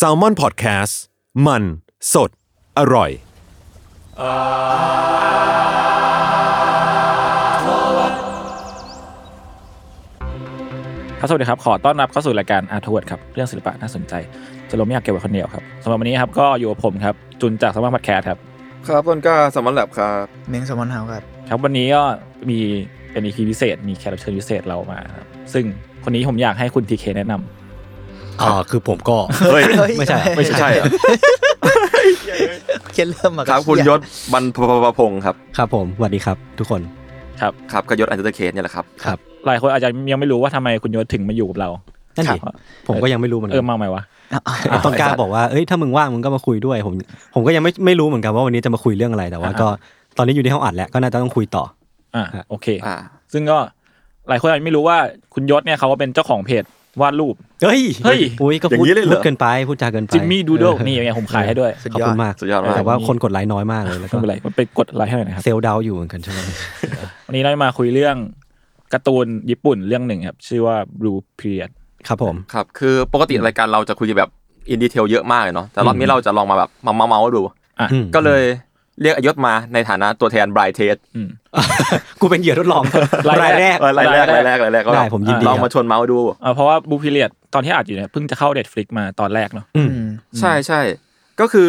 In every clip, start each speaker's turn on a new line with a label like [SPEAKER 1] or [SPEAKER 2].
[SPEAKER 1] s a l ม o n PODCAST มันสดอร่อย
[SPEAKER 2] ครับสวัสดีครับ ขอต้อนรับเข้าสู่รายการอาร์ทวดครับ เรื่องศิลปะน่าสนใจ จะลมไม่อยากเก็บไว้คนเดียวครับสำหรับวันนี้ครับก็อยู่กับผมครับ จุนจากสมาร์ทแคสครับ
[SPEAKER 3] ครับต้นกล้าสมันแลบครับ
[SPEAKER 4] เมงสมอนเฮาครับ
[SPEAKER 2] ครับวันนี้ก็มีเป็นอีพีพิเศษ มีแขกรับเชิญพิเศษเรามาครับซึ่งคนนี้ผมอยากให้คุณทีเคแนะนำ
[SPEAKER 5] อ่าคือผมก็
[SPEAKER 3] เฮ้ย
[SPEAKER 4] เฮ้ย
[SPEAKER 5] ไม่ใช่
[SPEAKER 3] ไม่ใช่เหรอ
[SPEAKER 4] เขียนเริ่มมา
[SPEAKER 3] ครับคุณยศบรรพประพงศ์ครับ
[SPEAKER 5] ครับผมสวัสดีครับ ทุกคน
[SPEAKER 2] ครับ
[SPEAKER 3] ครับก็ยศอันเดอร์เคสเนี่ยแหละครับ
[SPEAKER 5] ครับ
[SPEAKER 2] หลายคนอาจจะยังไม่รู้ว่าทำไมคุณยศถึงมาอยู่กับเรา
[SPEAKER 5] นั่นดิผมก็ยังไม่รู้เหมือน
[SPEAKER 2] เอ
[SPEAKER 5] กั
[SPEAKER 2] อน มาไหมวะ
[SPEAKER 5] ต้องกล้าบอกว่าเอ้ยถ้ามึงว่างมึงก็มาคุยด้วยผม ผมก็ยังไม่ไม่รู้เหมือนกันว่าวันนี้จะมาคุยเรื่องอะไรแต่ว่า
[SPEAKER 2] อ่า
[SPEAKER 5] ก็ตอนนี้อยู่ในห้องอัดแล้วก็น่าจะต้องคุยต่อ
[SPEAKER 2] อ่าโอเค
[SPEAKER 3] อ่า
[SPEAKER 2] ซึ่งก็หลายคนอาจจะไม่รู้ว่าคุณยศเนี่ยเขาก็เป็นเจ้าของเพจวาดรูป
[SPEAKER 5] เฮ้ย
[SPEAKER 2] เฮ้ย
[SPEAKER 5] อุ้ยก็
[SPEAKER 3] อย่าง
[SPEAKER 5] พูด
[SPEAKER 3] นี้เลยเหรอ
[SPEAKER 5] พูดเกินไปพูดจาเกินไป
[SPEAKER 2] จิมมี่ดูโด
[SPEAKER 5] เออ
[SPEAKER 2] นี่ยังไงผมขายให้ด้วย
[SPEAKER 4] สุด
[SPEAKER 5] ขอบ
[SPEAKER 4] ยอ
[SPEAKER 5] คุ
[SPEAKER 4] ด
[SPEAKER 5] ณมาก
[SPEAKER 3] สุดยอดมาก
[SPEAKER 5] แต่ว่าคนกดไลค์น้อยมากเลยแล้วก็
[SPEAKER 2] ไม่เป็นไรมันไปกดไลค์ให้หน่อยนะครับ
[SPEAKER 5] เซลล์ดาวอยู่เหมือนกันใช่ไหม
[SPEAKER 2] วันนี้เราจะมาคุยเรื่องการ์ตูนญี่ปุ่นเรื่องหนึ่งครับ ชื่อว่า Blue Period
[SPEAKER 5] ครับผม
[SPEAKER 3] ครับ คือปกติรายการเราจะคุยแบบอินดีเทลเยอะมากเลยเนาะ แต่รอบนี้เราจะลองมาแบบมาเมาส์ๆดู
[SPEAKER 2] อ่ะ
[SPEAKER 5] อืม
[SPEAKER 3] ก็เลยเรียกอยศมาในฐานะตัวแทนบรายเทส
[SPEAKER 2] อืม
[SPEAKER 5] กูเป็นเหยื่อทดลอง
[SPEAKER 2] ราร
[SPEAKER 5] ายย
[SPEAKER 2] แรก
[SPEAKER 5] แรก
[SPEAKER 3] เออรายแรกรายแรกรายแรกก็
[SPEAKER 5] ได้ผมยินดี
[SPEAKER 3] ลอง
[SPEAKER 5] ครับ
[SPEAKER 3] มาชวนเมาส์ดู
[SPEAKER 2] เอาเพราะว่า Blue Period ตอนที่อัดอยู่เนี่ยเพิ่งจะเข้า Netflix มาตอนแรกเนาะ
[SPEAKER 5] อืม
[SPEAKER 4] อืม
[SPEAKER 3] ใช่ใช่ ก็คือ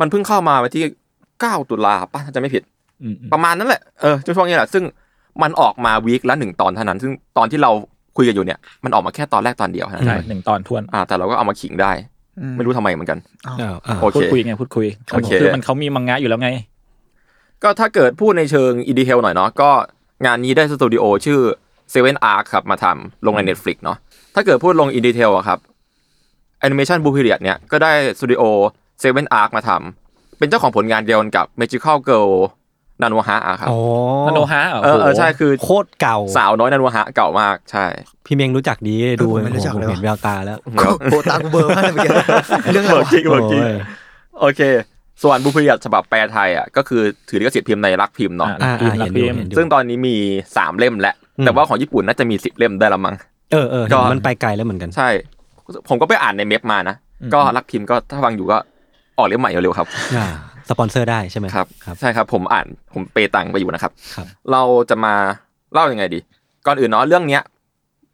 [SPEAKER 3] มันเพิ่งเข้ามาวันที่ 9 ตุลาป่ะถ้าจะไม่ผิด
[SPEAKER 2] อืมอืม
[SPEAKER 3] ประมาณนั้นแหละ เออช่วงๆนี้แหละ ซึ่งมันออกมาวีคละหนึ่งตอนเท่านั้น ซึ่งตอนที่เราคุยกันอยู่เนี่ย มันออกมาแค่ตอนแรกตอนเดียวเท่านั้น
[SPEAKER 2] ใช่หนึ่งตอนทวน
[SPEAKER 3] อ่า แต่เราก็เอามาขิงได้
[SPEAKER 4] อื
[SPEAKER 3] ไม่รู้ทำไมเหมือนกัน
[SPEAKER 5] อ้าวอ่า
[SPEAKER 3] โอเค
[SPEAKER 2] พูดคุยไงพูดคุย
[SPEAKER 3] โอเค
[SPEAKER 2] คือมันเขามีมังงะอยู่แล้วไง
[SPEAKER 3] ก็ถ้าเกิดพูดในเชิงอินดีเทลหน่อยเนาะก็งานนี้ได้สตูดิโอชื่อ Seven Arc ครับมาทำลงใน Netflix เนาะถ้าเกิดพูดลงอินดีเทลอะครับแอนิเมชันบูพิเรียดเนี่ยก็ได้สตูดิโอ Seven Arc มาทำเป็นเจ้าของผลงานเดียวกันกับ Magical Girl นันวฮะอะครับ
[SPEAKER 5] อ๋อ
[SPEAKER 2] นาโนฮะเหร
[SPEAKER 3] เออเออใช่คือ
[SPEAKER 5] โคตรเก่า
[SPEAKER 3] สาวน้อยนันวฮะเก่ามากใช่
[SPEAKER 5] พี่เมงรู้จักดีดู
[SPEAKER 4] เออผมไม่รู้จักเลย
[SPEAKER 5] เห็นแว
[SPEAKER 4] ว่ะ
[SPEAKER 5] วตาแล้ว
[SPEAKER 4] โบตากูเบลอร์มากเลยเมื่อกี้เรื่องอะไร
[SPEAKER 3] เบิกจ
[SPEAKER 4] วะ
[SPEAKER 3] ริงเบิกจริง
[SPEAKER 5] โอ้ย
[SPEAKER 3] โอเค ส่วนบุพเพยดฉบับแปลไทยอ่ะก็คือถือลิขสิทธิ์พิมพ์ในรักพิมพ์เนาะ
[SPEAKER 2] อ่ะรักพิมพ์
[SPEAKER 5] อ่า
[SPEAKER 2] รักพิมพ์
[SPEAKER 5] เห็นอยู่
[SPEAKER 3] ซึ่งตอนนี้มี 3 เล่มแล้ว
[SPEAKER 5] อืม
[SPEAKER 3] แต่ว่าของญี่ปุ่นน่าจะมี 10 เล่มได้ละมั้ง
[SPEAKER 5] เออเออเห็น
[SPEAKER 3] ก็
[SPEAKER 5] มันไปไกลแล้วเหมือนกัน
[SPEAKER 3] ใช่ ผมก็ไปอ่านในเมฟมานะ ก็รักพิมพ์ก็ถ้าฟังอยู่ก็ออกเล่มใหม่เร็วๆครับ
[SPEAKER 5] อ่าสปอนเซอร์ได้ใช่ไหม
[SPEAKER 3] ครับ
[SPEAKER 5] ครับ
[SPEAKER 3] ใช่ครับ ผมอ่านผมเปตังไปอยู่นะครับ
[SPEAKER 5] ครับ
[SPEAKER 3] เราจะมาเล่ายังไงดี ก่อนอื่นเนาะเรื่องเนี้ย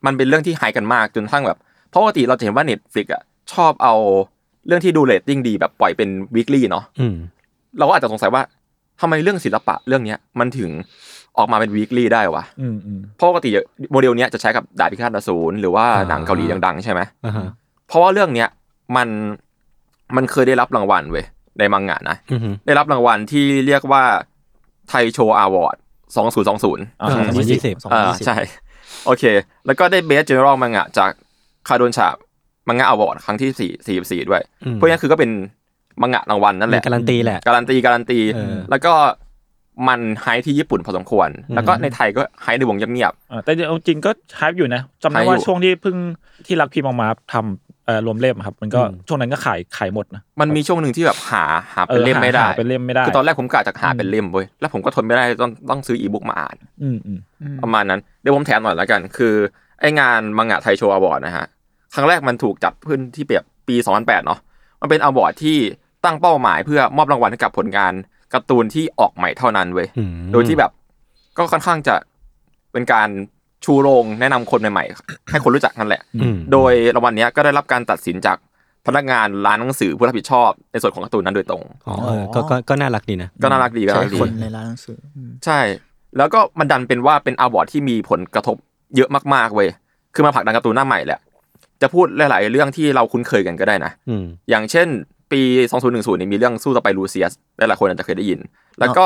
[SPEAKER 3] มันเป็นเรื่องที่หายกันมากจนกระทั่งแบบเพราะปกติเราจะเห็นว่าเน็ตฟลิกอ่ะชอบเอาเรื่องที่ดูเรตติ้งดีแบบปล่อยเป็นวีคลี่เนาะ
[SPEAKER 5] อืม
[SPEAKER 3] เราก็อาจจะสงสัยว่าทำไมเรื่องศิลปะเรื่องเนี้ยมันถึงออกมาเป็นวีคลี่ได้วะ
[SPEAKER 2] อืมอืม
[SPEAKER 3] เพราะปกติโมเดลเนี้ยจะใช้กับดาบพิฆาตอสูรหรือว่า
[SPEAKER 5] อ่า
[SPEAKER 3] หนังเกาหลีดังๆใช่ไหม
[SPEAKER 5] อ่าฮะ
[SPEAKER 3] เพราะว่าเรื่องเนี้ยมันมันเคยได้รับรางวัลเว้ยในมังงะนะ
[SPEAKER 5] อือฮึ
[SPEAKER 3] ได้รับรางวัลที่เรียกว่าไทโชอาวอร์ด2020
[SPEAKER 2] อ่ะ
[SPEAKER 5] สองพันยี่สิบสองพัน
[SPEAKER 3] อ่า
[SPEAKER 5] ยี่สิบ
[SPEAKER 3] ใช่ โอเค แล้วก็ได้เบสเจเนอรัลมังงะจากคาโดนฉาบมังงะอวอร์ดครั้งที่สี่สี่สี่ด้วย
[SPEAKER 5] ม
[SPEAKER 3] พวกนี้คือก็เป็นมังงะรางวัลนั่นแห
[SPEAKER 5] มี
[SPEAKER 3] ละ
[SPEAKER 5] การันตีแหละ
[SPEAKER 3] การันตีการันตี
[SPEAKER 5] เออ
[SPEAKER 3] แล้วก็มันไฮป์ที่ญี่ปุ่นพอสมควร
[SPEAKER 5] อืม
[SPEAKER 3] แล้วก็ในไทยก็ไฮป์ในวงเงียบ
[SPEAKER 2] อ่ะแต่เอาจริงก็ฮายอยู่นะจำได้
[SPEAKER 3] ขายอยู่
[SPEAKER 2] ว่าช่วงที่เพิ่งที่รักพิมพ์ออกมาทำเอ่อรวมเล่มครับ มันก็
[SPEAKER 5] อืม
[SPEAKER 2] ช่วงนั้นก็ขายขายหมดนะ
[SPEAKER 3] ๆมันมีช่วงหนึ่งที่แบบหาหาเป็นเล่ม
[SPEAKER 2] เออ
[SPEAKER 3] ไม่ได้
[SPEAKER 2] หาเป็นเล่มไม่ได้
[SPEAKER 3] คือตอนแรกผมกะจะหาเป็นเล่มเว้ย แล้วผมก็ทนไม่ได้ต้องต้องซื้ออีบุ๊กมาอ่าน
[SPEAKER 2] อืมอืม
[SPEAKER 4] อืม
[SPEAKER 3] ประมาณนั้น เดี๋ยวผมแถมหน่อยแล้วกัน คือไองานมังงะไทโชอวอร์ดนะฮะ ครั้งแรกมันถูกจัดขึ้นที่แบบปี 2008 เนาะ มันเป็นอวอร์ดที่ตั้งเป้าหมายเพื่อมอบรางวัลให้กับผลงานการ์ตูนที่ออกใหม่เท่านั้นเว้ย
[SPEAKER 5] อืม
[SPEAKER 3] โดยที่แบบก็ค่อนข้างจะเป็นการชูโรงแนะนำคนใหม่ๆ ให้คนรู้จักกันแหละ
[SPEAKER 5] อืม
[SPEAKER 3] โดยรางวัลเนี้ยก็ได้รับการตัดสินจากพนักงานร้านหนังสือผู้รับผิดชอบ ในส่วนของการ์ตูนนั้นโดยตรง
[SPEAKER 5] อ๋อเออก็ก็ก็น่ารักดีนะ
[SPEAKER 3] ก็น่ารักดีก็
[SPEAKER 4] ใช่
[SPEAKER 3] น่ารักดี
[SPEAKER 4] คนในร้านหนังสืออืม
[SPEAKER 3] ใช่ แล้วก็มันดันเป็นว่าเป็นอวอร์ดที่มีผลกระทบเยอะมากๆเว้ย คือมาผลักดันการ์ตูนหน้าใหม่แหละ จะพูดหลาย ๆ เรื่องที่เราคุ้นเคยกันก็ได้นะ
[SPEAKER 5] อืม
[SPEAKER 3] อย่างเช่น ปี 2010เนี่ยมีเรื่องสู้ต่อไปลูเซียส หลายๆคนอาจจะเคยได้ยิน แล้วก็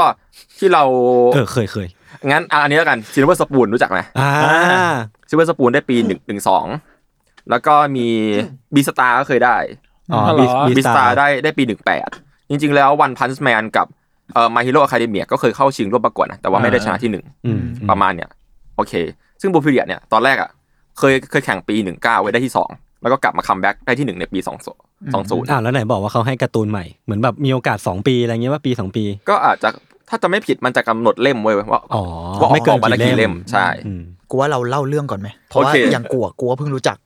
[SPEAKER 3] ที่เรา
[SPEAKER 5] เออเคยเคย
[SPEAKER 3] งั้นอ่ะอันนี้แล้วกันซิลเวอร์สปูนรู้จักไหม
[SPEAKER 5] อ่า
[SPEAKER 3] ซิลเวอร์สปูนได้ปี1นึ่งสองแล้วก็มีบีสตาก็เคยได้
[SPEAKER 5] อ๋อ
[SPEAKER 2] เหรอ
[SPEAKER 5] บี
[SPEAKER 3] บิ
[SPEAKER 5] บี
[SPEAKER 3] ส
[SPEAKER 5] ส
[SPEAKER 3] ตา
[SPEAKER 5] ตาร์
[SPEAKER 3] ได้ได้ปี 18 จริง ๆ แล้ววันพัน c ์แมนกับเอ่อมาฮิโร่อะคาเดเมียก็เคยเข้าชิงร่วมประกวดนะแต่ว่าไม่ได้ชนะที่หนึ่ง
[SPEAKER 5] อืม
[SPEAKER 3] ประมาณเนี่ยโอเค ซึ่งบูพิเรียเนี่ยตอนแรกอ่ะเคยเคยแข่งปี 19 ไว้ได้ที่ 2 แล้วก็กลับมาคัมแบ็กได้ที่ 1 ในปี 2 20
[SPEAKER 5] อ่าแล้วไหนบอกว่าเขาให้การ์ตูนใหม่ เหมือนแบบมีโอกาส 2 ปีอะไรเงี้ยว่าปี 2 ปี
[SPEAKER 3] ก็อาจจะถ้าจะไม่ผิดมันจะกำหนดเล่มไว้ว่า
[SPEAKER 5] อ๋อ
[SPEAKER 3] ว่าอ
[SPEAKER 5] ไม่
[SPEAKER 3] อก
[SPEAKER 5] เกิ
[SPEAKER 3] อน อกมาละ
[SPEAKER 5] กี่
[SPEAKER 3] กี่
[SPEAKER 5] เล่
[SPEAKER 3] เล่
[SPEAKER 5] ม
[SPEAKER 3] มใช่
[SPEAKER 5] อืม
[SPEAKER 4] กูว่าเราเล่าเรื่องก่อนไหมเพราะว่า
[SPEAKER 3] โอเค
[SPEAKER 4] อย่างกูอะกูก็เพิ่งรู้จัก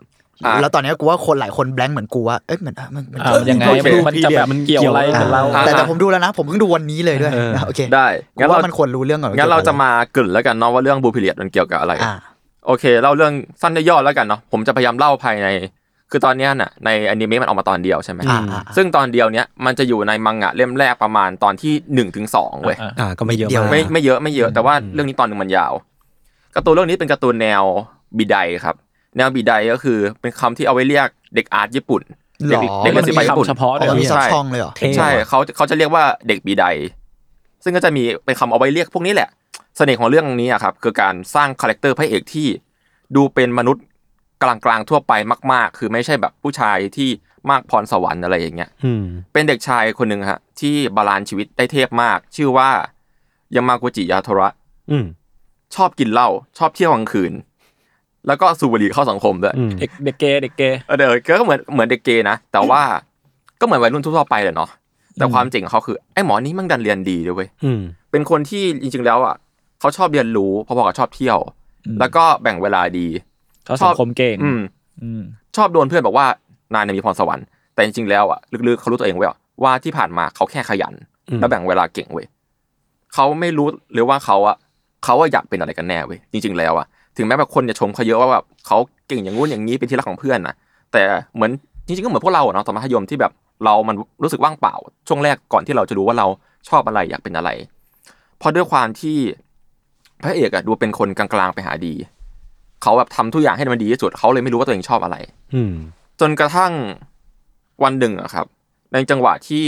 [SPEAKER 3] อ่ะ
[SPEAKER 4] แล้วตอนเนี้ยกูว่าคนหลายคนแบงค์เหมือนกูว่าเอ๊ะมันอ่ะมันมัน
[SPEAKER 2] อ่ะมั
[SPEAKER 4] เออน
[SPEAKER 2] ยังไง
[SPEAKER 4] โอเค
[SPEAKER 2] มันจะแบบมันเกี่ยวอะไรกับเรา
[SPEAKER 3] อ่ะ
[SPEAKER 4] แต่แต่ผมดูแล้วนะ ผมเพิ่งดูวันนี้เลยด้วย
[SPEAKER 5] เออ
[SPEAKER 4] นะโอเค
[SPEAKER 3] ได้
[SPEAKER 4] งั้
[SPEAKER 3] งั้น
[SPEAKER 4] น
[SPEAKER 3] เรา
[SPEAKER 4] ว่ามันควรรู้เรื่องก่อน
[SPEAKER 3] งั้นเราจะมากล่นแล้วกันเนาะว่าเรื่องบูพิเลียดมันเกี่ยวกับอะไร
[SPEAKER 4] อ่า
[SPEAKER 3] โอเคเล่าเรื่องสั้นย่อๆแล้วกันเนาะผมจะพยายามเล่าภายใน คือตอนเนี้ยน่ะในอนิเมะมันออกมาตอนเดียวใช่ไหม
[SPEAKER 4] อ่าอ่า
[SPEAKER 3] ซึ่งตอนเดียวเนี้ยมันจะอยู่ในมังงะเล่มแรกประมาณตอนที่หนึ่งถึงสองเว้ย
[SPEAKER 2] อ่ะ
[SPEAKER 5] อ่าก็ไม่เยอะ
[SPEAKER 4] เดี๋ยว
[SPEAKER 5] มาก
[SPEAKER 3] ไม่ไม่เยอะไม่เยอะแต่ว่าเรื่องนี้ตอนหนึ่งมันยาวการ์ตูนเรื่องนี้เป็นการ์ตูนแนวบิไดครับ แนวบิไดก็คือเป็นคำที่เอาไว้เรียกเด็กอาร์ตญี่ปุ่น
[SPEAKER 4] ห
[SPEAKER 3] เด็
[SPEAKER 4] ร
[SPEAKER 3] ก
[SPEAKER 4] อ
[SPEAKER 3] เด็กมันสิบไปญี่ปุ่
[SPEAKER 2] คำ
[SPEAKER 3] น
[SPEAKER 2] เฉพาะเล
[SPEAKER 4] อ๋
[SPEAKER 2] ยเห
[SPEAKER 4] อ
[SPEAKER 2] รอ
[SPEAKER 4] มีซับ
[SPEAKER 3] ใช่
[SPEAKER 4] ช่องเลยเหรอ
[SPEAKER 5] เท่
[SPEAKER 3] ใช่เขาเขาจะเรียกว่าเด็กบีได ซึ่งก็จะมีเป็นคำเอาไว้เรียกพวกนี้แหละ เสน่ห์ของเรื่องนี้อะครับคือการสร้างคาแรคเตอร์พระเอกที่ดูเป็นมนุษย์กลางๆทั่วไปมาก ๆ คือไม่ใช่แบบผู้ชายที่มากพรสวรรค์อะไรอย่างเงี้ย
[SPEAKER 5] อืม
[SPEAKER 3] เป็นเด็กชายคนหนึ่งฮะที่บาลานซ์ชีวิตได้เทพมาก ชื่อว่ายามากุจิยาโทระ
[SPEAKER 5] อืม
[SPEAKER 3] ชอบกินเหล้าชอบเที่ยวกลางคืน แล้วก็สูบบุหรี่เข้าสังคมด้วย
[SPEAKER 5] อืม
[SPEAKER 2] เด็กเด็กเกย์เด็กเกย์
[SPEAKER 3] เออเด็กก็เหมือนเหมือนเด็กเกย์นะ แต่ว่าก็เหมือนวัยรุ่นทั่วๆไปแหละเนาะแต่ความเจ๋งของเขาคือไอ้หมอนี่มันดันเรียนดีด้วยเว้ย
[SPEAKER 5] อืม
[SPEAKER 3] เป็นคนที่จริงๆแล้วอ่ะเขาชอบเรียนรู้พอๆกับชอบเที่ยว
[SPEAKER 2] อืม
[SPEAKER 3] แล้วก็แบ่งเวลาดี
[SPEAKER 2] เขาสังคมเก่ง
[SPEAKER 3] อืม
[SPEAKER 2] อืม
[SPEAKER 3] ชอบโดนเพื่อนบอกว่านายเนี่ยมีพรสวรรค์แต่จริงๆแล้วอ่ะลึกๆเขารู้ตัวเองไว้ว่าว่าที่ผ่านมาเขาแค่ขยัน
[SPEAKER 5] อืม
[SPEAKER 3] แล้วแบ่งเวลาเก่งเว้ยเขาไม่รู้หรือว่าเขาอ่ะเขาอะอยากเป็นอะไรกันแน่เว้ยจริง ๆแล้วอ่ะถึงแม้แบบคนจะชมเขาเยอะว่าแบบเขาเก่งอย่างงู้นอย่างนี้เป็นที่รักของเพื่อนนะแต่เหมือนจริงๆก็เหมือนพวกเราอะเนาะตอนมัธยมที่แบบเรามันรู้สึกว่างเปล่า ช่วงแรกก่อนที่เราจะรู้ว่าเราชอบอะไรอยากเป็นอะไร เพราะด้วยความที่พระเอกอะดูเป็นคนกลางๆไปหาดีเขาแบบทำทุกอย่างให้มันดีที่สุดเขาเลยไม่รู้ว่าตัวเองชอบอะไร
[SPEAKER 5] อืม
[SPEAKER 3] จนกระทั่งวันหนึ่งอะครับ ในจังหวะที่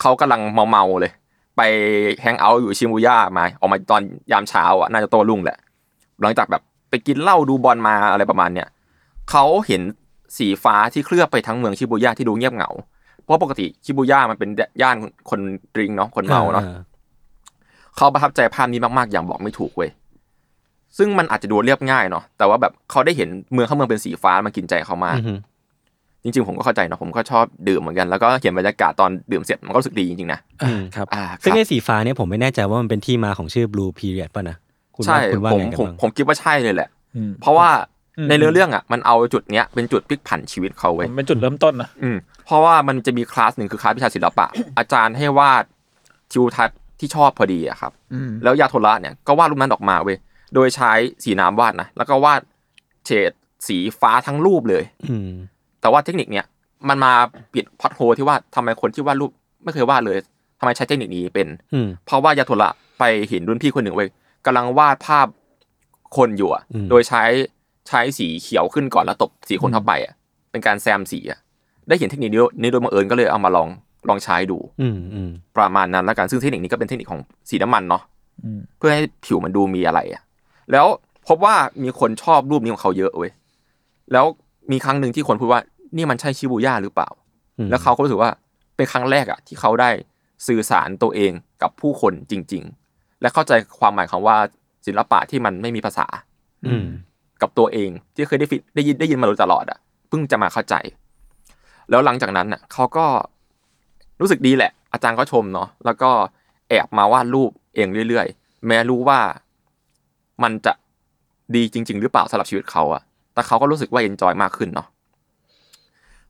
[SPEAKER 3] เขากำลังเมาๆเลย ไปแฮงเอาท์อยู่ชิมูย่ามา ออกมาตอนยามเช้าอะน่าจะโตรุ่งแหละ หลังจากแบบไปกินเหล้าดูบอลมาอะไรประมาณเนี้ยเขาเห็นสีฟ้าที่เคลือบไปทั้งเมืองชิบูย่าที่ดูเงียบเหงา เพราะปกติชิบูย่ามันเป็นย่านคนดริงก์เนาะคนเมาเนาะ เขาประทับใจภาพนี้มาก ๆ อย่างบอกไม่ถูกเว้ย ซึ่งมันอาจจะดูเรียบง่ายเนาะ แต่ว่าแบบเขาได้เห็นเมืองข้างเมืองเป็นสีฟ้ามันกินใจเขามาก
[SPEAKER 5] อือฮึ
[SPEAKER 3] จริง ๆ ผมก็เข้าใจเนาะ ผมก็ชอบดื่มเหมือนกัน แล้วก็เห็นบรรยากาศตอนดื่มเสร็จมันก็รู้สึกดีจริง ๆ นะ
[SPEAKER 5] อืม
[SPEAKER 2] ครับ
[SPEAKER 3] อ่าค
[SPEAKER 5] ซึ่ง
[SPEAKER 3] รับ
[SPEAKER 5] ไอ้สีฟ้าเนี่ยผมไม่แน่ใจว่ามันเป็นที่มาของชื่อ blue period ป่ะนะคุณว่า
[SPEAKER 3] ใช่
[SPEAKER 5] คุณว่า
[SPEAKER 3] ผม
[SPEAKER 5] ไงกัน
[SPEAKER 3] ผม
[SPEAKER 5] บ้าง
[SPEAKER 3] ผมคิดว่าใช่เลยแหละ
[SPEAKER 2] อืม
[SPEAKER 3] เพราะว่า
[SPEAKER 2] อืม
[SPEAKER 3] ในเนื้อเรื่องอ่ะ มันเอาจุดเนี้ยเป็นจุดพลิกผันชีวิตเขาเว้ย
[SPEAKER 2] มันเป็นจุดเริ่มต้นนะ
[SPEAKER 3] อืมเพราะว่ามันจะมีคลาสหนึ่งคือคลาสวิชาศิลปะ อาจารย์ให้วาดทิวทัศน์ที่ชอบพอดีอะครับ
[SPEAKER 4] อืม
[SPEAKER 3] แล้วยาโทระเนี่ยก็วาดรูปนั้นออกมาเว้ย โดยใช้สีน้ำวาดนะ แล้วก็วาดเฉดสีฟ้าทั้งรูปเลย
[SPEAKER 5] อืม
[SPEAKER 3] แต่ว่าเทคนิคเนี่ยมันมาปิดพอดโฮที่ว่าทำไมคนที่วาดรูปไม่เคยวาดเลยทำไมใช้เทคนิคนี้เป็น
[SPEAKER 5] อืม
[SPEAKER 3] เพราะว่ายาโทระไปเห็นรุ่นพี่คนหนึ่งเว้ยกำลังวาดภาพคนอยู่อะ
[SPEAKER 5] อืม
[SPEAKER 3] โดยใช้ใช้สีเขียวขึ้นก่อนแล้วตบสีคนเข้าไปอะเป็นการแซมสีอะได้เห็นเทคนิคนี้นี้โดยบังเอิญก็เลยเอามาลองลองใช้ดู
[SPEAKER 5] อืมอืม
[SPEAKER 3] ประมาณนั้นแล้วกันซึ่งเทคนิคนี้ก็เป็นเทคนิคของสีน้ำมันเนาะ
[SPEAKER 2] อืม
[SPEAKER 3] เพื่อให้ผิวมันดูมีอะไรอะแล้วพบว่ามีคนชอบรูปนี้ของเขาเยอะเว้ย แล้วมีครั้งหนึ่งที่คนพูดว่า นี่มันใช่ชิบูย่าหรือเปล่า
[SPEAKER 5] อืม
[SPEAKER 3] แล้วเขาก็รู้สึกว่าเป็นครั้งแรกอะที่เขาได้สื่อสารตัวเองกับผู้คนจริง ๆ และเข้าใจความหมายของว่าศิลปะที่มันไม่มีภาษา
[SPEAKER 5] อืม
[SPEAKER 3] กับตัวเองที่เคยได้ฟิได้ยินได้ยินมาโดยตลอดอะเพิ่งจะมาเข้าใจ แล้วหลังจากนั้นอะเขาก็รู้สึกดีแหละ อาจารย์ก็ชมเนาะแล้วก็แอบมาวาดรูปเองเรื่อยๆ แม้รู้ว่ามันจะดีจริง ๆ หรือเปล่าสำหรับชีวิตเขาอะแต่เขาก็รู้สึกว่าเอนจอยมากขึ้นเนาะ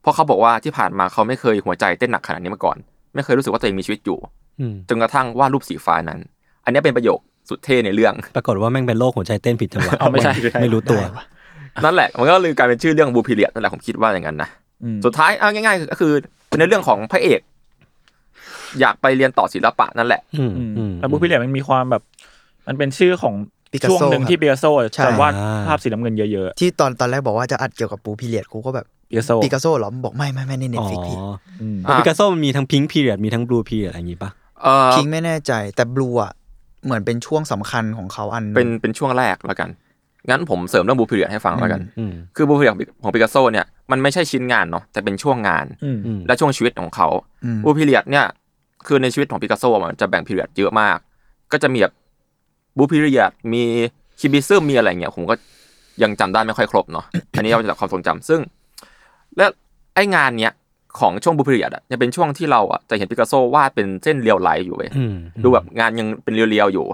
[SPEAKER 3] เพราะเขาบอกว่าที่ผ่านมาเขาไม่เคยหัวใจเต้นหนักขนาดนี้มาก่อน ไม่เคยรู้สึกว่าตัวเองมีชีวิตอยู่
[SPEAKER 5] อืม
[SPEAKER 3] จนกระทั่งวาดรูปสีฟ้านั้น อันนี้เป็นประโยคสุดเท่ในเรื่อง
[SPEAKER 5] ปรากฏว่าแม่งเป็นโรคหัวใจเต้นผิดจังหวะ
[SPEAKER 2] เอาไม่ใช่
[SPEAKER 5] ไม่รู้ตัว
[SPEAKER 3] นั่นแหละ มันก็เลยกลายเป็นชื่อเรื่องบูพิเลียดนั่นแหละผมคิดว่าอย่างนั้นนะ
[SPEAKER 2] อืม
[SPEAKER 3] สุดท้ายเอาง่ายๆ ก็คือเป็นในเรื่องของพระเอก อยากไปเรียนต่อศิลปะนั่นแหละ
[SPEAKER 5] อืม
[SPEAKER 2] อืม
[SPEAKER 5] อืม
[SPEAKER 2] แต่บูพิเลียมันมีความแบบ มันเป็นชื่อของ
[SPEAKER 4] Picasso
[SPEAKER 2] ช่วงหนึ่งที่เปียโซ
[SPEAKER 4] ใช่
[SPEAKER 2] จะวาด
[SPEAKER 5] อ่า
[SPEAKER 2] ภาพสีน้ำเงินเยอะ
[SPEAKER 4] ที่ตอนตอนแรกบอกว่าจะอัดเกี่ยวกับปูพิเลียดกูก็แบบ
[SPEAKER 2] ๆเปียโซ
[SPEAKER 4] ปิกัสโซเหรอมึงบอกไม่ไม่ไม่ในเน็ต
[SPEAKER 5] อ๋อ
[SPEAKER 4] ฟิกพี่
[SPEAKER 2] อืม
[SPEAKER 3] อ่ะ
[SPEAKER 5] ปิกัสโซมันมีทั้งพิงค์พีเรียดมีทั้งบลูพีเรียดอะไรอย่างงี้ป่ะ
[SPEAKER 3] เออ
[SPEAKER 4] คิงไม่แน่ใจแต่บลูอ่ะเหมือนเป็นช่วงสำคัญของเขาอันหง
[SPEAKER 3] เป็นเป็นช่วงแรกแล้วกัน งั้นผมเสริมเรื่องบูพิเลียดให้ฟังแล้วกัน
[SPEAKER 5] อืม
[SPEAKER 3] คือบูพิเลียดของของปิกัสโซเนี่ยมันไม่ใช่ชิ้นงานเนาะแต่เป็นช่วงงาน
[SPEAKER 2] อืม
[SPEAKER 5] อืม
[SPEAKER 3] และช่วงชีวิตของเขา
[SPEAKER 4] อืม
[SPEAKER 3] บูพิเลียดเนี่ย คือในชีวิตของปิกัสโซมันจะแบ่งพิเลียดเยอะมาก ก็จะมีแบบบูพิเลียดมีคิบิซึมมีอะไรเงี้ยผมก็ยังจำได้ไม่ค่อยครบเนาะ อันนี้เอาจากความทรงจำซึ่ง และไองานเนี้ยของช่วงบูพิเลียดอะจะเป็นช่วงที่เราอะจะเห็นปิกัสโซวาดเป็นเส้นเรียวไหลอยู่เว้ย
[SPEAKER 5] อืม
[SPEAKER 3] ดูแบบงานยังเป็นเรียวๆอยู่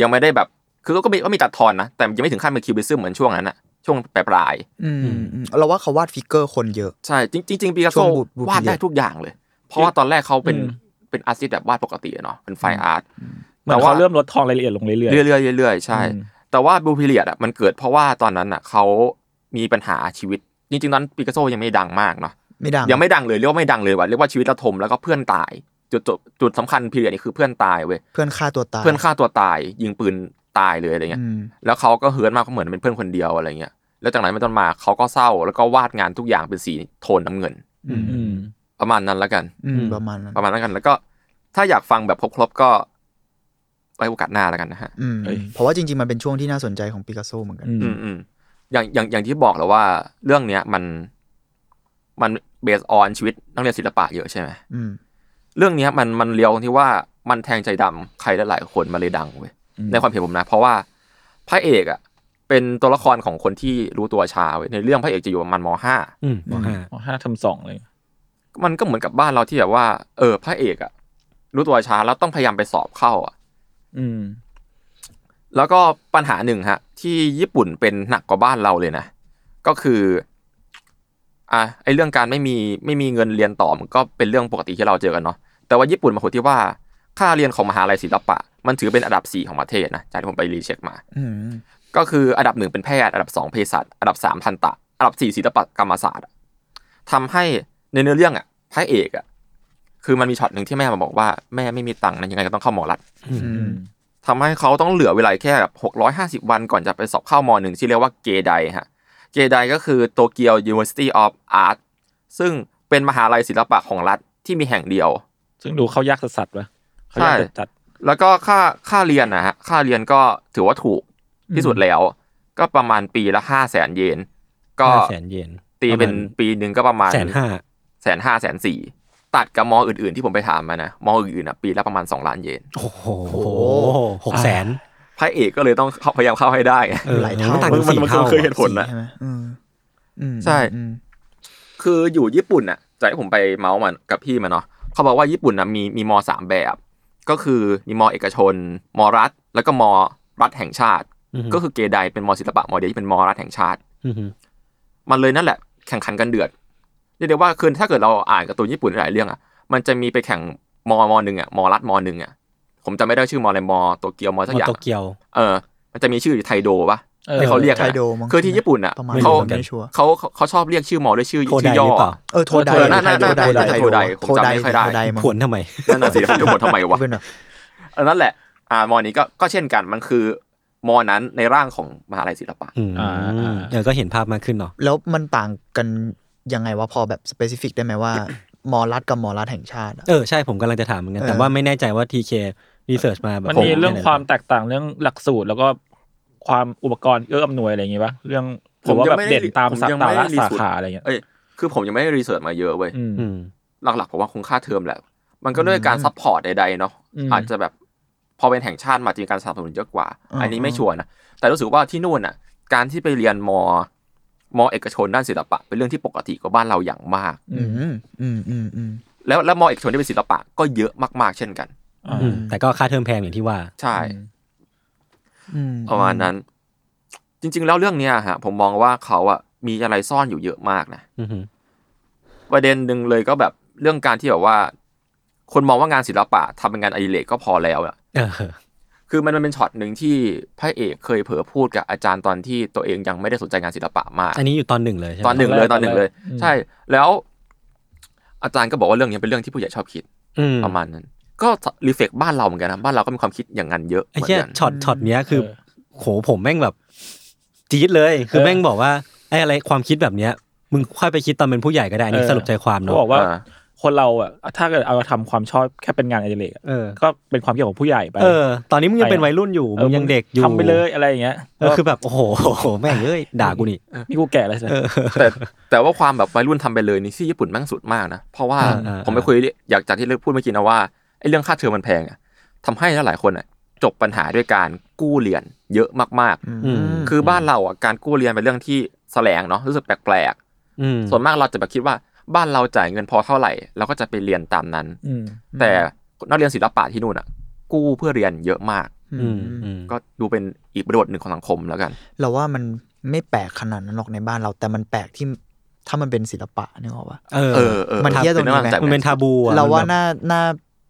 [SPEAKER 3] ยังไม่ได้แบบ คือก็มีก็มีตัดทอนนะ แต่ยังไม่ถึงขั้นเป็นคิวบิซึมเหมือนช่วงนั้นอะ ช่วงปลาย
[SPEAKER 4] อืมอืมเราว่าเขาวาดฟิกเกอร์คนเยอะ
[SPEAKER 3] ๆใช่จริงจริงๆปีกัส
[SPEAKER 4] ช่
[SPEAKER 3] โซ
[SPEAKER 4] วงบูดบูด
[SPEAKER 3] วาดได้
[SPEAKER 4] เรียน
[SPEAKER 3] ทุกอย่างเลย เพราะว่าตอนแรกเขาเป็น
[SPEAKER 2] อืม
[SPEAKER 3] เป็นอาร์ติสต์แบบวาดปกติอะเนาะเป็นไฟอาร์ต
[SPEAKER 2] เหมือน
[SPEAKER 3] แต่ว่า
[SPEAKER 2] เขาเริ่มลดทองรายละเอียดลงเรื่อย
[SPEAKER 3] เรื่อยๆเรื่อยๆใช่
[SPEAKER 2] อืม
[SPEAKER 3] แต่ว่าบูพิเลียดอะมันเกิดเพราะว่าตอนนั้นอะเขามีปัญหาชีวิต จริงๆนั้นปิกัสโซยังไม่ดังมากเนาะ
[SPEAKER 4] ไม่ดัง
[SPEAKER 3] ยังไม่ดังเลยเรียกว่าไม่ดังเลยว่ะเรียกว่าชีวิตระทมแล้วก็เพื่อนตาย จุดจบจุดสำคัญพิเลียดนี่คือเพื่อนตายเว้ย
[SPEAKER 4] เพื่อนฆ่าตัวตาย
[SPEAKER 3] เพื่อนฆ่าตัวตาย ยิงปืนตายเลยอะไรเงี้ย
[SPEAKER 4] อืม
[SPEAKER 3] แล้วเขาก็เฮิร์ตมากเขาเหมือนเป็นเพื่อนคนเดียวอะไรเงี้ย แล้วจากนั้นเป็นต้นมาเขาก็เศร้าแล้วก็วาดงานทุกอย่างเป็นสีโทนน้ำเงิน
[SPEAKER 4] อืม
[SPEAKER 2] ๆอืม
[SPEAKER 3] ประมาณนั้นแล้วกัน
[SPEAKER 4] อืมประมาณนั้น
[SPEAKER 3] ประมาณนั้นกัน แล้วก็ถ้าอยากฟังแบบครบๆก็ไว้โอกาสหน้าแล้วกันนะฮะ
[SPEAKER 4] อืม
[SPEAKER 2] เอ้ย
[SPEAKER 4] เพราะว่าจริงๆ มันเป็นช่วงที่น่าสนใจของปิกัสโซเหมือนกัน
[SPEAKER 2] อืม
[SPEAKER 3] อืมอืมอย่างอย่างอย่างที่บอกแล้วว่าเรื่องเนี้ยมันมันเบสออนชีวิตนักเรียนศิลปะเยอะใช่ไหม
[SPEAKER 4] อืม
[SPEAKER 3] เรื่องเนี้ยมันมันเลียวตรงที่ว่ามันแทงใจดำใครหลายๆคนมาเลยดังเว้ยในความเห็นผมนะ เพราะว่าพระเอกอ่ะเป็นตัวละครของคนที่รู้ตัวช้าเว้ยในเรื่องพระเอกจะอยู่ประมาณมห้า
[SPEAKER 5] อืมมห้า
[SPEAKER 2] อ๋อห้าทำสองเลย
[SPEAKER 3] มันก็เหมือนกับบ้านเราที่แบบว่า เออ พระเอกอะรู้ตัวช้าแล้วต้องพยายามไปสอบเข้าอะ
[SPEAKER 2] อืม
[SPEAKER 3] แล้วก็ปัญหาหนึ่งฮะ ที่ญี่ปุ่นเป็นหนักกว่าบ้านเราเลยนะ ก็คืออ่ะไอเรื่องการไม่มีไม่มีเงินเรียนต่อมันก็เป็นเรื่องปกติที่เราเจอกันเนาะแต่ว่าญี่ปุ่นมาคนที่ว่าค่าเรียนของมหาลัยศิลปะ มันถือเป็นอันดับสี่ของประเทศนะจากที่ผมไปรีเช็คมา
[SPEAKER 4] อืม
[SPEAKER 3] ก็คืออันดับหนึ่งเป็นแพทย์อันดับสองเภสัชอันดับสามทันตะ อันดับสี่ศิลปกรรมศาสตร์อะทำให้ในเนื้อเรื่องอ่ะพระเอกอ่ะคือมันมีช็อตหนึ่งที่แม่มาบอกว่าแม่ไม่มีตังค์นะยังไงก็ต้องเข้าหมอรัฐ
[SPEAKER 4] อืม
[SPEAKER 3] ทำให้เขาต้องเหลือเวลาแค่แบบหกร้อยห้าสิบวันก่อนจะไปสอบเข้ามหนึ่งที่เรียกว่าเกไดฮะเกไดก็คือโตเกียว University of Art ซึ่งเป็นมหาลัยศิลปะของรัฐที่มีแห่งเดียว
[SPEAKER 2] ซึ่งดูเขายากสัสๆวะเขายากจัด
[SPEAKER 3] แล้วก็ค่าค่าเรียนนะฮะค่าเรียนก็ถือว่าถูกที่สุดแล้ว ก็ประมาณปีละห้าแสนเยนก็
[SPEAKER 5] ห้าแสนเยน
[SPEAKER 3] ตีเป็นปีหนึ่งก็ประมาณ
[SPEAKER 5] แสนห้า
[SPEAKER 3] แสนห้าแสนสี่ตัดกับมออื่นๆที่ผมไปถามมานะมออื่นๆนะปีละประมาณ 2 ล้านเยน
[SPEAKER 5] โอ้โหหกแสน
[SPEAKER 3] พระเอกก็เลยต้องเข้าพยายามเข้าให้ได้
[SPEAKER 5] เออ
[SPEAKER 4] หลายเท่า
[SPEAKER 5] มันต่างกัน
[SPEAKER 3] มันมันเคยเห็นผลนะ
[SPEAKER 4] ใช่ไหมอืมอืม
[SPEAKER 3] ใช่
[SPEAKER 4] อืม
[SPEAKER 3] คืออยู่ญี่ปุ่นน่ะจากที่ผมไปเมาส์มันกับพี่มาเนาะเขาบอกว่าญี่ปุ่นนะมีมีมสามแบบ ก็คือมีมเอกชน มรัฐ แล้วก็มรัฐแห่งชาติ ก็คือเกไดเป็นมศิลปะมเดียวที่เป็นมรัฐแห่งชาติ มันเลยนั่นแหละแข่งขันกันเดือดเรียกได้ว่าคือถ้าเกิดเราอ่านการ์ตูนญี่ปุ่นหลายเรื่องอ่ะมันจะมีไปแข่งมอมอหนึ่งอ่ะมอรัฐมอหนึ่งอ่ะผมจำไม่ได้ชื่อมออะไรมอโตเกียวมอสัก
[SPEAKER 5] ม
[SPEAKER 3] อย่าง
[SPEAKER 5] โตเกียว
[SPEAKER 3] เออ มันจะมีชื่ออยู่ไทโดปะ
[SPEAKER 2] ออ
[SPEAKER 3] ที่เขาเรียก
[SPEAKER 4] ไท
[SPEAKER 3] อะ
[SPEAKER 4] โดมั้ง
[SPEAKER 3] คือที่ญี่ปุ่นอ่ะ
[SPEAKER 4] ประมาณ
[SPEAKER 5] ไม่รู้
[SPEAKER 3] เขา
[SPEAKER 5] เหมือนกัน
[SPEAKER 4] ไม่ชัวร์
[SPEAKER 3] เขาเขาเขาชอบเรียกชื่อมอด้วยชื่อ
[SPEAKER 5] โคได
[SPEAKER 3] ชื่อย่อ
[SPEAKER 5] หรือเปล่า
[SPEAKER 4] เออโทได
[SPEAKER 3] เออน่าน่า
[SPEAKER 4] ไทโด
[SPEAKER 3] น่าน่า
[SPEAKER 4] ไท
[SPEAKER 3] น่า
[SPEAKER 4] โด
[SPEAKER 3] ผมจำไม่ค่อยได้
[SPEAKER 4] โทไดมั้ง
[SPEAKER 5] ผวนทำไม
[SPEAKER 3] นั่นน่ะสิผมจะบ่นทำไมวะ
[SPEAKER 4] เป็นแบบ
[SPEAKER 3] เออนั่นแหละอ่ามอนี้ก็ก็เช่นกันมันคือมอนั้นในร่างของมหาลัยศิลปะ
[SPEAKER 5] อืมเออก็เห็นภาพมากขึ้นเนาะ
[SPEAKER 4] แล้วมันต่างกันยังไงวะพอแบบสเปซิฟิกได้ไหมว่า มอรัฐกับมอรัฐแห่งชาติอะ
[SPEAKER 5] เออใช่ผมกำลังจะถามเหมือนกัน
[SPEAKER 4] เออ
[SPEAKER 5] แต่ว่าไม่แน่ใจว่าทีเครีเสิร์ชมาแบบ
[SPEAKER 2] มันมีเรื่องความแตกต่างเรื่องหลักสูตร แล้วก็ความอุปกรณ์เอื้ออำนวยอะไรอย่างงี้ปะเรื่องหรือว่าแบบเด่นตาม
[SPEAKER 3] ผม
[SPEAKER 2] สา
[SPEAKER 3] ยัง
[SPEAKER 2] ขา
[SPEAKER 3] ไม่ได้
[SPEAKER 2] ละ
[SPEAKER 3] รี
[SPEAKER 2] สา
[SPEAKER 3] สุด
[SPEAKER 2] ขาอะไรเงี้ย
[SPEAKER 3] เอ้ยคือผมยังไม่ได้รีเสิร์ชมาเยอะเว้ย
[SPEAKER 2] อืม
[SPEAKER 5] อืม
[SPEAKER 3] หลักๆผมว่าคงค่าเทอมแหละ มันก็ด้วยการซัพพอร์ตใดๆเนาะ
[SPEAKER 2] อืม
[SPEAKER 3] อาจจะแบบพอเป็นแห่งชาติมาจริงการสนับสนุนเยอะกว่า
[SPEAKER 4] อ่า
[SPEAKER 3] อันนี้ไม่ชัวร์นะ แต่รู้สึกว่าที่นู่นน่ะ การที่ไปเรียนม มเอกชนด้านศิลปะ เป็นเรื่องที่ปกติกว่าบ้านเราอย่างมาก
[SPEAKER 4] อืมอืมอืมอืม
[SPEAKER 3] แล้วแล้วมเอกชนที่เป็นศิลปะก็เยอะมากๆ เช่นกัน
[SPEAKER 2] อ่า
[SPEAKER 5] อืมแต่ก็ค่าเทอมแพงอย่างที่ว่า
[SPEAKER 3] ใช่
[SPEAKER 4] อืม
[SPEAKER 3] ประมาณนั้น จริง ๆ แล้วเรื่องเนี้ยฮะผมมองว่าเขาอะมีอะไรซ่อนอยู่เยอะมากนะ
[SPEAKER 5] อือหือ
[SPEAKER 3] ประเด็นหนึ่งเลยก็แบบเรื่องการที่แบบว่า คนมองว่างานศิลปะทำเป็นงานอดิเรกก็พอแล้วอะ
[SPEAKER 5] เออ
[SPEAKER 3] คือมันมันเป็นช็อตหนึ่งที่พระเอกเคยเผลอพูดกับอาจารย์ตอนที่ตัวเองยังไม่ได้สนใจงานศิลปะมาก
[SPEAKER 5] อันนี้อยู่ตอนหนึ่งเลยใช่ไหม
[SPEAKER 3] ตอนหนึ่งเลยตอนหนึ่งเลย
[SPEAKER 2] อืม
[SPEAKER 3] ใช่ แล้วอาจารย์ก็บอกว่าเรื่องนี้เป็นเรื่องที่ผู้ใหญ่ชอบคิด
[SPEAKER 5] อืม
[SPEAKER 3] ประมาณนั้น ก็รีเฟกบ้านเราเหมือนกันนะบ้านเราก็มีความคิดอย่างนั้นเยอะ
[SPEAKER 5] ไอ้
[SPEAKER 3] เหมือ
[SPEAKER 5] เหี้ย
[SPEAKER 3] นกัน
[SPEAKER 5] ช็อตช็อตเนี้ยคือ
[SPEAKER 2] เออ
[SPEAKER 5] โหผมแม่งแบบ จี๊ดเลย คือ
[SPEAKER 2] เออ
[SPEAKER 5] แม่งบอกว่าไอ้อะไรความคิดแบบเนี้ย มึงค่อยไปคิดตอนเป็นผู้ใหญ่ก็ได้อันนี่
[SPEAKER 2] เออ
[SPEAKER 5] สรุปใจความ
[SPEAKER 2] เขา
[SPEAKER 5] เนาะ
[SPEAKER 2] บอกว่าคนเราอ่ะถ้าเกิดเอาทำความชอบแค่เป็นงานอดิเรกอะ
[SPEAKER 5] เออ
[SPEAKER 2] ก็เป็นความคิดของผู้ใหญ่ไป
[SPEAKER 5] เออ ตอนนี้มึงยังเป็นวัยรุ่นอยู่มึงยังเด็กอยู่
[SPEAKER 2] ทำไปเลยอะไรอย่างเงี้ย
[SPEAKER 5] เออคือแบบโอ้โหแม่งเอ้ยด่ากูนี่
[SPEAKER 2] นี่กูแก่แล้วใช่
[SPEAKER 5] เออ
[SPEAKER 3] แต่แต่ว่าความแบบวัยรุ่นทำไปเลยนี่ที่ญี่ปุ่นแม่งสุดมากนะ เพราะว่า
[SPEAKER 5] อ่าอ่า
[SPEAKER 3] ผมไปคุยอยากจากที่เลิกพูดเมื่อกี้นะว่าไอ้เรื่องค่าเทอมมันแพงอะทำให้หลายๆคนอะจบปัญหาด้วยการกู้เรียนเยอะมากๆ
[SPEAKER 5] อืม
[SPEAKER 3] คือบ้านเราอ่ะการกู้เรียนเป็นเรื่องที่แสลงเนาะรู้สึกแปลก
[SPEAKER 5] อืม
[SPEAKER 3] ๆ ส่วนมากเราจะแบบคิดว่าบ้านเราจ่ายเงินพอเท่าไหร่เราก็จะไปเรียนตามนั้น
[SPEAKER 2] อืม
[SPEAKER 3] แต่นักเรียนศิลปะที่นู่นอ่ะ กู้เพื่อเรียนเยอะมาก
[SPEAKER 5] อืมอืม
[SPEAKER 3] ก็ดูเป็นอีกบทบาทหนึ่งของสังคมแล้วกัน
[SPEAKER 4] เราว่ามัน ไม่แปลกขนาดนั้นหรอกในบ้านเรา แต่มันแปลกที่ถ้ามันเป็นศิลปะนึกออกปะ
[SPEAKER 5] เออ
[SPEAKER 3] เออเออ
[SPEAKER 4] มันเหี้ยตรงนี้ไหม
[SPEAKER 5] มันเป็นทาบูอะ
[SPEAKER 4] เราว่า
[SPEAKER 5] มันแบบ
[SPEAKER 4] น่าน่า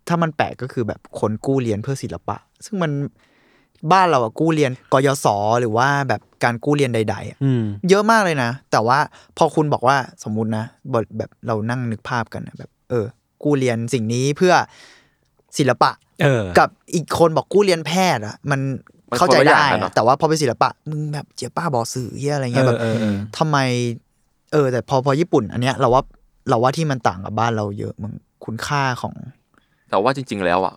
[SPEAKER 4] ถ้ามันแปลกก็คือแบบคนกู้เรียนเพื่อศิลปะ ซึ่งมันบ้านเราอะกู้เรียนกยศหรือว่าแบบการกู้เรียนใด ๆอะ
[SPEAKER 5] อืม
[SPEAKER 4] เยอะมากเลยนะ แต่ว่าพอคุณบอกว่าสมมุตินะบทแบบเรานั่งนึกภาพกันนะแบบ เออ กู้เรียนสิ่งนี้เพื่อศิลปะ
[SPEAKER 5] เออ
[SPEAKER 4] กับอีกคนบอกกู้เรียนแพทย์อะมัน
[SPEAKER 3] มัน
[SPEAKER 4] เข้าใจ
[SPEAKER 3] คนละอย่า
[SPEAKER 4] ได้
[SPEAKER 3] งกันเน
[SPEAKER 4] อะ
[SPEAKER 3] อะ
[SPEAKER 4] แต่ว่าพอเป็นศิลปะมึงแบบเจียป้าบอสื่อเฮียอะไรเงี้ยแบบ
[SPEAKER 5] เออเออเออ
[SPEAKER 4] ทำไม เออ แต่พอพอญี่ปุ่น อันเนี้ยเราว่าเราว่าที่มันต่างกับบ้านเราเยอะมึงคุณค่าของ
[SPEAKER 3] แต่ว่าจริง ๆ แล้วอ่ะ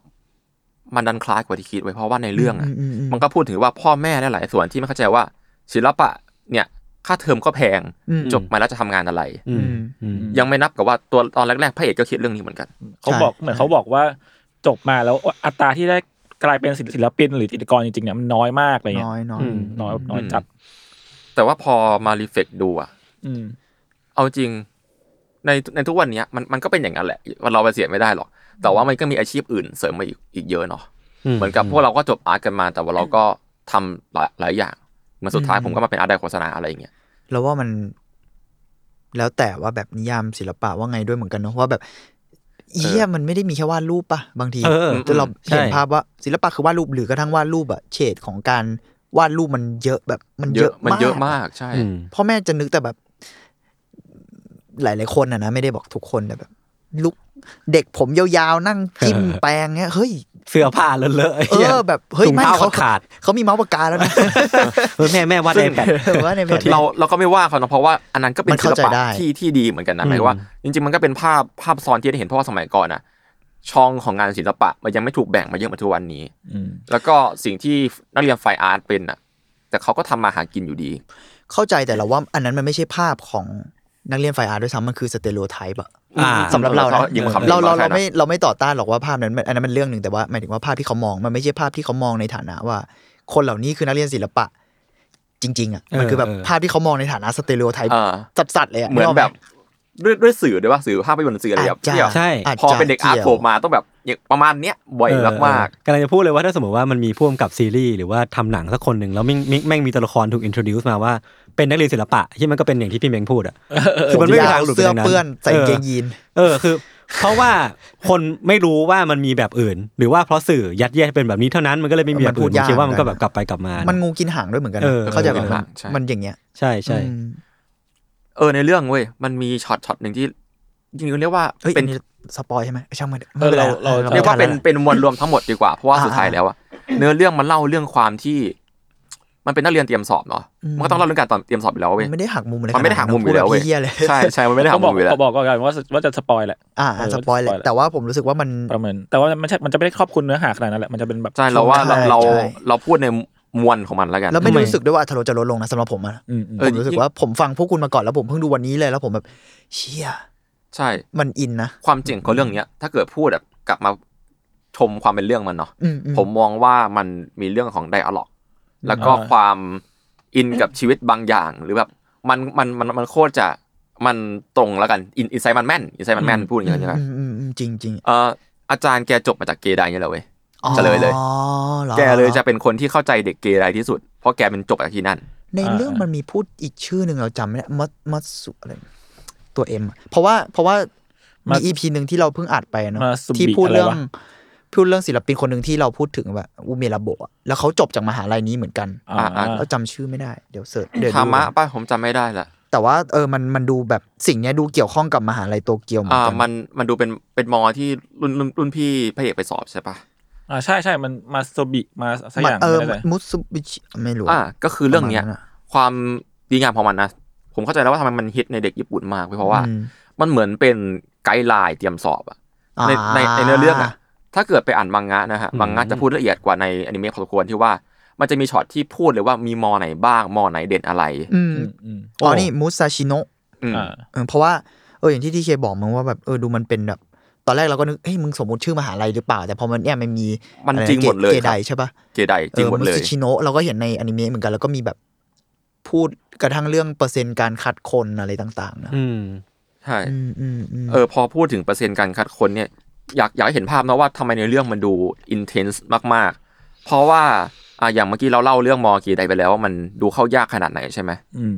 [SPEAKER 3] มันดันคล้ายกว่าที่คิดไว้เพราะว่าในเรื่องอ่ะ
[SPEAKER 4] อืมอืม
[SPEAKER 3] มันก็พูดถึงว่าพ่อแม่หลายๆส่วนที่ไม่เข้าใจว่า ศิลปะเนี่ยค่าเทอมก็แพง
[SPEAKER 4] อืม
[SPEAKER 3] จบมาแล้วจะทำงานอะไร
[SPEAKER 5] อืม
[SPEAKER 4] อืม
[SPEAKER 5] อืม
[SPEAKER 3] ยังไม่นับกับว่าตัวตอนแรกๆพระเอกก็คิดเรื่องนี้เหมือนกัน
[SPEAKER 2] เขาบอก
[SPEAKER 4] ใช่
[SPEAKER 2] เหมือนเขาบอกว่าจบมาแล้วอัตราที่ได้กลายเป็นศิลปิน หรือจิตรกรจริงๆเนี่ยมันน้อยมากอะไรเงี้ย
[SPEAKER 4] น้อยน้อย
[SPEAKER 2] อืมน้อยน้อยจัด
[SPEAKER 3] แต่ว่าพอมารีเฟกดูอ่ะ
[SPEAKER 2] อืม
[SPEAKER 3] เอาจริงในในทุกวันเนี้ยมันมันก็เป็นอย่างนั้นแหละเราไปเสียไม่ได้หรอก แต่ว่ามันก็มีอาชีพอื่นเสริมมาอีกอีกเยอะเนาะ
[SPEAKER 5] อืม
[SPEAKER 3] เหมือนกับพวกเราก็จบอาร์ตกันมา แต่ว่าเราก็ทำหลายหลายอย่างเหมันสุดท้าย
[SPEAKER 4] อืม
[SPEAKER 3] ผมก็มาเป็นอาร์ตไดโฆษณาอะไรอย่างเงี้ย
[SPEAKER 4] เราว่ามัน แล้วแต่ว่าแบบนิยามศิลปะว่าไงด้วยเหมือนกันเนอะว่าแบบเยี่ยมันไม่ได้มีแค่วาดรูปปะบางที
[SPEAKER 5] เออเออ
[SPEAKER 4] แต่เรา
[SPEAKER 5] ใช่
[SPEAKER 4] เห็นภาพว่าศิลปะคือวาดรูปหรือกระทั่งวาดรูปอะเฉดของการวาดรูปมันเยอะแบบมัน
[SPEAKER 3] เย
[SPEAKER 4] เย
[SPEAKER 3] อะ
[SPEAKER 4] อะ
[SPEAKER 3] มันเยอะ
[SPEAKER 4] าก
[SPEAKER 3] มากใช่
[SPEAKER 5] อืม
[SPEAKER 4] พ่อแม่จะนึกแต่แบบ หลาย ๆ คนอะนะไม่ได้บอกทุกคนแต่แบบ ลุกเด็กผมยาวๆ นั่งจิ้ม แปรงเนี้ยเฮ้ย
[SPEAKER 5] เสื้อผ้าเลอะเลอะ
[SPEAKER 4] เออแบบเฮ้ย
[SPEAKER 5] ถุง
[SPEAKER 4] ไม่
[SPEAKER 5] เท้า
[SPEAKER 4] เขา
[SPEAKER 5] ก็ขาด
[SPEAKER 4] เขามีเมาส์ปากกาแล้วนะ
[SPEAKER 5] เออแม่แม่วาด
[SPEAKER 3] ซึ่
[SPEAKER 5] ไอง แพด
[SPEAKER 4] ว่าในแบบ
[SPEAKER 3] เราเราก็ไม่ว่าเขานะเพราะว่าอันนั้นก็เป็
[SPEAKER 4] มัน น
[SPEAKER 3] ศิ
[SPEAKER 4] เข้า
[SPEAKER 3] ลปะ
[SPEAKER 4] ใจได้
[SPEAKER 3] ที่ที่ดีเหมือนกันนะ
[SPEAKER 5] อืม
[SPEAKER 3] หมายความว่า จริง ๆ มันก็เป็นภาพภาพซ้อนที่ได้เห็นเพราะว่าสมัยก่อนอะช่องของงานศิลปะมันยังไม่ถูกแบ่งมาเยอะเหมือนทุกวันนี้
[SPEAKER 2] อืม
[SPEAKER 3] แล้วก็สิ่งที่นักเรียนไฟอาร์ตเป็นอะแต่เขาก็ทำมาหากินอยู่ดี
[SPEAKER 4] เข้าใจแต่เราว่า อันนั้นมันไม่ใช่ภาพของนักเรียนฝ่ายอาร์ตด้วยซ้ำมันคือสเตโลไทป์อะ
[SPEAKER 5] อ่า
[SPEAKER 4] สำหรับเรานะ
[SPEAKER 3] ยิงคำ
[SPEAKER 4] เราเรา
[SPEAKER 3] ใช่
[SPEAKER 4] เรา
[SPEAKER 3] นะ
[SPEAKER 4] ไม่เราไม่ต่อต้านหรอกว่าภาพนั้นมันอันนั้นมันเรื่องหนึ่งแต่ว่าหมายถึงว่าภาพที่เขามองมันไม่ใช่ภาพที่เขามองในฐานะว่า คนเหล่านี้คือนักเรียนศิลปะ จริง ๆอะมันคือแบบ
[SPEAKER 5] เออเออ
[SPEAKER 4] ภาพที่เขามองในฐานะสเตโลไทป์
[SPEAKER 3] เออ
[SPEAKER 4] สัดๆเลยะ
[SPEAKER 3] เหมือน
[SPEAKER 4] กกไ
[SPEAKER 3] แบบด้วยด้วยสื่อด้วยว่าสื่อภาพยนตร์สื่ออะไร
[SPEAKER 4] อา
[SPEAKER 3] แบ
[SPEAKER 4] จ
[SPEAKER 3] บ
[SPEAKER 4] จะ
[SPEAKER 3] ที่แบบ
[SPEAKER 5] ใช่
[SPEAKER 4] อาจจะ
[SPEAKER 3] พอเป็นเด็กอาร์ตโผล่มาต้องแบบอย่างประมาณเนี้ยบ่อยมาก
[SPEAKER 5] กำลังจะพูดเลยว่าถ้าสมมติว่ามันมีพ่วงกับซีรีส์หรือว่าทำหนังสักคนหนึ่งแล้วแม่งแม่งแม่งมีตัวละครถูกอินโทรดิวส์มาว่าเป็นนักเรียนศิลปะที่มันก็เป็นอย่างที่พี่เม้งพูดอ่ะคือมันไม่มีทางหลุดไป
[SPEAKER 4] เสื้อ
[SPEAKER 5] จากนั้น
[SPEAKER 4] เปื้อนใส่กางเกง
[SPEAKER 5] ออ
[SPEAKER 4] ยีน
[SPEAKER 5] เออคือ เพราะว่าคนไม่รู้ว่ามันมีแบบอื่น หรือว่าเพราะสื่อยัดเยียดให้เป็นแบบนี้เท่านั้นมันก็เลยไม่มีแบบ
[SPEAKER 4] มันพู
[SPEAKER 5] อื่
[SPEAKER 4] ด
[SPEAKER 5] น
[SPEAKER 4] ยาก
[SPEAKER 5] คิดว่ามันก็แบบกลับไปกลับมา
[SPEAKER 4] มั
[SPEAKER 5] มั
[SPEAKER 4] นงูกินหางด้วยเหมือนกันนะ
[SPEAKER 5] เออ
[SPEAKER 4] เข้าใจ
[SPEAKER 5] แบ
[SPEAKER 4] ป่ะ
[SPEAKER 5] บ
[SPEAKER 4] มันมันอย่างเงี้ย
[SPEAKER 5] ใช่ใช่
[SPEAKER 4] อืม
[SPEAKER 3] ๆเออในเรื่องเว้ยมันมีช็อตช็อตหนึ่งที่จริงๆเรียกว่า
[SPEAKER 4] เฮ้ย
[SPEAKER 3] เป็
[SPEAKER 4] เป็น นนี้สปอยใช่ไหมช่างมัน
[SPEAKER 2] เออเราเรา
[SPEAKER 4] ไม่
[SPEAKER 3] เรียกว่า
[SPEAKER 4] ป็
[SPEAKER 3] เป็น น
[SPEAKER 4] ไร
[SPEAKER 3] เป็นมวลรวมทั้งหมดดีกว่าเพราะว่า
[SPEAKER 4] อ่า
[SPEAKER 3] สุดท้ายแล้วอะเนื้อเรื่องมันเล่าเรื่องความที่ มันเป็นนักเรียนเตรียมสอบเนาะ
[SPEAKER 4] อืม
[SPEAKER 3] มันก็ต้องเล่าเรื่องการเตรียมสอบอยู่แล้ว
[SPEAKER 4] มั
[SPEAKER 3] เว้ย
[SPEAKER 4] นไม่ได้หักมุมเลย
[SPEAKER 3] มันไม่ได้หักมุมอยู่แล้วเว้ย
[SPEAKER 4] เฮียเลย
[SPEAKER 3] ใช่ใช่มันไม่ได้หั
[SPEAKER 2] เขา
[SPEAKER 3] ก
[SPEAKER 2] บ
[SPEAKER 3] มุ
[SPEAKER 2] อก
[SPEAKER 3] มอยู่แล้ว
[SPEAKER 2] เขาบอกก่อนว่าจะว่าจะสปอยแหละ
[SPEAKER 4] อ่าอ่ะสปอยแหละแต่ว่าผมรู้สึกว่ามัน
[SPEAKER 2] ประเมินแต่ว่ามันใช่มันจะไม่ได้ครอบคลุมเนื้อหาขนาดนั้นแหละมันจะเป็นแบบ
[SPEAKER 3] ใช่เราว่าเรา
[SPEAKER 4] ใช่
[SPEAKER 3] เรา
[SPEAKER 4] ใช่
[SPEAKER 3] เราพูดในมวลของมันแล้วกัน
[SPEAKER 4] แล้วไม่ได้รู้สึกด้วยว่าทรสจะลดลงนะสำหรับผมอะ
[SPEAKER 2] อืมอืม
[SPEAKER 3] เอ
[SPEAKER 4] ผ
[SPEAKER 3] อ
[SPEAKER 4] มรู้สึกว่าผมฟังพวกคุณมาก่อนแล้วผมเพิ่งดูวันนี้เลยแล้วผมแบบเชี่ย
[SPEAKER 3] ใช่
[SPEAKER 4] มันอินนะ
[SPEAKER 3] ความจริงของเรื่องเนี้ย ถ้าเกิดพูดแบบกลับมาชมความเป็นเรื่องมันเนาะ
[SPEAKER 4] อือื
[SPEAKER 3] ผมมองว่ามันมีเรื่องของไดอะล็อก แล้วก็ความอินกับชีวิตบางอย่าง หรือแบบมันมันมันมันโคตรจะมันตรงแล้วกันอินอินไซมันแม่นอินไซมันแม่นพูดอย่างนี้ยใช่ไหม
[SPEAKER 4] อืมอืมอืมจริงจริง
[SPEAKER 3] เอ่ออาจารย์แกจบมาจากเกไดเนี่ยแหละเว้ย
[SPEAKER 4] อ๋อ
[SPEAKER 3] เฉลยเลย
[SPEAKER 4] อ๋อหรอ
[SPEAKER 3] แกเลยจะเป็นคนที่เข้าใจเด็กเกไดที่สุด เพราะแกเป็นจบจากที่นั่น
[SPEAKER 4] ในเรื่องมันมีพูดอีกชื่อหนึ่งเราจำไม่ได้มัดมัดสุอะไรตัวเอ็มเพราะว่าเพราะว่า มีอีพีหนึ่งที่เราเพิ่งอัดไปเนาะ
[SPEAKER 2] มาสุบิ
[SPEAKER 4] ที่พูดเรื่อง
[SPEAKER 2] อะไรวะ
[SPEAKER 4] พูดเรื่องศิลปินคนหนึ่งที่เราพูดถึงแบบอูเมระโบะอะแล้วเขาจบจากมหาลัยนี้เหมือนกัน
[SPEAKER 2] อ่าอ่า
[SPEAKER 4] เราจำชื่อไม่ได้เดี๋ยวเสิร์ชเดี๋ยว
[SPEAKER 3] ธร
[SPEAKER 4] ดู
[SPEAKER 3] รมะป้าผมจำไม่ได้ละ
[SPEAKER 4] แต่ว่าเออมันมันดูแบบสิ่งเนี้ยดูเกี่ยวข้องกับมหาลัยโตเกียวเหมือน
[SPEAKER 3] อ่า
[SPEAKER 4] กัน
[SPEAKER 3] มันมันดูเป็นเป็นมอที่รุ่นรุ่นรุ่นพี่พระเอกไปสอบใช่ปะ
[SPEAKER 2] อ่าใช่ใช่มันมาโซบิมาสักอย่าง
[SPEAKER 4] เออ
[SPEAKER 2] ไม่แน่ใจ
[SPEAKER 4] มุสุบิชิไม่รู้
[SPEAKER 3] อ่าก็คือเรื่องเนี้ย
[SPEAKER 4] ประมาณะ
[SPEAKER 3] ความดีงามของมันนะผมเข้าใจแล้วว่าทำไมมันฮิตในเด็กญี่ปุ่นมากเว้ยเพราะว่า
[SPEAKER 4] อืม
[SPEAKER 3] มันเหมือนเป็นไกด์ไลน์เตรียมสอบอะใน
[SPEAKER 4] อ่า
[SPEAKER 3] ในในเนื้อเรื่องอะถ้าเกิดไปอ่านมังงะนะฮะ
[SPEAKER 5] อืม
[SPEAKER 3] มังงะจะพูดละเอียดกว่าในอนิเมะพอสมควรที่ว่า มันจะมีช็อตที่พูดเลยว่ามีมอไหนบ้างมอไหนเด่นอะไร
[SPEAKER 4] อืม
[SPEAKER 2] อืมอืม
[SPEAKER 4] อ๋อนี่มุซาชิโนะ
[SPEAKER 3] อืม
[SPEAKER 2] อ่า
[SPEAKER 4] เออเพราะว่าเอออย่างที่ที่เคบอกมึงว่าแบบเออดูมันเป็นแบบ ตอนแรกเราก็นึกเฮ้ยมึงสมมติชื่อมหาลัยหรือเปล่า แต่พอมันเนี่ยมันมี
[SPEAKER 3] มัน
[SPEAKER 4] อะไนะ
[SPEAKER 3] จริงหมดเลย
[SPEAKER 4] เก
[SPEAKER 3] ค
[SPEAKER 4] ได
[SPEAKER 3] รับ
[SPEAKER 4] ใช่ปะ
[SPEAKER 3] เกไดจริงหมดเล
[SPEAKER 4] ออย ซิชิโนะเราก็เห็นในอนิเมะเหมือนกันแล้วก็มีแบบพูดกระทั่งเรื่องเปอร์เซ็นต์การคัดคนอะไรต่าง ๆ นะ
[SPEAKER 5] อืม
[SPEAKER 3] ใช่
[SPEAKER 4] อืมอืมอืม
[SPEAKER 3] เออพอพูดถึงเปอร์เซ็นต์การคัดคนเนี่ยอยากอยากให้เห็นภาพนะว่าทำไมในเรื่องมันดูอินเทนส์มาก ๆ เพราะว่า อ่ะอย่างเมื่อกี้เราเล่าเรื่องมอกี่ใดไปแล้วว่ามันดูเข้ายากขนาดไหนใช่ไหม
[SPEAKER 2] อืม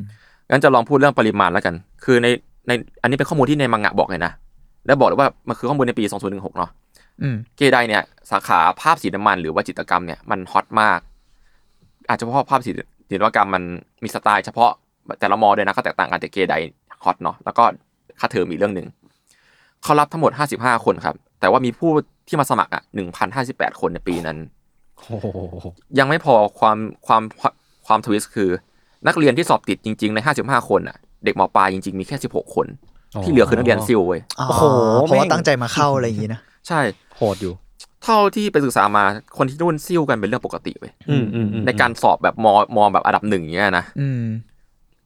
[SPEAKER 3] งั้นจะลองพูดเรื่องปริมาณแล้วกัน คือในในอันนี้เป็นข้อมูลที่ในมังงะบอกเลยนะและบอกเลยว่ามันคือข้อมูลในปี 2016เนาะ
[SPEAKER 4] อืม
[SPEAKER 3] เกไดเนี่ยสาขาภาพสีน้ำมันหรือว่าจิตรกรรมเนี่ยมันฮอตมาก อาจจะเพราะภาพสีศิลปกรรมมันมีสไตล์เฉพาะแต่ละมอด้วยนะก็แตกต่างกันแต่เกไดฮอตเนาะแล้วก็ค่าเทอมอีกเรื่องหนึ่งเขารับทั้งหมด 55 คนครับ แต่ว่ามีผู้ที่มาสมัครอ่ะ1,058 คนในปีนั้น
[SPEAKER 5] โอ้โห
[SPEAKER 3] ยังไม่พอความความความทวิสต์คือ นักเรียนที่สอบติดจริง ๆใน 55 คนอ่ะเด็กมปลายจริงๆมีแค่ 16 คน ที่เหลือคือนักเรียนซิลเว้ย
[SPEAKER 4] โอ้โหเพราะว่าตั้งใจมาเข้าอะไรอย่างนี้นะ
[SPEAKER 3] ใช่
[SPEAKER 5] โหดอยู่
[SPEAKER 3] เท่าที่ไปศึกษามาคนที่นู่นซิ่วกันเป็นเรื่องปกติเว้ย
[SPEAKER 5] อืมอืมอืม
[SPEAKER 3] ในการสอบแบบมมแบบอันดับหนึ่งอย่างเงี้ยนะ
[SPEAKER 4] อืม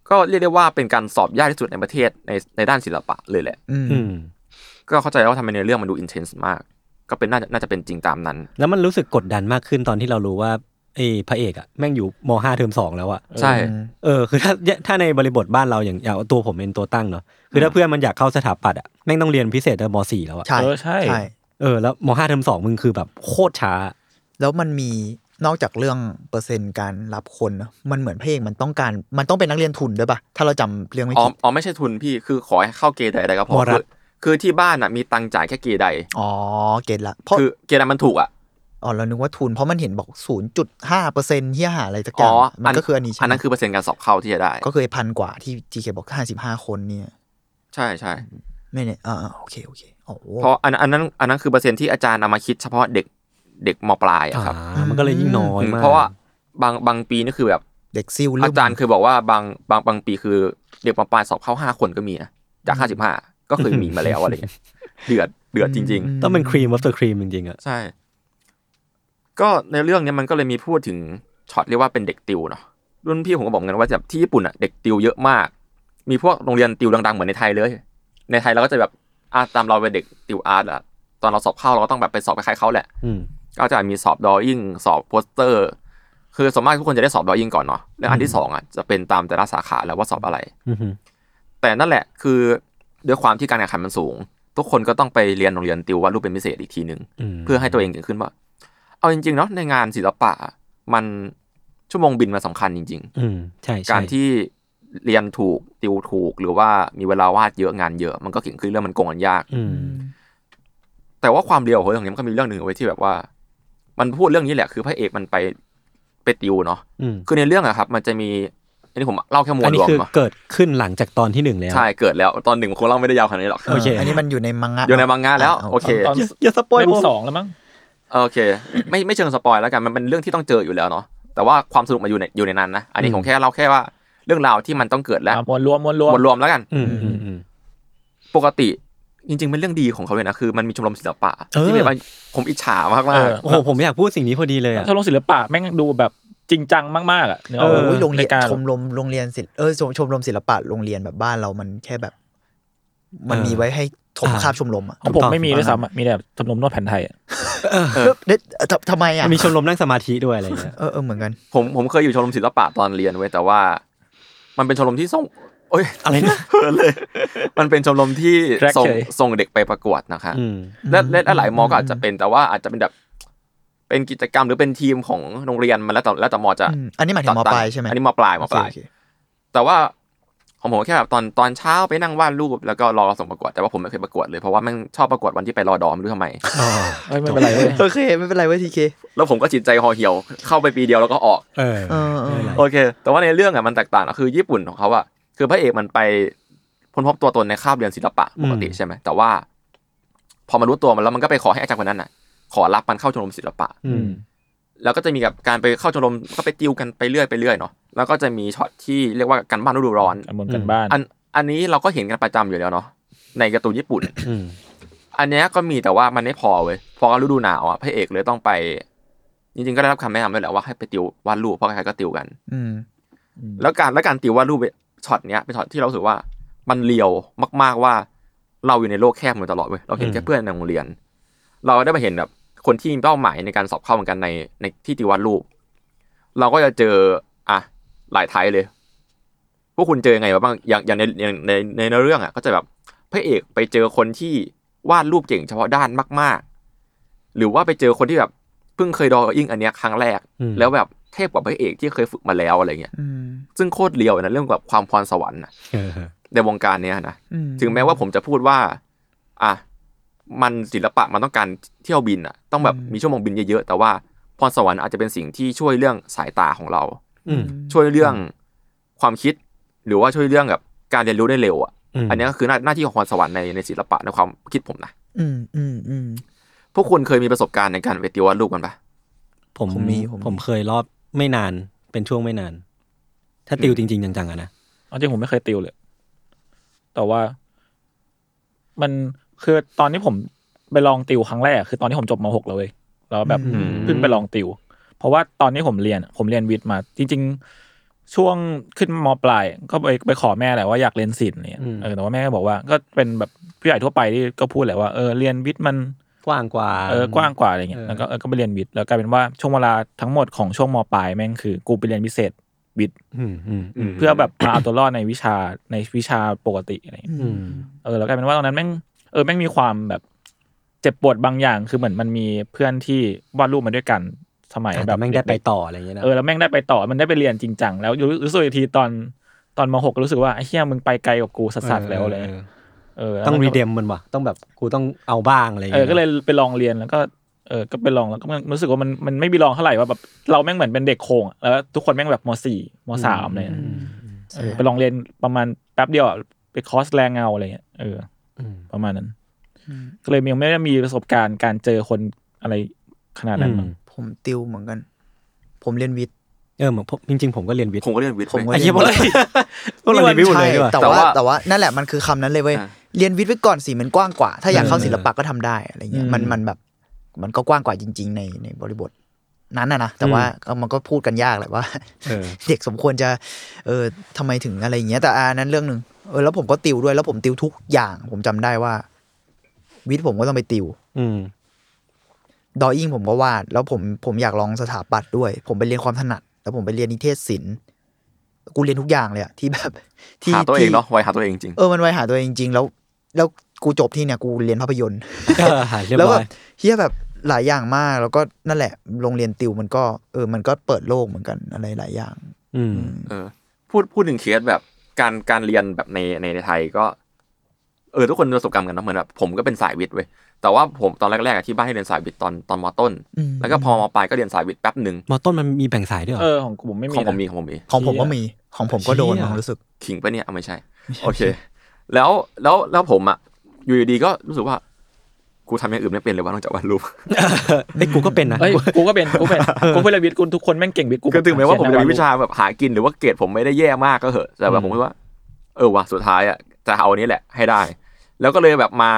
[SPEAKER 3] ก็เรียกได้ว่าเป็นการสอบยากที่สุดในประเทศในในด้านศิลปะเลยแหละ
[SPEAKER 4] อืม
[SPEAKER 5] อืม
[SPEAKER 3] ก็เข้าใจว่าทำไมในอเรื่องมันดูอินเทนส์มาก ก็เป็นน่าจะน่าจะเป็นจริงตามนั้น
[SPEAKER 5] แล้วมันรู้สึกกดดันมากขึ้นตอนที่เรารู้ว่าไอ้พระเอกอะแม่งอยู่มห้าเทอมสองแล้วอะ
[SPEAKER 3] ใช่
[SPEAKER 5] เออคือถ้าถ้าในบริบทบ้านเราอย่างอย่างตัวผมเป็นตัวตั้งเนาะคือถ้าเพื่อนมันอยากเข้าสถาปัตย์อะแม่งต้องเรียนพิเศษตั้งมสี่แล้วอะ
[SPEAKER 4] ใช่
[SPEAKER 2] เออใช่
[SPEAKER 4] ใช่
[SPEAKER 5] เออแล้วมห้าเทอมสองมึงคือแบบโคตรช้า
[SPEAKER 4] แล้วมันมีนอกจากเรื่องเปอร์เซ็นต์การรับคนเนอะมันเหมือนพระเอกมันต้องการ มันต้องเป็นนักเรียนทุนด้วยปะถ้าเราจำเรื่องไม่
[SPEAKER 3] อ๋อ
[SPEAKER 4] ผิด
[SPEAKER 3] อ๋อไม่ใช่ทุนพี่คือขอให้เข้าเกย์ใดๆก็พอ
[SPEAKER 5] มรั
[SPEAKER 3] คื
[SPEAKER 5] ฐ
[SPEAKER 3] อคือที่บ้านอ่ะมีตังค์จ่ายแค่เกย์ใด
[SPEAKER 4] อ๋อเก็ตละเพราะ
[SPEAKER 3] คือเกย์ใดมันถูกอ่ะ
[SPEAKER 4] อ๋อเรานึกว่าทุนเพราะมันเห็นบอก 0.5เปอร์เซ็นต์ที่หาอะไรสักอ
[SPEAKER 3] อ๋อย่าง อั
[SPEAKER 4] มันก็คืออันนี้ใช่ไหม
[SPEAKER 3] อันนั้นคือเปอร์เซ็นต์การสอบเข้าที่จะได้
[SPEAKER 4] ก็คือไอ้พันกว่าที่ GK บอก 55 คนเนี่ย
[SPEAKER 3] ใช่ใช่
[SPEAKER 4] ไม่เนี่ยอ่าอ่าโอเคโอเคโอ้โห
[SPEAKER 3] เพราะอันอันนั้นอันนั้นคือเปอร์เซ็นต์ที่อาจารย์เอามาคิดเฉพาะเด็กเด็กมปลายอะครับ
[SPEAKER 5] อ่ามันก็เลยยิ่งน้อย
[SPEAKER 3] อืม
[SPEAKER 5] มาก
[SPEAKER 3] เพราะว่าบางบางปีนี่คือแบบ
[SPEAKER 4] เด็กซิลลื
[SPEAKER 3] อาจารย์เคยบอกว่าบางบางบางปีคือเด็กมาปลายสอบเข้าห้าคนก็มีนะจากห้าสิบห้าก็เคยมีมาแล้วอะไรเงี้ยเดือดเดือดจริง
[SPEAKER 5] ต้องเป็นครีมวัฟเตอร์ครีมจริงๆอะ
[SPEAKER 3] ๆ ใช่ ก็ในเรื่องเนี้ยมันก็เลยมีพูดถึงช็อตเรียกว่าเป็นเด็กติวเนาะรุ่นพี่ผมก็บอกเหมือนกันว่าแบบที่ญี่ปุ่นอ่ะเด็กติวเยอะมาก มีพวกโรงเรียนติวดังๆเหมือนในไทยเลย ในไทยเราก็จะแบบอาตามเราเป็นเด็กติวอาร์ตอะตอนเราสอบเข้าเราก็ต้องแบบไปสอบคล้ายๆเขาแหละ
[SPEAKER 5] อืม
[SPEAKER 3] ก็จะมีสอบดอยิ่งสอบโปสเตอร์ คือส่วนมากทุกคนจะได้สอบดอยิ่งก่อนเนาะแล้วอันที่สองอ่ะจะเป็นตามแต่ละสาขาแล้วว่าสอบอะไร
[SPEAKER 5] อืม
[SPEAKER 3] แต่นั่นแหละคือด้วยความที่การแข่งขันมันสูง ทุกคนก็ต้องไปเรียนโรงเรียนติววาดรูปเป็นพิเศษอีกทีหนึ่ง
[SPEAKER 5] ม
[SPEAKER 3] เพื่อให้ตัวเองเก่งขึ้นว่า เอาจริงๆเนาะในงานศิลปะมันชั่วโมงบินมันสำคัญจริง
[SPEAKER 5] อืมใช่
[SPEAKER 3] ๆ
[SPEAKER 5] ใช่
[SPEAKER 3] การที่เรียนถูกติวถูก หรือว่ามีเวลาวาดเยอะงานเยอะ มันก็เก่งขึ้นเรื่องมันโกงกันยาก
[SPEAKER 5] อืม
[SPEAKER 3] แต่ว่าความเรียวของเรื่องนี้มันก็มีเรื่องหนึ่งไว้ยที่แบบว่า มันพูดเรื่องนี้แหละคือพระเอกมันไปไปติวเนาะ
[SPEAKER 5] อืม
[SPEAKER 3] คือในเรื่องอะครับ มันจะมีอันนี้ผมเล่าแค่มว
[SPEAKER 5] อั
[SPEAKER 3] ล
[SPEAKER 5] น
[SPEAKER 3] ร
[SPEAKER 5] นี้
[SPEAKER 3] วม
[SPEAKER 5] คือ
[SPEAKER 3] อะ
[SPEAKER 5] เกิดขึ้นหลังจากตอนที่หนึ่งแล้ว
[SPEAKER 3] ใช่เกิดแล้วตอนหนึ่งคงเล่าไม่ได้ยาวขนาดนี้หรอก
[SPEAKER 5] โอเค
[SPEAKER 4] อันนี้มันอยู่ในมังงะ
[SPEAKER 3] อยู่ในมังงะแล้ว
[SPEAKER 4] าา
[SPEAKER 3] โอเค
[SPEAKER 2] ตอน
[SPEAKER 5] อย่าอย่าสปอย
[SPEAKER 2] เล่
[SPEAKER 5] ผม ม
[SPEAKER 2] สองแล้วมั้ง
[SPEAKER 3] โอเค ไม่ไม่เชิงสปอยแล้วกันมันเป็นเรื่องที่ต้องเจออยู่แล้วเนาะแต่ว่าความสนุกมาอยู่ในอยู่ในนั้นนะอันนี้ผมแค่เล่าแค่ว่าเรื่องราวที่มันต้องเกิดแล้ว
[SPEAKER 2] อ่ะมวลรวมมวลรวม
[SPEAKER 3] บทรวมแล้วกัน
[SPEAKER 5] อืมอืมอืม
[SPEAKER 3] ปกติจริงๆเป็นเรื่องดีของเขาเลยนะคือมันมีชมรมศิลปะ
[SPEAKER 5] เออ
[SPEAKER 3] ที่แบบว่าผมอิจฉามาก
[SPEAKER 2] เอ
[SPEAKER 3] มาก
[SPEAKER 2] อ
[SPEAKER 5] โอ้โหผมอยากพูดสิ่งนี้พอดีเลยอะ
[SPEAKER 2] ชมรมศิลปะแม่งดูแบบจริงจังมากๆอ่ะนึกอ
[SPEAKER 5] เ
[SPEAKER 2] อกปะ
[SPEAKER 4] โอ้ยโรงเรียน
[SPEAKER 2] ใการ
[SPEAKER 4] ชมรมโรงเรียนศิลป์เออชมชมรมศิลปะโรงเรียนแบบบ้านเรามันแค่แบบ มัน
[SPEAKER 5] เออ
[SPEAKER 4] มีไว้ให้ถม
[SPEAKER 5] อ่า
[SPEAKER 4] คาบชมรมอ่ะ
[SPEAKER 2] ของผมไม่มีด้วยซ้ำอะมีแต่ชมรมนวดแผนไทยอะ
[SPEAKER 4] เออเด็ดเอ่อทำทำไมอ่ะ
[SPEAKER 5] มีชมรมนั่งสมาธิด้วยอะไรอย่างเงี้ย
[SPEAKER 4] เออเออเหมือนกัน
[SPEAKER 3] ผมผมเคยอยู่ชมรมศิลปะตอนเรียนไว้ยแต่ว่า มันเป็นชมรมที่ส่งโอ้ย
[SPEAKER 5] อะไรนะ
[SPEAKER 3] เพ้อเลยมันเป็นชมรมที่
[SPEAKER 2] แรก
[SPEAKER 3] ส่ง
[SPEAKER 2] เฉย
[SPEAKER 3] ส่งเด็กไปประกวดนะคะ
[SPEAKER 5] อืม
[SPEAKER 3] และและและหลายมอก็อาจจะเป็นแต่ว่าอาจจะเป็นแบบ เป็นกิจกรรมหรือเป็นทีมของโรงเรียนมันแล้วแต่แล้วแต่มอจะ
[SPEAKER 4] อืมอันนี้หมายถึงม
[SPEAKER 3] จัดตั้
[SPEAKER 4] ปลายใช่ไหม
[SPEAKER 3] อันนี้มอปลายมอปลาย
[SPEAKER 4] โเคโเค
[SPEAKER 3] แต่ว่าของผมแค่แบบตอนตอนเช้าไปนั่งวาดรูปแล้วก็รอส่งประกวดแต่ว่าผมไม่เคยประกวดเลยเพราะว่าแมันชอบประกวดวันที่ไปรอดอมไม่รู้ทำไม
[SPEAKER 5] อ๋อ
[SPEAKER 2] เอ้ยไม่เป็นไรเว้ย
[SPEAKER 4] โอเค ไม่เป็นไรเว้ยทีเค
[SPEAKER 3] แล้วผมก็จิตใจห่อเหี่ยวเข้าไปปีเดียวแล้วก็ออก
[SPEAKER 5] เออ
[SPEAKER 4] เออเออ
[SPEAKER 3] โอเค แต่ว่าในเรื่องอ่ะมันแตกต่างอะคือญี่ปุ่นของเขาอ่ะคือพระเอกมันไปค้นพบตัวตนในคาบเรียนศิลปะปกติใช่ไหมแต่ว่า พอมารู้ตัวมันแล้วมันก็ไปขอให้อาจารย์คนนั้นอ่ะ ขอรับมันเข้าชมรมศิลปะ
[SPEAKER 5] อืม
[SPEAKER 3] แล้วก็จะมีกับการไปเข้าชมรมก็ไปติวกันไปเรื่อยไปเรื่อยเนาะแล้วก็จะมีช็อตที่เรียกว่าการบ้านฤดูร้อน
[SPEAKER 2] การบนกันบ้าน
[SPEAKER 3] อันอันนี้เราก็เห็นกันประจำอยู่แล้วเนาะในการ์ตูนญี่ปุ่น
[SPEAKER 5] อืม
[SPEAKER 3] อันเนี้ยก็มีแต่ว่ามันไม่พอเว้ยพอฤดูหนาวอ่ะพระเอกเลยต้องไป จริงๆก็ได้รับคำแนะนำด้วยแหละว่าให้ไปติววาดรูปเพราะใครๆก็ติวกัน
[SPEAKER 4] อืม
[SPEAKER 3] แล้วการแล้วการติววาดรูปช็อตเนี้ยเป็นช็อตที่เรารู้สึกว่ามันเลียวมาก ๆว่าเราอยู่ในโลกแคบมาตลอดเว้ยเราเห็นแค่เพื่อนในโรงเรียน เราได้มาเห็นแบบคนที่มีเป้าหมายในการสอบเข้าเหมือนกันในในที่ติววาดรูป เราก็จะเจออ่ะหลายไทยเลย พวกคุณเจอยังไงมาบ้างอย่างอย่างในอย่างในในในเรื่องอ่ะก็จะแบบพระเอกไปเจอคนที่วาดรูปเก่งเฉพาะด้านมาก ๆ หรือว่าไปเจอคนที่แบบเพิ่งเคยดรออิ่งอันเนี้ยครั้งแรก
[SPEAKER 5] อืม
[SPEAKER 3] แล้วแบบ เทพกว่าพระเอกที่เคยฝึกมาแล้วอะไรเงี้ย
[SPEAKER 4] อืม
[SPEAKER 3] ซึ่งโคตรเลียวเลยนะเรื่องแบบความพรสวรรค์นะ
[SPEAKER 5] เออ
[SPEAKER 3] ในวงการเนี้ยนะ
[SPEAKER 4] อื
[SPEAKER 3] ถึงแม้ว่าผมจะพูดว่า อ่ะ มันศิลปะมันต้องการเที่ยวบินอ่ะ ต้องแบบมีชั่วโมงบินเยอะๆ แต่ว่าพรสวรรค์อาจจะเป็นสิ่งที่ช่วยเรื่องสายตาของเรา
[SPEAKER 5] อืม
[SPEAKER 3] ช่วยเรื่องความคิด หรือว่าช่วยเรื่องแบบการเรียนรู้ได้เร็วอ่ะ
[SPEAKER 5] ม
[SPEAKER 3] อันเนี้ยก็คือหน้าหน้าที่ของพรสวรรค์ในในศิลปะในความคิดผมนะ
[SPEAKER 4] อืมอืมอืม
[SPEAKER 3] พวกคุณเคยมีประสบการณ์ในการไปติววาดรูปกันปะ
[SPEAKER 5] ผม
[SPEAKER 4] ผมมีผม
[SPEAKER 5] ผมเคยรอบไม่นานเป็นช่วงไม่นาน ถ้าติวจริง ๆ จังๆอะนะ
[SPEAKER 2] เอาจริงผมไม่เคยติวเลย แต่ว่า มันคือตอนที่ผมไปลองติวครั้งแรก คือตอนที่ผมจบม .6 แล้วเว้ยแล้วแบบเพิ่งไปลองติว เพราะว่าตอนที่ผมเรียนอะผมเรียนวิทย์มา จริง ๆ ช่วงขึ้นมปลาย ก็ไปไปขอแม่แหละว่าอยากเรียนศิลป์เนี่ยเออแต่ว่าแม่ก็บอกว่า ก็เป็นแบบผู้ใหญ่ทั่วไปที่ก็พูดแหละว่าเออเรียนวิทย์มัน
[SPEAKER 5] กว้างกว่า
[SPEAKER 2] เออกว้างกว่าอะไรเงี้ย
[SPEAKER 5] เออ
[SPEAKER 2] แล้วก็เออก็ไปเรียนวิทย์แล้วกลายเป็นว่าช่วงเวลาทั้งหมดของช่วงมปลายแม่งคือ กูไปเรียนพิเศษวิทย์
[SPEAKER 5] อืมอืมอืม
[SPEAKER 2] เพื่อแบบ มาเอาตัวรอดในวิชาในวิชาปกติอะไรเงี้ย
[SPEAKER 5] อืม
[SPEAKER 2] เออแล้วกลายเป็นว่าตอนนั้นแม่งเออแม่งมีความแบบเจ็บปวดบางอย่างคือเหมือนมันมีเพื่อนที่วาดรูปมาด้วยกันสมัย
[SPEAKER 5] อาจ
[SPEAKER 2] แบ
[SPEAKER 5] จะ
[SPEAKER 2] บ
[SPEAKER 5] แม่งได้ไป
[SPEAKER 2] เกๆ
[SPEAKER 5] ต่ออะไรอย่างเงี้ยนะ
[SPEAKER 2] เออแล้วแม่งได้ไปต่อมันได้ไปเรียนจริงจังแล้วรู้รู้สึกอีกทีตอนตอนมหกรู้สึกว่าไอ้เฮียมึงไปไกลกว่ากูสัสๆแล้วอะไรเลยเออแล้ว
[SPEAKER 5] ต้อง
[SPEAKER 2] ก็
[SPEAKER 5] รีเดมมันว่ะต้องแบบกูต้องเอาบ้างอะไรอย่าง
[SPEAKER 2] เออ
[SPEAKER 5] เงี้ย
[SPEAKER 2] ก็เลยไปลองเรียนแล้วก็เออก็ไปลองแล้วก็มันรู้สึกว่ามันมันไม่มีลองเท่าไหร่ว่าแบบเราแม่งเหมือนเป็นเด็กโคงอะแล้วทุกคนแม่งแบบมสี่มสามเลย
[SPEAKER 5] อืม
[SPEAKER 2] เออไปลองเรียนประมาณแป๊บเดียวอะไปคอร์สแรงเงาอะไรเงี้ยเออ
[SPEAKER 5] อืม
[SPEAKER 2] ประมาณนั้น ก็เลยยังไม่ได้มีประสบการณ์การเจอคนอะไรขนาดนั้นมั้ง
[SPEAKER 4] ผมติวเหมือนกัน ผมเรียนวิทย์
[SPEAKER 5] เออเหมือนผมจริง ๆ ผมก็เรียนวิทย์
[SPEAKER 3] ผมก็เรียนวิทย์
[SPEAKER 4] ผมก็
[SPEAKER 3] เว้ย
[SPEAKER 5] ไอ้เหี้ยพวกเรา พวกเราเรียนวิทย์หมดเลยดีกว่า
[SPEAKER 4] แต่ว่า
[SPEAKER 3] แต่ว่า
[SPEAKER 4] แต่ว่านั่นแหละมันคือคำนั้นเลยเว้ย
[SPEAKER 3] อ่ะ
[SPEAKER 4] เรียนวิทย์ไว้ก่อนสิมันกว้างกว่า ถ้าอยากเข้า
[SPEAKER 5] เออ
[SPEAKER 4] ศิลปะก็ทำได้อะไรเงี้ยมันมันแบบ มันก็กว้างกว่าจริง ๆ ในในบริบท นั้นนะนะแต่ว่าก็มันก็พูดกันยากแหละ ว่า
[SPEAKER 5] เออ
[SPEAKER 4] เด็กสมควรจะ เออทำไมถึงอะไรอย่างเงี้ย แต่อันนั้นเรื่องหนึ่งเออแล้วผมก็ติวด้วย แล้วผมติวทุกอย่าง ผมจำได้ว่า วิทย์ผมก็ต้องไปติว
[SPEAKER 5] อืม
[SPEAKER 4] ดอยิ่งผมก็วาด แล้วผมผมอยากลองสถาปัตย์ด้วย ผมไปเรียนความถนัด แล้วผมไปเรียนนิเทศศิลป์ กูเรียนทุกอย่างเลยอะที่แบบที่
[SPEAKER 3] หาตัวเอง
[SPEAKER 4] ที่
[SPEAKER 3] เนาะวัยหาตัวเองจริง
[SPEAKER 4] เออมันไวหาตัวเองจริงๆแล้ว แล้วกูจบที่เนี่ยกูเรียนภาพยนตร์
[SPEAKER 5] เออหายเรียบ
[SPEAKER 4] แล้ว
[SPEAKER 5] ร้
[SPEAKER 4] แบ
[SPEAKER 5] อบ ย
[SPEAKER 4] เฮียแบบหลายอย่างมาก แล้วก็นั่นแหละ โรงเรียนติวมันก็เออ มันก็เปิดโลกเหมือนกันอะไรหลายอย่าง
[SPEAKER 5] อืม
[SPEAKER 3] เออพูดพูดถึงเคสแบบการการเรียนแบบในในในไทยก็ เออทุกคนมีประสบการณ์กันเนอะเหมือนแบบผมก็เป็นสายวิทย์เว้ยแต่ว่าผมตอนแรกๆอะที่บ้านให้เรียนสายวิทย์ตอนตอนมต้น
[SPEAKER 4] อืม
[SPEAKER 3] แล้วก็พอมปลายก็เรียนสายวิทย์แป๊บหนึ่ง
[SPEAKER 5] มอต้นมันมีแบ่งสายด้วยเหร
[SPEAKER 2] เอ
[SPEAKER 5] อ
[SPEAKER 2] อของผมไม่มี
[SPEAKER 3] ของผม
[SPEAKER 2] นะ
[SPEAKER 3] มีของผมมี
[SPEAKER 4] ของผมก็มีของผมก็โดน
[SPEAKER 5] เชี่ย
[SPEAKER 4] ผมรู้สึก
[SPEAKER 3] ขิงปะเนี่ยเอาไม่ใช่ โอเค แล้วแล้วแล้วผมอ่ะอยู่ดีๆก็รู้สึกว่ากูทำอย่างอื่นไม่เป็นเลยว่านอกจากวาดรูป
[SPEAKER 5] ไอ้ยกูก็เป็นนะ
[SPEAKER 2] เอ้ยกูก็เป็นกูเป็นกูเป็นวิทย์กูทุกคนแม่งเก่งวิทย์กู
[SPEAKER 3] คือถึงแม้ว่าผมจะมีวิ
[SPEAKER 2] เ
[SPEAKER 3] ชาแบบหากินหรือว่าเกรดผมไม่ได้แย่มากก็เหอะแต่แบบผมคิดว่า เออว่ะสุดท้ายอ่ะจะเอาอันนี้แหละให้ได้ แล้วก็เลยแบบมา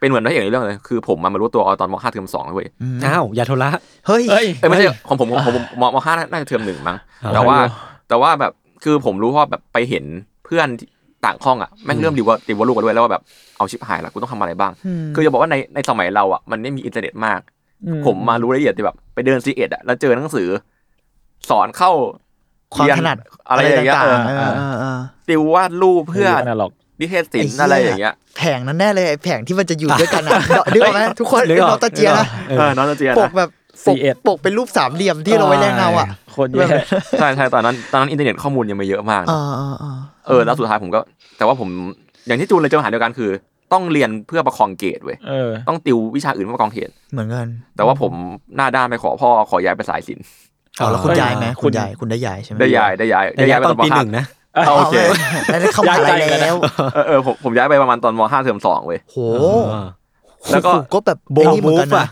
[SPEAKER 3] เป็นเหมือนพระเอกในเรื่องเลยคือผมอะมารู้ตัวเอาตอนมห้าเทอมสองเลยเว้ย
[SPEAKER 5] อ้าวอย่าโทรละ
[SPEAKER 4] เฮ้ย
[SPEAKER 2] เอ้ย
[SPEAKER 3] เอ้ยไม่ใช่ของผมของผมมมห้าน่าจะเทอมหนึ่งมั้ง
[SPEAKER 5] อ่า
[SPEAKER 3] แต่ว่า
[SPEAKER 2] ไม่รู้
[SPEAKER 3] แต่ว่าแบบคือผมรู้เพราะแบบไปเห็นเพื่อนที่ต่างห้องอ่ะแม่งเริ่มดีว่าดีว่าลูกกันด้วยแล้วว่าแบบเอาชิปหายละกูต้องทำอะไรบ้าง
[SPEAKER 4] อืม
[SPEAKER 3] คือจะบอกว่าในในสมัยเราอ่ะมันไม่มีอินเทอร์เน็ตมาก ผมมารู้รายละเอียดที่แบบไปเดินซีเอ็ดอ่ะแล้วเจอหนังสือ สอนเข้า
[SPEAKER 4] ความ
[SPEAKER 3] เรียน
[SPEAKER 4] ถนัด
[SPEAKER 3] อะไรอย่างเงี้ย
[SPEAKER 4] ต่
[SPEAKER 3] เออ
[SPEAKER 4] ๆเออเออเออ
[SPEAKER 3] ติววาดรูป
[SPEAKER 2] เพื่
[SPEAKER 3] เพื่อ
[SPEAKER 2] อนหรอก
[SPEAKER 3] นิเทศศิลป์
[SPEAKER 4] ไอ้
[SPEAKER 3] อะ
[SPEAKER 4] เหี้ย
[SPEAKER 3] ไรอย่างเงี้ย
[SPEAKER 4] แผงนั้นแน่เลยไอ้แผงที่มันจะอยู่ด้วยกันอ่ะ ดึกออกไหมทุกคน
[SPEAKER 5] นึ
[SPEAKER 4] เรื่
[SPEAKER 5] กอ
[SPEAKER 4] อ
[SPEAKER 5] อก
[SPEAKER 4] งตาเจีย
[SPEAKER 5] นึกอ
[SPEAKER 4] นะ
[SPEAKER 5] อก
[SPEAKER 3] เออน้องเจีย
[SPEAKER 4] ปก
[SPEAKER 3] นะ
[SPEAKER 4] แบบปก
[SPEAKER 2] C1
[SPEAKER 4] ปกเป็นรูปสามเหลี่ยมที่เราไว้แรงเงาอ่ะ
[SPEAKER 2] โคนแย่
[SPEAKER 3] ใช่ใช่ตอนนั้นตอนนั้นอินเทอร์เน็ตข้อมูลยังไม่เยอะมากนะ
[SPEAKER 4] เออเออเออ
[SPEAKER 3] เออแล้วสุดท้ายผมก็ แต่ว่าผมอย่างที่จูนเลยเจอปัญหาเดียวกันคือ ต้องเรียนเพื่อประคองเกรดเว้ย
[SPEAKER 2] เออ
[SPEAKER 3] ต้องติววิชาอื่นเพื่อประคองเกรด
[SPEAKER 4] เหมือนกัน
[SPEAKER 3] แต่ว่าผมหน้าด้านไปขอพ่อขอย้ายไปสายศิลป์
[SPEAKER 4] อ๋อแล้วคุณยายไหม
[SPEAKER 2] คุณ
[SPEAKER 4] คุณยายคุณได้ยายใช่ไหม
[SPEAKER 3] ได้ย้ายได้ย้าย
[SPEAKER 5] แต่ย้าย
[SPEAKER 3] ไป
[SPEAKER 5] ตอนปี
[SPEAKER 3] ม
[SPEAKER 5] ห
[SPEAKER 3] ห้า
[SPEAKER 5] นึ่งนะ
[SPEAKER 4] เอา
[SPEAKER 3] โอเค
[SPEAKER 4] ไม่ได้เข้ามหาลัยแล้ว
[SPEAKER 3] เออเออผมผมย้ายไปประมาณตอนมห้าเทอมสองเว้ย
[SPEAKER 4] โห
[SPEAKER 3] แล้
[SPEAKER 4] แล้ว
[SPEAKER 3] วก็
[SPEAKER 4] ก็ก็แบบ
[SPEAKER 5] โบว์
[SPEAKER 4] ไอ้นี่เหมือนกัน
[SPEAKER 5] มูฟ
[SPEAKER 4] นะ
[SPEAKER 5] อะ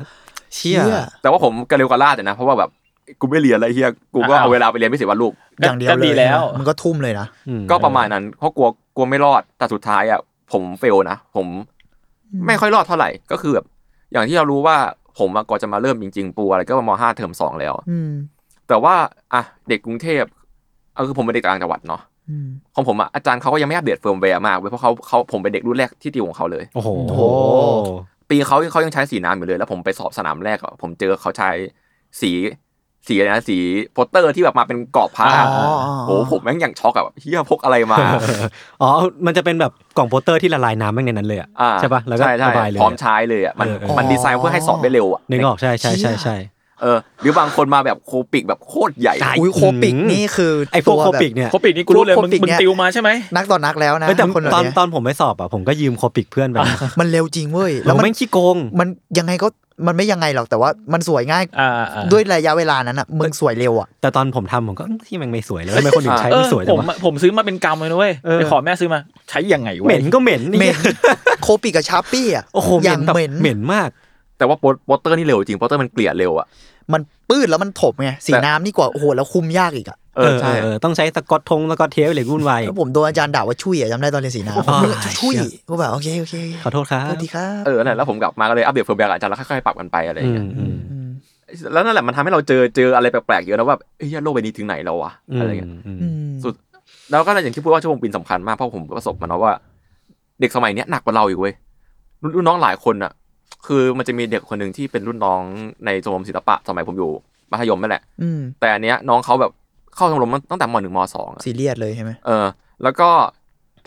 [SPEAKER 4] เชี่ย
[SPEAKER 3] แต่ว่าผมกระเร็วกระลาดเนี่ยนะเพราะว่าแบบกูไม่เรียนอะไรเฮียกูก็
[SPEAKER 2] อ้าว
[SPEAKER 3] เอาเวลาไปเรียนพิเศษวาดรูป
[SPEAKER 4] อย่างเดียว
[SPEAKER 2] ก็
[SPEAKER 4] เล
[SPEAKER 2] ดี
[SPEAKER 4] ย
[SPEAKER 2] แล้ว
[SPEAKER 4] มันก็ทุ่มเลยนะ
[SPEAKER 5] อืม
[SPEAKER 3] ก็ประมาณนั้นเพราะกลัวกลัวไม่รอดแต่สุดท้ายอ่ะผมเฟลนะผมไม่ค่อยรอดเท่าไหร่ก็คือแบบอย่างที่เรารู้ว่าผมอะก่อนจะมาเริ่มจริงๆปูอะไรก็มห้าเทอมสองแล้ว
[SPEAKER 4] อืม
[SPEAKER 3] แต่ว่าอ่ะเด็กกรุงเทพเอาคือผมเป็นเด็กต่างจังหวัดเนาะ
[SPEAKER 4] อืม
[SPEAKER 3] ของผมอ่ะอาจารย์เขาก็ยังไม่อัปเดตเฟิร์มแวร์มากเว้ยเพราะเขาเขาผมเป็นเด็กรุ่นแรกที่ติวของเขาเลย
[SPEAKER 5] โอ้โห
[SPEAKER 4] โอ้โห
[SPEAKER 3] ปีเขาเขายังใช้สีน้ำอยู่เลย แล้วผมไปสอบสนามแรกอ่ะผมเจอเขาใช้สีสีอะไรนะสีโปสเตอร์ที่แบบมาเป็นกรอบผ้า
[SPEAKER 2] อ๋อ
[SPEAKER 3] โอ้โหผมแม่งอย่างช็อกอะแบบเฮียพกอะไรมา
[SPEAKER 5] อ๋อ มันจะเป็นแบบกล่องโปสเตอร์ที่ละลายน้ำแม่งในนั้นเลยอ่ะ
[SPEAKER 3] อ่า
[SPEAKER 5] ใช่ปะแล้วก็
[SPEAKER 3] ใช่ใช่
[SPEAKER 5] ระบายเลย
[SPEAKER 3] พร้อม
[SPEAKER 5] อะ
[SPEAKER 3] ใช้เลยอ่ะมัน
[SPEAKER 5] เออเออ
[SPEAKER 3] มันดีไซน์เพื่อให้สอบได้เร็วอ่ะ
[SPEAKER 5] นึกออกใช่ใช่ใช่ใช่
[SPEAKER 3] เออ หรือบางคนมาแบบโคปิกแบบโคตรใหญ่
[SPEAKER 5] ตาย
[SPEAKER 4] อุ้ยโคปิกนี่คือ
[SPEAKER 5] ไอ้พวก
[SPEAKER 4] ตั
[SPEAKER 5] โค
[SPEAKER 4] แบบ
[SPEAKER 5] ปิกเนี่ย
[SPEAKER 2] โคปิดนี่กูรู้เลยมึง
[SPEAKER 4] โคปิด
[SPEAKER 2] มึง
[SPEAKER 4] เนี่ย
[SPEAKER 2] ติวมาใช่ไหม
[SPEAKER 4] นักต่อนักแล้วนะ
[SPEAKER 5] เอ้ยแต่
[SPEAKER 4] คนแบบ
[SPEAKER 5] ตอน
[SPEAKER 4] เนี้ย
[SPEAKER 5] ตอนผมไปสอบอ่ะผมก็ยืมโคปิกเพื่อนไปนะ
[SPEAKER 4] มันเร็วจริงเว้ย
[SPEAKER 5] แล้
[SPEAKER 4] แล้ว
[SPEAKER 5] ว
[SPEAKER 4] มัน
[SPEAKER 5] แม่งขี้โกง
[SPEAKER 4] มันยังไงก็มันไม่ยังไงหรอกแต่ว่ามันสวยง่าย
[SPEAKER 2] อ่าอ่า
[SPEAKER 4] ด้วยระยะเวลานั้นอ่ะมึงสวยเร็วอ่ะ
[SPEAKER 5] แต่ตอนผมทำผมก็อื้อที่แม่งไม่สวยเลยทำไมคนอื่นใช้
[SPEAKER 2] เอ
[SPEAKER 5] ไม่
[SPEAKER 2] อ
[SPEAKER 5] สวย
[SPEAKER 2] ผ
[SPEAKER 5] จัง
[SPEAKER 2] ม
[SPEAKER 5] วะ
[SPEAKER 2] อะผมซื้อมาเป็นกำเลยนะเว้ย
[SPEAKER 5] เออ
[SPEAKER 2] ไปขอแม่ซื้อมา ใช้ยังไงวะ
[SPEAKER 5] เหม็นก็เหม็น
[SPEAKER 4] เหม็
[SPEAKER 5] นี่
[SPEAKER 4] นโคปิกับชาร์ปี้อ่ะ
[SPEAKER 5] โอ้โห
[SPEAKER 4] อ
[SPEAKER 5] เหม็
[SPEAKER 4] ย่าน ง
[SPEAKER 5] แบบ
[SPEAKER 4] เหม็น
[SPEAKER 5] เหม็นมาก
[SPEAKER 3] แต่ว่าโปสโปสเตอร์นี่เร็วจริงโปสเตอร์มันเกลี่ยเร็วอ่ะ
[SPEAKER 4] มันปื้ดแล้วมันถบไงสี
[SPEAKER 3] แต่
[SPEAKER 4] น้ำนี่กว่าโอ้โหแล้วคุมยากอีกอ่ะ
[SPEAKER 3] เออใช่
[SPEAKER 5] เออต้องใช้สกอตทงสกอตเทปอะไรวุ่นวาย
[SPEAKER 4] แล้วผมโดนอาจารย์ด่าว่าช่วยอ่ะจำได้ตอนเรียนสีน้ำ
[SPEAKER 5] อ๋อ
[SPEAKER 4] ผมช่วย
[SPEAKER 5] เชี่ย
[SPEAKER 4] ก็แบบโอเคโอเคโอเค
[SPEAKER 5] ขอโทษครับ
[SPEAKER 4] สวัสดีครับ
[SPEAKER 3] เออนั่นแหละแล้วผมกลับมาก็เลยอัปเดตเฟิร์มแวร์กับอาจารย์แล้วค่อยๆปรับกันไปอะไรอย่างเงี้ย
[SPEAKER 5] มอืม
[SPEAKER 4] ม
[SPEAKER 3] แล้วนั่นแหละมันทำให้เราเจอเจออะไรแปลกๆเยอะนะว่าแบบเอ้ยโลกใบนี้ถึงไหนแล้ววะอะไรอย่างเงี้ย
[SPEAKER 5] อืม
[SPEAKER 4] อื
[SPEAKER 5] อืม
[SPEAKER 4] ม
[SPEAKER 3] สุด แล้วก็อย่างที่พูดว่าชั่วโมงปีนสำคัญมากเพราะผมประสบมาเนาะว่า เด็กสมัยเนี้ยหนักกว่าเราอีกเว้ยรุ่นรุ่นน้องหลายคนอะคือมันจะมีเด็กคนหนึ่งที่เป็นรุ่นน้องในชมรมศิลปะสมัยผมอยู่มัธยมนั่นแหละ
[SPEAKER 4] อืม
[SPEAKER 3] แต่อันเนี้ยน้องเขาแบบเข้าชมรมตั้งแต่มหนึ่งมสองอะ
[SPEAKER 4] ซีเรียสเลยใช่ไหม
[SPEAKER 3] เออแล้วก็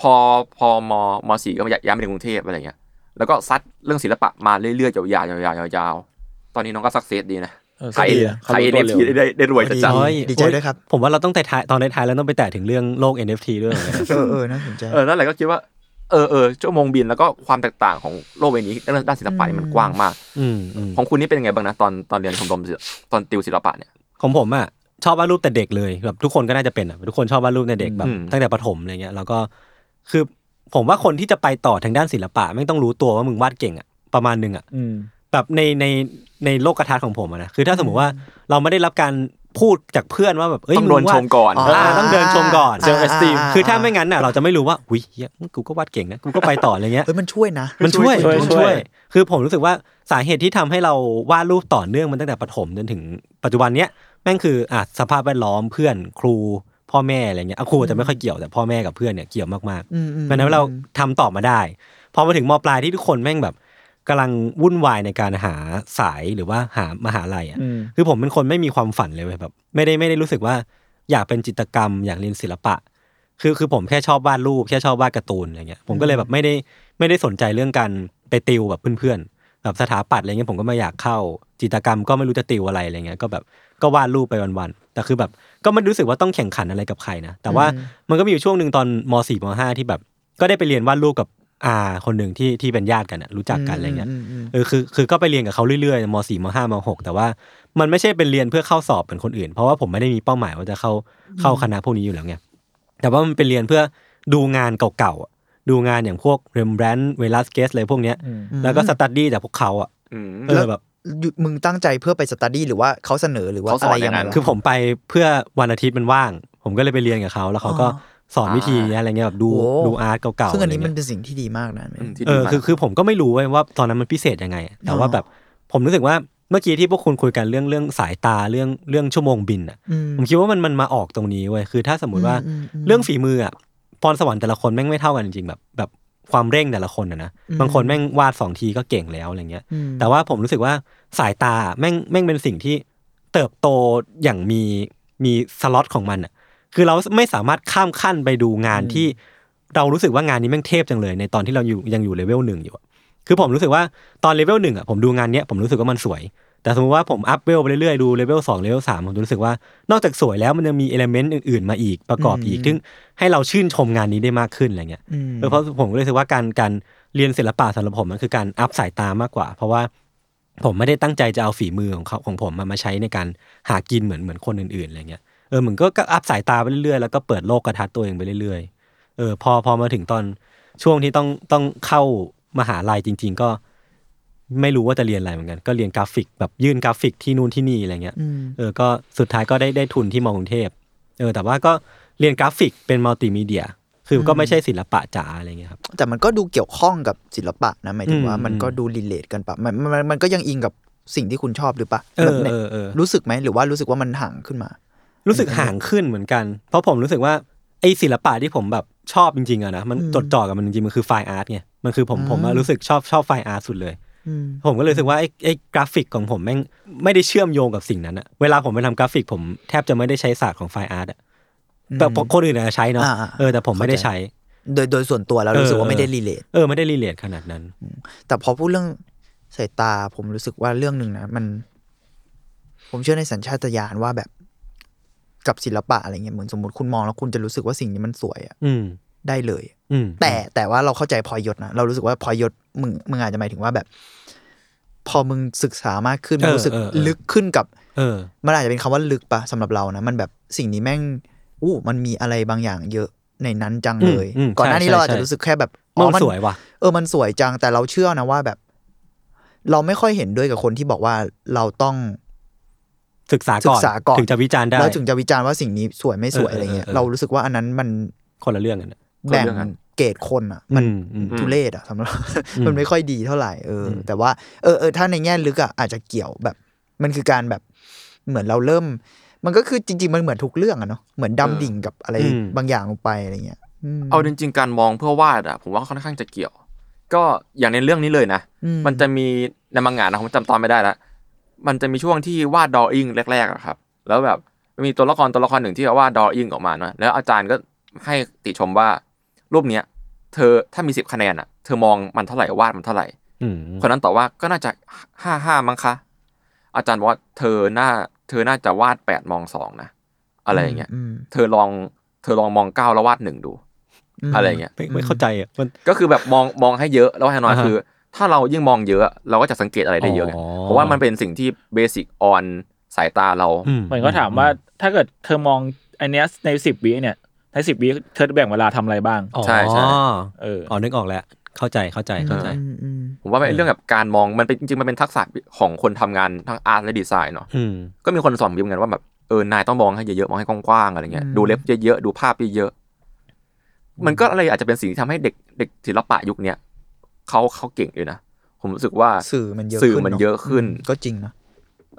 [SPEAKER 3] พอพอมมสี่ก็มาย้ายมาในกรุงเทพอะไรเงี้ยแล้วก็ซัดเรื่องศิลปะมาเรื่อยๆยาวๆยาวๆยาวๆตอนนี้น้องก็สักเซสดีนะ
[SPEAKER 2] เออ
[SPEAKER 3] ขาย
[SPEAKER 2] ดีอะ
[SPEAKER 3] ขาย
[SPEAKER 2] รู้
[SPEAKER 3] เอ็น
[SPEAKER 2] ตัวเร็ว
[SPEAKER 3] เอฟทีได้ได้รวยจัดจัง
[SPEAKER 5] โอ้ย
[SPEAKER 4] ดีใจด้วยครับ
[SPEAKER 5] ผมว่าเราต้องแต่ท้ายตอนท้ายๆแล้วต้องไปแตะถึงเรื่องโลก NFT ด้วยเหมือนกันนะ
[SPEAKER 4] เออเออน่าสนใจ
[SPEAKER 3] เออนั่นแหละก็คิดว่าเออเออชั่วโมงบินแล้วก็ความแตกต่างของโลกใบนี้เรื่องด้านศิลปะนี่มันกว้างมาก
[SPEAKER 5] อืมอืม
[SPEAKER 3] ของคุณนี่เป็นยังไงบ้างนะตอนตอนเรียนชมรมศิลป์ตอนติวศิลปะเนี่ย
[SPEAKER 5] ของผมอ่ะชอบวาดรูปแต่เด็กเลยแบบทุกคนก็น่าจะเป็นอะทุกคนชอบวาดรูปแต่เด็กแบบ
[SPEAKER 3] อืม
[SPEAKER 5] ตั้งแต่ประถมอะไรเงี้ยแล้วก็คือผมว่าคนที่จะไปต่อทางด้านศิลปะไม่งต้องรู้ตัวว่ามึงวาดเก่งอะประมาณหนึงอะ
[SPEAKER 2] อืม
[SPEAKER 5] แบบในในในโลกทัศน์ของผมอะนะคือถ้าสมมติว่าเราไม่ได้รับการพูดจากเพื่อนว่าแบบเอ้ย
[SPEAKER 3] ต้องโดน
[SPEAKER 5] มึวา
[SPEAKER 3] ชมก่อน
[SPEAKER 4] อ๋อ
[SPEAKER 5] อ่าต้องเดินชมก่อน
[SPEAKER 2] self esteem
[SPEAKER 4] า
[SPEAKER 5] คือถ้าไม่งั้นน่ะเราจะไม่รู้ว่าอุ้ยเหี้ยกูก็วาดเก่งนะกูก็ไปต่ออะไรเงี้ย
[SPEAKER 4] เฮ้ยมันช่วยนะ
[SPEAKER 5] มันช่วย
[SPEAKER 2] ช่วย
[SPEAKER 5] มัน
[SPEAKER 2] ช่
[SPEAKER 5] ช่ว
[SPEAKER 2] วย ย
[SPEAKER 5] คือผมรู้สึกว่าสาเหตุที่ทำให้เราวาดรูปต่อเนื่องมันตั้งแต่ประถมจนถึงปัจจุบันเนี้ยแม่งคืออ่ะสภาพแวดล้อมเพื่อนครูพ่อแม่อะไรเงี้ยอ่ะครูอาจจะไม่ค่อยเกี่ยวแต่พ่อแม่กับเพื่อนเนี่ยเกี่ยวมากๆ
[SPEAKER 4] อืมอืม
[SPEAKER 5] เพราะฉะนั้นเราทำต่อมาได้ พอมาถึงมปลายที่ทุกคนแม่งแบบกำลังวุ่นวายในการหาสายหรือว่าหามหาลัยอ่ะ
[SPEAKER 2] อืม
[SPEAKER 5] คือผมเป็นคนไม่มีความฝันเลยเว้ยแบบ ไม่ได้ไม่ได้รู้สึกว่าอยากเป็นจิตรกรรม อยากเรียนศิลปะ คือคือผมแค่ชอบวาดรูปแค่ชอบวาดการ์ตูนอะไรเงี้ยผมก็เลยแบบไม่ได้ไม่ได้สนใจเรื่องการไปติวแบบเพื่อนๆแบบสถาปัตย์อะไรเงี้ยผมก็ไม่อยากเข้าจิตรกรรมก็ไม่รู้จะติวอะไรอะไรเงี้ยก็แบบก็วาดรูปไปวันๆแต่คือแบบก็ไม่รู้สึกว่าต้องแข่งขันอะไรกับใครนะแต่ว่ามันก็มีอยู่ช่วงหนึ่งตอนมสี่มห้าที่แบบ ก็ได้ไปเรียนวาดรูปกับอาคนหนึ่งที่ที่เป็นญาติกันอะรู้จักกันอะไรเงี้ย
[SPEAKER 4] มอืม
[SPEAKER 5] เออคือคือก็ไปเรียนกับเขาเรื่อยๆมสี่มห้ามหกแต่ว่ามันไม่ใช่เป็นเรียนเพื่อเข้าสอบเหมือนคนอื่น เพราะว่าผมไม่ได้มีเป้าหมายว่าจะเข้าเข้าคณะพวกนี้อยู่แล้วไงแต่ว่ามันเป็นเรียนเพื่อดูงานเก่าๆอะดูงานอย่างพวกเรมแบรนด์เวลัสเกสอะไรพวกเนี้ย
[SPEAKER 2] อืม
[SPEAKER 4] อืม
[SPEAKER 5] แล้วก็สตัดดี้จากพวกเขาอ่ะ
[SPEAKER 3] อืม
[SPEAKER 5] เออแบบ
[SPEAKER 4] อยู่มึงตั้งใจเพื่อไปสตัดดี้หรือว่าเขาเสนอหรือว่า
[SPEAKER 3] เขาส
[SPEAKER 4] อะ
[SPEAKER 3] อน
[SPEAKER 4] ไรยัง
[SPEAKER 3] ย่าง
[SPEAKER 4] ไง
[SPEAKER 3] นั้น
[SPEAKER 4] วะ
[SPEAKER 5] คือผมไปเพื่อวันอาทิตย์มันว่าง ผมก็เลยไปเรียนกับเขาแล้วเขาก็สอนวิธีอะไรเงี้ยแบบดู
[SPEAKER 4] โอ้
[SPEAKER 5] ดูอาร์ตเก่าๆ
[SPEAKER 4] ซึ่งอันนี้
[SPEAKER 5] ะไร
[SPEAKER 4] มั
[SPEAKER 5] เย
[SPEAKER 4] นเป็นสิ่งที่ดีมากนะ
[SPEAKER 3] อืมที่
[SPEAKER 5] เอ
[SPEAKER 3] ดี
[SPEAKER 5] อ
[SPEAKER 3] มาก
[SPEAKER 5] คือคือผมก็ไม่รู้เว้ยว่าตอนนั้นมันพิเศษยังไงอะแต่ว่า
[SPEAKER 4] อ๋อ
[SPEAKER 5] แบบผมรู้สึกว่าเมื่อกี้ที่พวกคุณคุยกันเรื่องเรื่องสายตาเรื่องเรื่องชั่วโมงบินอ่ะ
[SPEAKER 4] อืม
[SPEAKER 5] ผมคิดว่ามันมันมาออกตรงนี้เว้ยคือถ้าสมมติว่า
[SPEAKER 4] อืมม
[SPEAKER 5] เรื่องฝีมืออ่ะพรสวรรค์แต่ละคนแม่งไม่เท่ากันจริงๆแบบแบบความเร่งแต่ละคนอะนะ
[SPEAKER 4] อืม
[SPEAKER 5] บางคนแม่งวาดสองทีก็เก่งแล้วอะไรเงี้ย
[SPEAKER 4] อืม
[SPEAKER 5] แต่ว่าผมรู้สึกว่าสายตาแม่งแม่งเป็นสิ่งที่เติบโตอย่างมีมีสล็อตของมันอ่ะคือเราไม่สามารถข้ามขั้นไปดูงานที่เรารู้สึกว่างานนี้แม่งเทพจังเลยในตอนที่เราอยู่ยังอยู่เลเวลหนึ่งอยู่อะคือผมรู้สึกว่าตอนเลเวลหนึ่งอ่ะผมดูงานเนี้ยผมรู้สึกว่ามันสวย แต่สมมติว่าผมอัพเวลไปเรื่อยๆดูเลเวลสองเลเวลสามผมรู้สึกว่านอกจากสวยแล้วมันยังมีเอลเมนต์อื่นๆมาอีกประกอบอีก
[SPEAKER 4] อืม
[SPEAKER 5] ซึ่งให้เราชื่นชมงานนี้ได้มากขึ้นอะไรเงี้ย
[SPEAKER 4] อืม
[SPEAKER 5] เออเพราะผมก็เลยรู้สึกว่าการการเรียนศิลปะสำหรับผมมันคือการอัพสายตามากกว่า เพราะว่าผมไม่ได้ตั้งใจจะเอาฝีมือของเขาของผมมามาใช้ในการหากินเหมือนเหมือนคนอื่นๆอะไรเงี้ยเออเหมือนก็ก็อัพสายตาไปเรื่อยๆแล้วก็เปิดโลกกระทัดตัวเองไปเรื่อยๆเออพอพอมาถึงตอนช่วงที่ต้องต้องเข้ามหาลัยจริง ๆ ก็ ไม่รู้ว่าจะเรียนอะไรเหมือนกัน ก็เรียนกราฟิกแบบยื่นกราฟิกที่นู่นที่นี่อะไรเงี้ย
[SPEAKER 4] อืม
[SPEAKER 5] เออ ก็สุดท้ายก็ได้ได้ทุนที่มอกรุงเทพ เออ แต่ว่าก็เรียนกราฟิกเป็นมัลติมีเดีย คือก็ไม่ใช่ศิลปะจ๋าอะไรเงี้ยครับ
[SPEAKER 4] แต่มันก็ดูเกี่ยวข้องกับศิลปะนะหมายถึงว่า
[SPEAKER 5] อืม
[SPEAKER 4] มันก็ดูรีเลทกันปะมันมันมันก็ยังอิงกับสิ่งที่คุณชอบหรือปะ
[SPEAKER 5] เอ
[SPEAKER 4] แบบ
[SPEAKER 5] อ
[SPEAKER 4] เนี่ย
[SPEAKER 5] เออเออ
[SPEAKER 4] รู้สึกไหมหรือว่ารู้สึกว่ามันห่างขึ้นมา
[SPEAKER 5] รู้สึกห่างขึ้นเหมือนกัน เพราะผมรู้สึกว่าไอศิลปะที่ผมแบบชอบจริงๆอะนะ มัน
[SPEAKER 4] อืม
[SPEAKER 5] จดจ่อกับมันจริงๆ มันคือไฟล์อาร์ตไง มันคือผม
[SPEAKER 4] อ่า
[SPEAKER 5] ผมอะรู้สึกชอบชอบไฟล์อาร์ตสุดเลย
[SPEAKER 4] อืม
[SPEAKER 5] ผมก็เลยรู้สึกว่าไอ้ไอ้กราฟิกของผมแม่งไม่ได้เชื่อมโยงกับสิ่งนั้นอะเวลาผมไปทำกราฟิกผมแทบจะไม่ได้ใช้ศาสตร์ของไฟล์อาร์ตอะแต่
[SPEAKER 4] อืม
[SPEAKER 5] คนอื่นอาจจะใช้เนาะ
[SPEAKER 4] อ่าๆ
[SPEAKER 5] เออ แต่ผมไม่ได้ใช้
[SPEAKER 4] โดยโดยส่วนตัวแล้ว
[SPEAKER 5] เออ
[SPEAKER 4] รู้สึกว่าไม่ได้รีเลท
[SPEAKER 5] เออ ไม่ได้รีเลทขนาดนั้น
[SPEAKER 4] แต่พอพูดเรื่องสายตาผมรู้สึกว่าเรื่องหนึ่งนะมัน ผมเชื่อในสัญชาตญาณว่าแบบกับศิลปะอะไรเงี้ยเหมือนสมมติคุณมองแล้วคุณจะรู้สึกว่าสิ่งนี้มันสวยอะ
[SPEAKER 5] อืม
[SPEAKER 4] ได้เลย
[SPEAKER 5] อืม
[SPEAKER 4] แต่แต่ว่าเราเข้าใจพลอยยศนะเรารู้สึกว่าพลอยยศมึงมึงอาจจะหมายถึงว่าแบบ พอมึงศึกษามากขึ้นมึงรู้สึกลึกขึ้นกับ
[SPEAKER 5] เออ
[SPEAKER 4] มันอาจจะเป็นคำว่าลึกปะสำหรับเรานะ มันแบบสิ่งนี้แม่งอู้มันมีอะไรบางอย่างเยอะในนั้นจังเลย
[SPEAKER 5] อืมอืม
[SPEAKER 4] ก่อนหน้านี้
[SPEAKER 5] ใช่
[SPEAKER 4] เราอาจ
[SPEAKER 5] ใช่
[SPEAKER 4] จะรู้สึกแค่แบบ
[SPEAKER 5] มั
[SPEAKER 4] อ๋อน
[SPEAKER 5] สวยว่ะ
[SPEAKER 4] เออมันสวยจังแต่เราเชื่อนะว่าแบบ เราไม่ค่อยเห็นด้วยกับคนที่บอกว่าเราต้อง
[SPEAKER 5] ศึกษา
[SPEAKER 4] ศึ
[SPEAKER 5] ก่อน
[SPEAKER 4] กษาก่อน
[SPEAKER 5] ถึงจะวิจารณ์ได้
[SPEAKER 4] แล้วถึงจะวิจารณ์ว่าสิ่งนี้สวยไม่สวย
[SPEAKER 5] เออ
[SPEAKER 4] อะไรเงี้ย
[SPEAKER 5] เออเออ
[SPEAKER 4] เรารู้สึกว่าอันนั้นมัน
[SPEAKER 5] คนละเรื่องกันนะ
[SPEAKER 3] คนละ
[SPEAKER 4] แบ่ง
[SPEAKER 3] เรื่องกัน
[SPEAKER 4] เกรดคนอ่ะ มัน
[SPEAKER 5] อือื
[SPEAKER 4] ทุเรศอะสำหรับ
[SPEAKER 5] อื ม
[SPEAKER 4] มันไม่ค่อยดีเท่าไหร่เอออ
[SPEAKER 5] ม
[SPEAKER 4] แต่ว่าเออเออถ้าในแง่ลึกอะอาจจะเกี่ยวแบบ มันคือการแบบเหมือนเราเริ่ม มันก็คือจริง ๆ มันเหมือนทุกเรื่องอะเนาะเหมือนดำดิ่งกับอะไรบางอย่างลงไปอะไรเงี้ยม
[SPEAKER 3] เอาจริงๆการมองเพื่อวาดอะผมว่าค่อนข้างจะเกี่ยว ก็อย่างในเรื่องนี้เลยนะ
[SPEAKER 4] อืม
[SPEAKER 3] มันจะมีในมังงะนะผมจำตอนไม่ได้ละมันจะมีช่วงที่วาดดออิงแรกๆอะครับ แล้วแบบมีตัวละครตัวละครหนึ่งที่วาดดออิงออกมาเนอะแล้วอาจารย์ก็ให้ติชมว่ารูปเนี้ย เธอถ้ามีสิบคะแนนอะเธอมองมันเท่าไหร่วาดมันเท่าไหร่
[SPEAKER 5] อืม
[SPEAKER 3] คนนั้นตอบว่าก็น่าจะห้าห้ามั้งคะ อาจารย์บอกว่าเธอหน้าเธอน่าจะวาดแปดมองสองนะอะไรอย่างเงี้ย
[SPEAKER 4] ม
[SPEAKER 3] เธอลองเธอลองมองเก้าแล้ววาดหนึ่งดู
[SPEAKER 4] ม
[SPEAKER 3] อะไรอย่างเงี้ย
[SPEAKER 5] ไม่ไม่เข้าใจอ่ะมัน
[SPEAKER 3] ก็คือแบบมองมองให้เยอะแล้วให้น้อย
[SPEAKER 5] อ่าฮะ
[SPEAKER 3] คือ ถ้าเรายิ่งมองเยอะ เราก็จะสังเกตอะไรได้เยอะไง
[SPEAKER 5] อ๋อ
[SPEAKER 3] เพราะว่ามันเป็นสิ่งที่เบสิกออนสายตาเรา
[SPEAKER 5] อื
[SPEAKER 2] เหมือนก็ถามว่าถ้าเกิดเธอมองอันเนี้ยในสิบวิเนี่ยในสิบวิเธอแบ่งเวลาทำอะไรบ้าง
[SPEAKER 5] อ๋อ
[SPEAKER 3] ใช่ใช่
[SPEAKER 2] เออ
[SPEAKER 5] อ๋อนึกออกแล้ว เข้าใจเข้าใจเข้าใจ
[SPEAKER 4] อืมอืม
[SPEAKER 3] ผมว่ามันเป็นเรื่องแบบการมองมันเป็นจริงๆมันเป็นทักษะของคนทำงานทั้งอาร์ตและดีไซน์เนาะ
[SPEAKER 5] อืม
[SPEAKER 3] ก็มีคนสอนผมเหมือนกันว่าแบบเออนายต้องมองให้เยอะๆมองให้กว้างๆอะไรเงี้ยดูเล็บเยอะๆดูภาพเยอะๆมันก็อะไรอาจจะเป็นสิ่งที่ทำให้เด็กเด็กศิลปะยุคเนี้ยเขาเขาเก่งเลยนะผมรู้สึกว่า
[SPEAKER 4] สื่อมันเยอะ
[SPEAKER 3] สื่อ
[SPEAKER 4] ขึ้น
[SPEAKER 3] มัน
[SPEAKER 4] เะ
[SPEAKER 3] เยอะขึ้น
[SPEAKER 4] ก็จริงนะ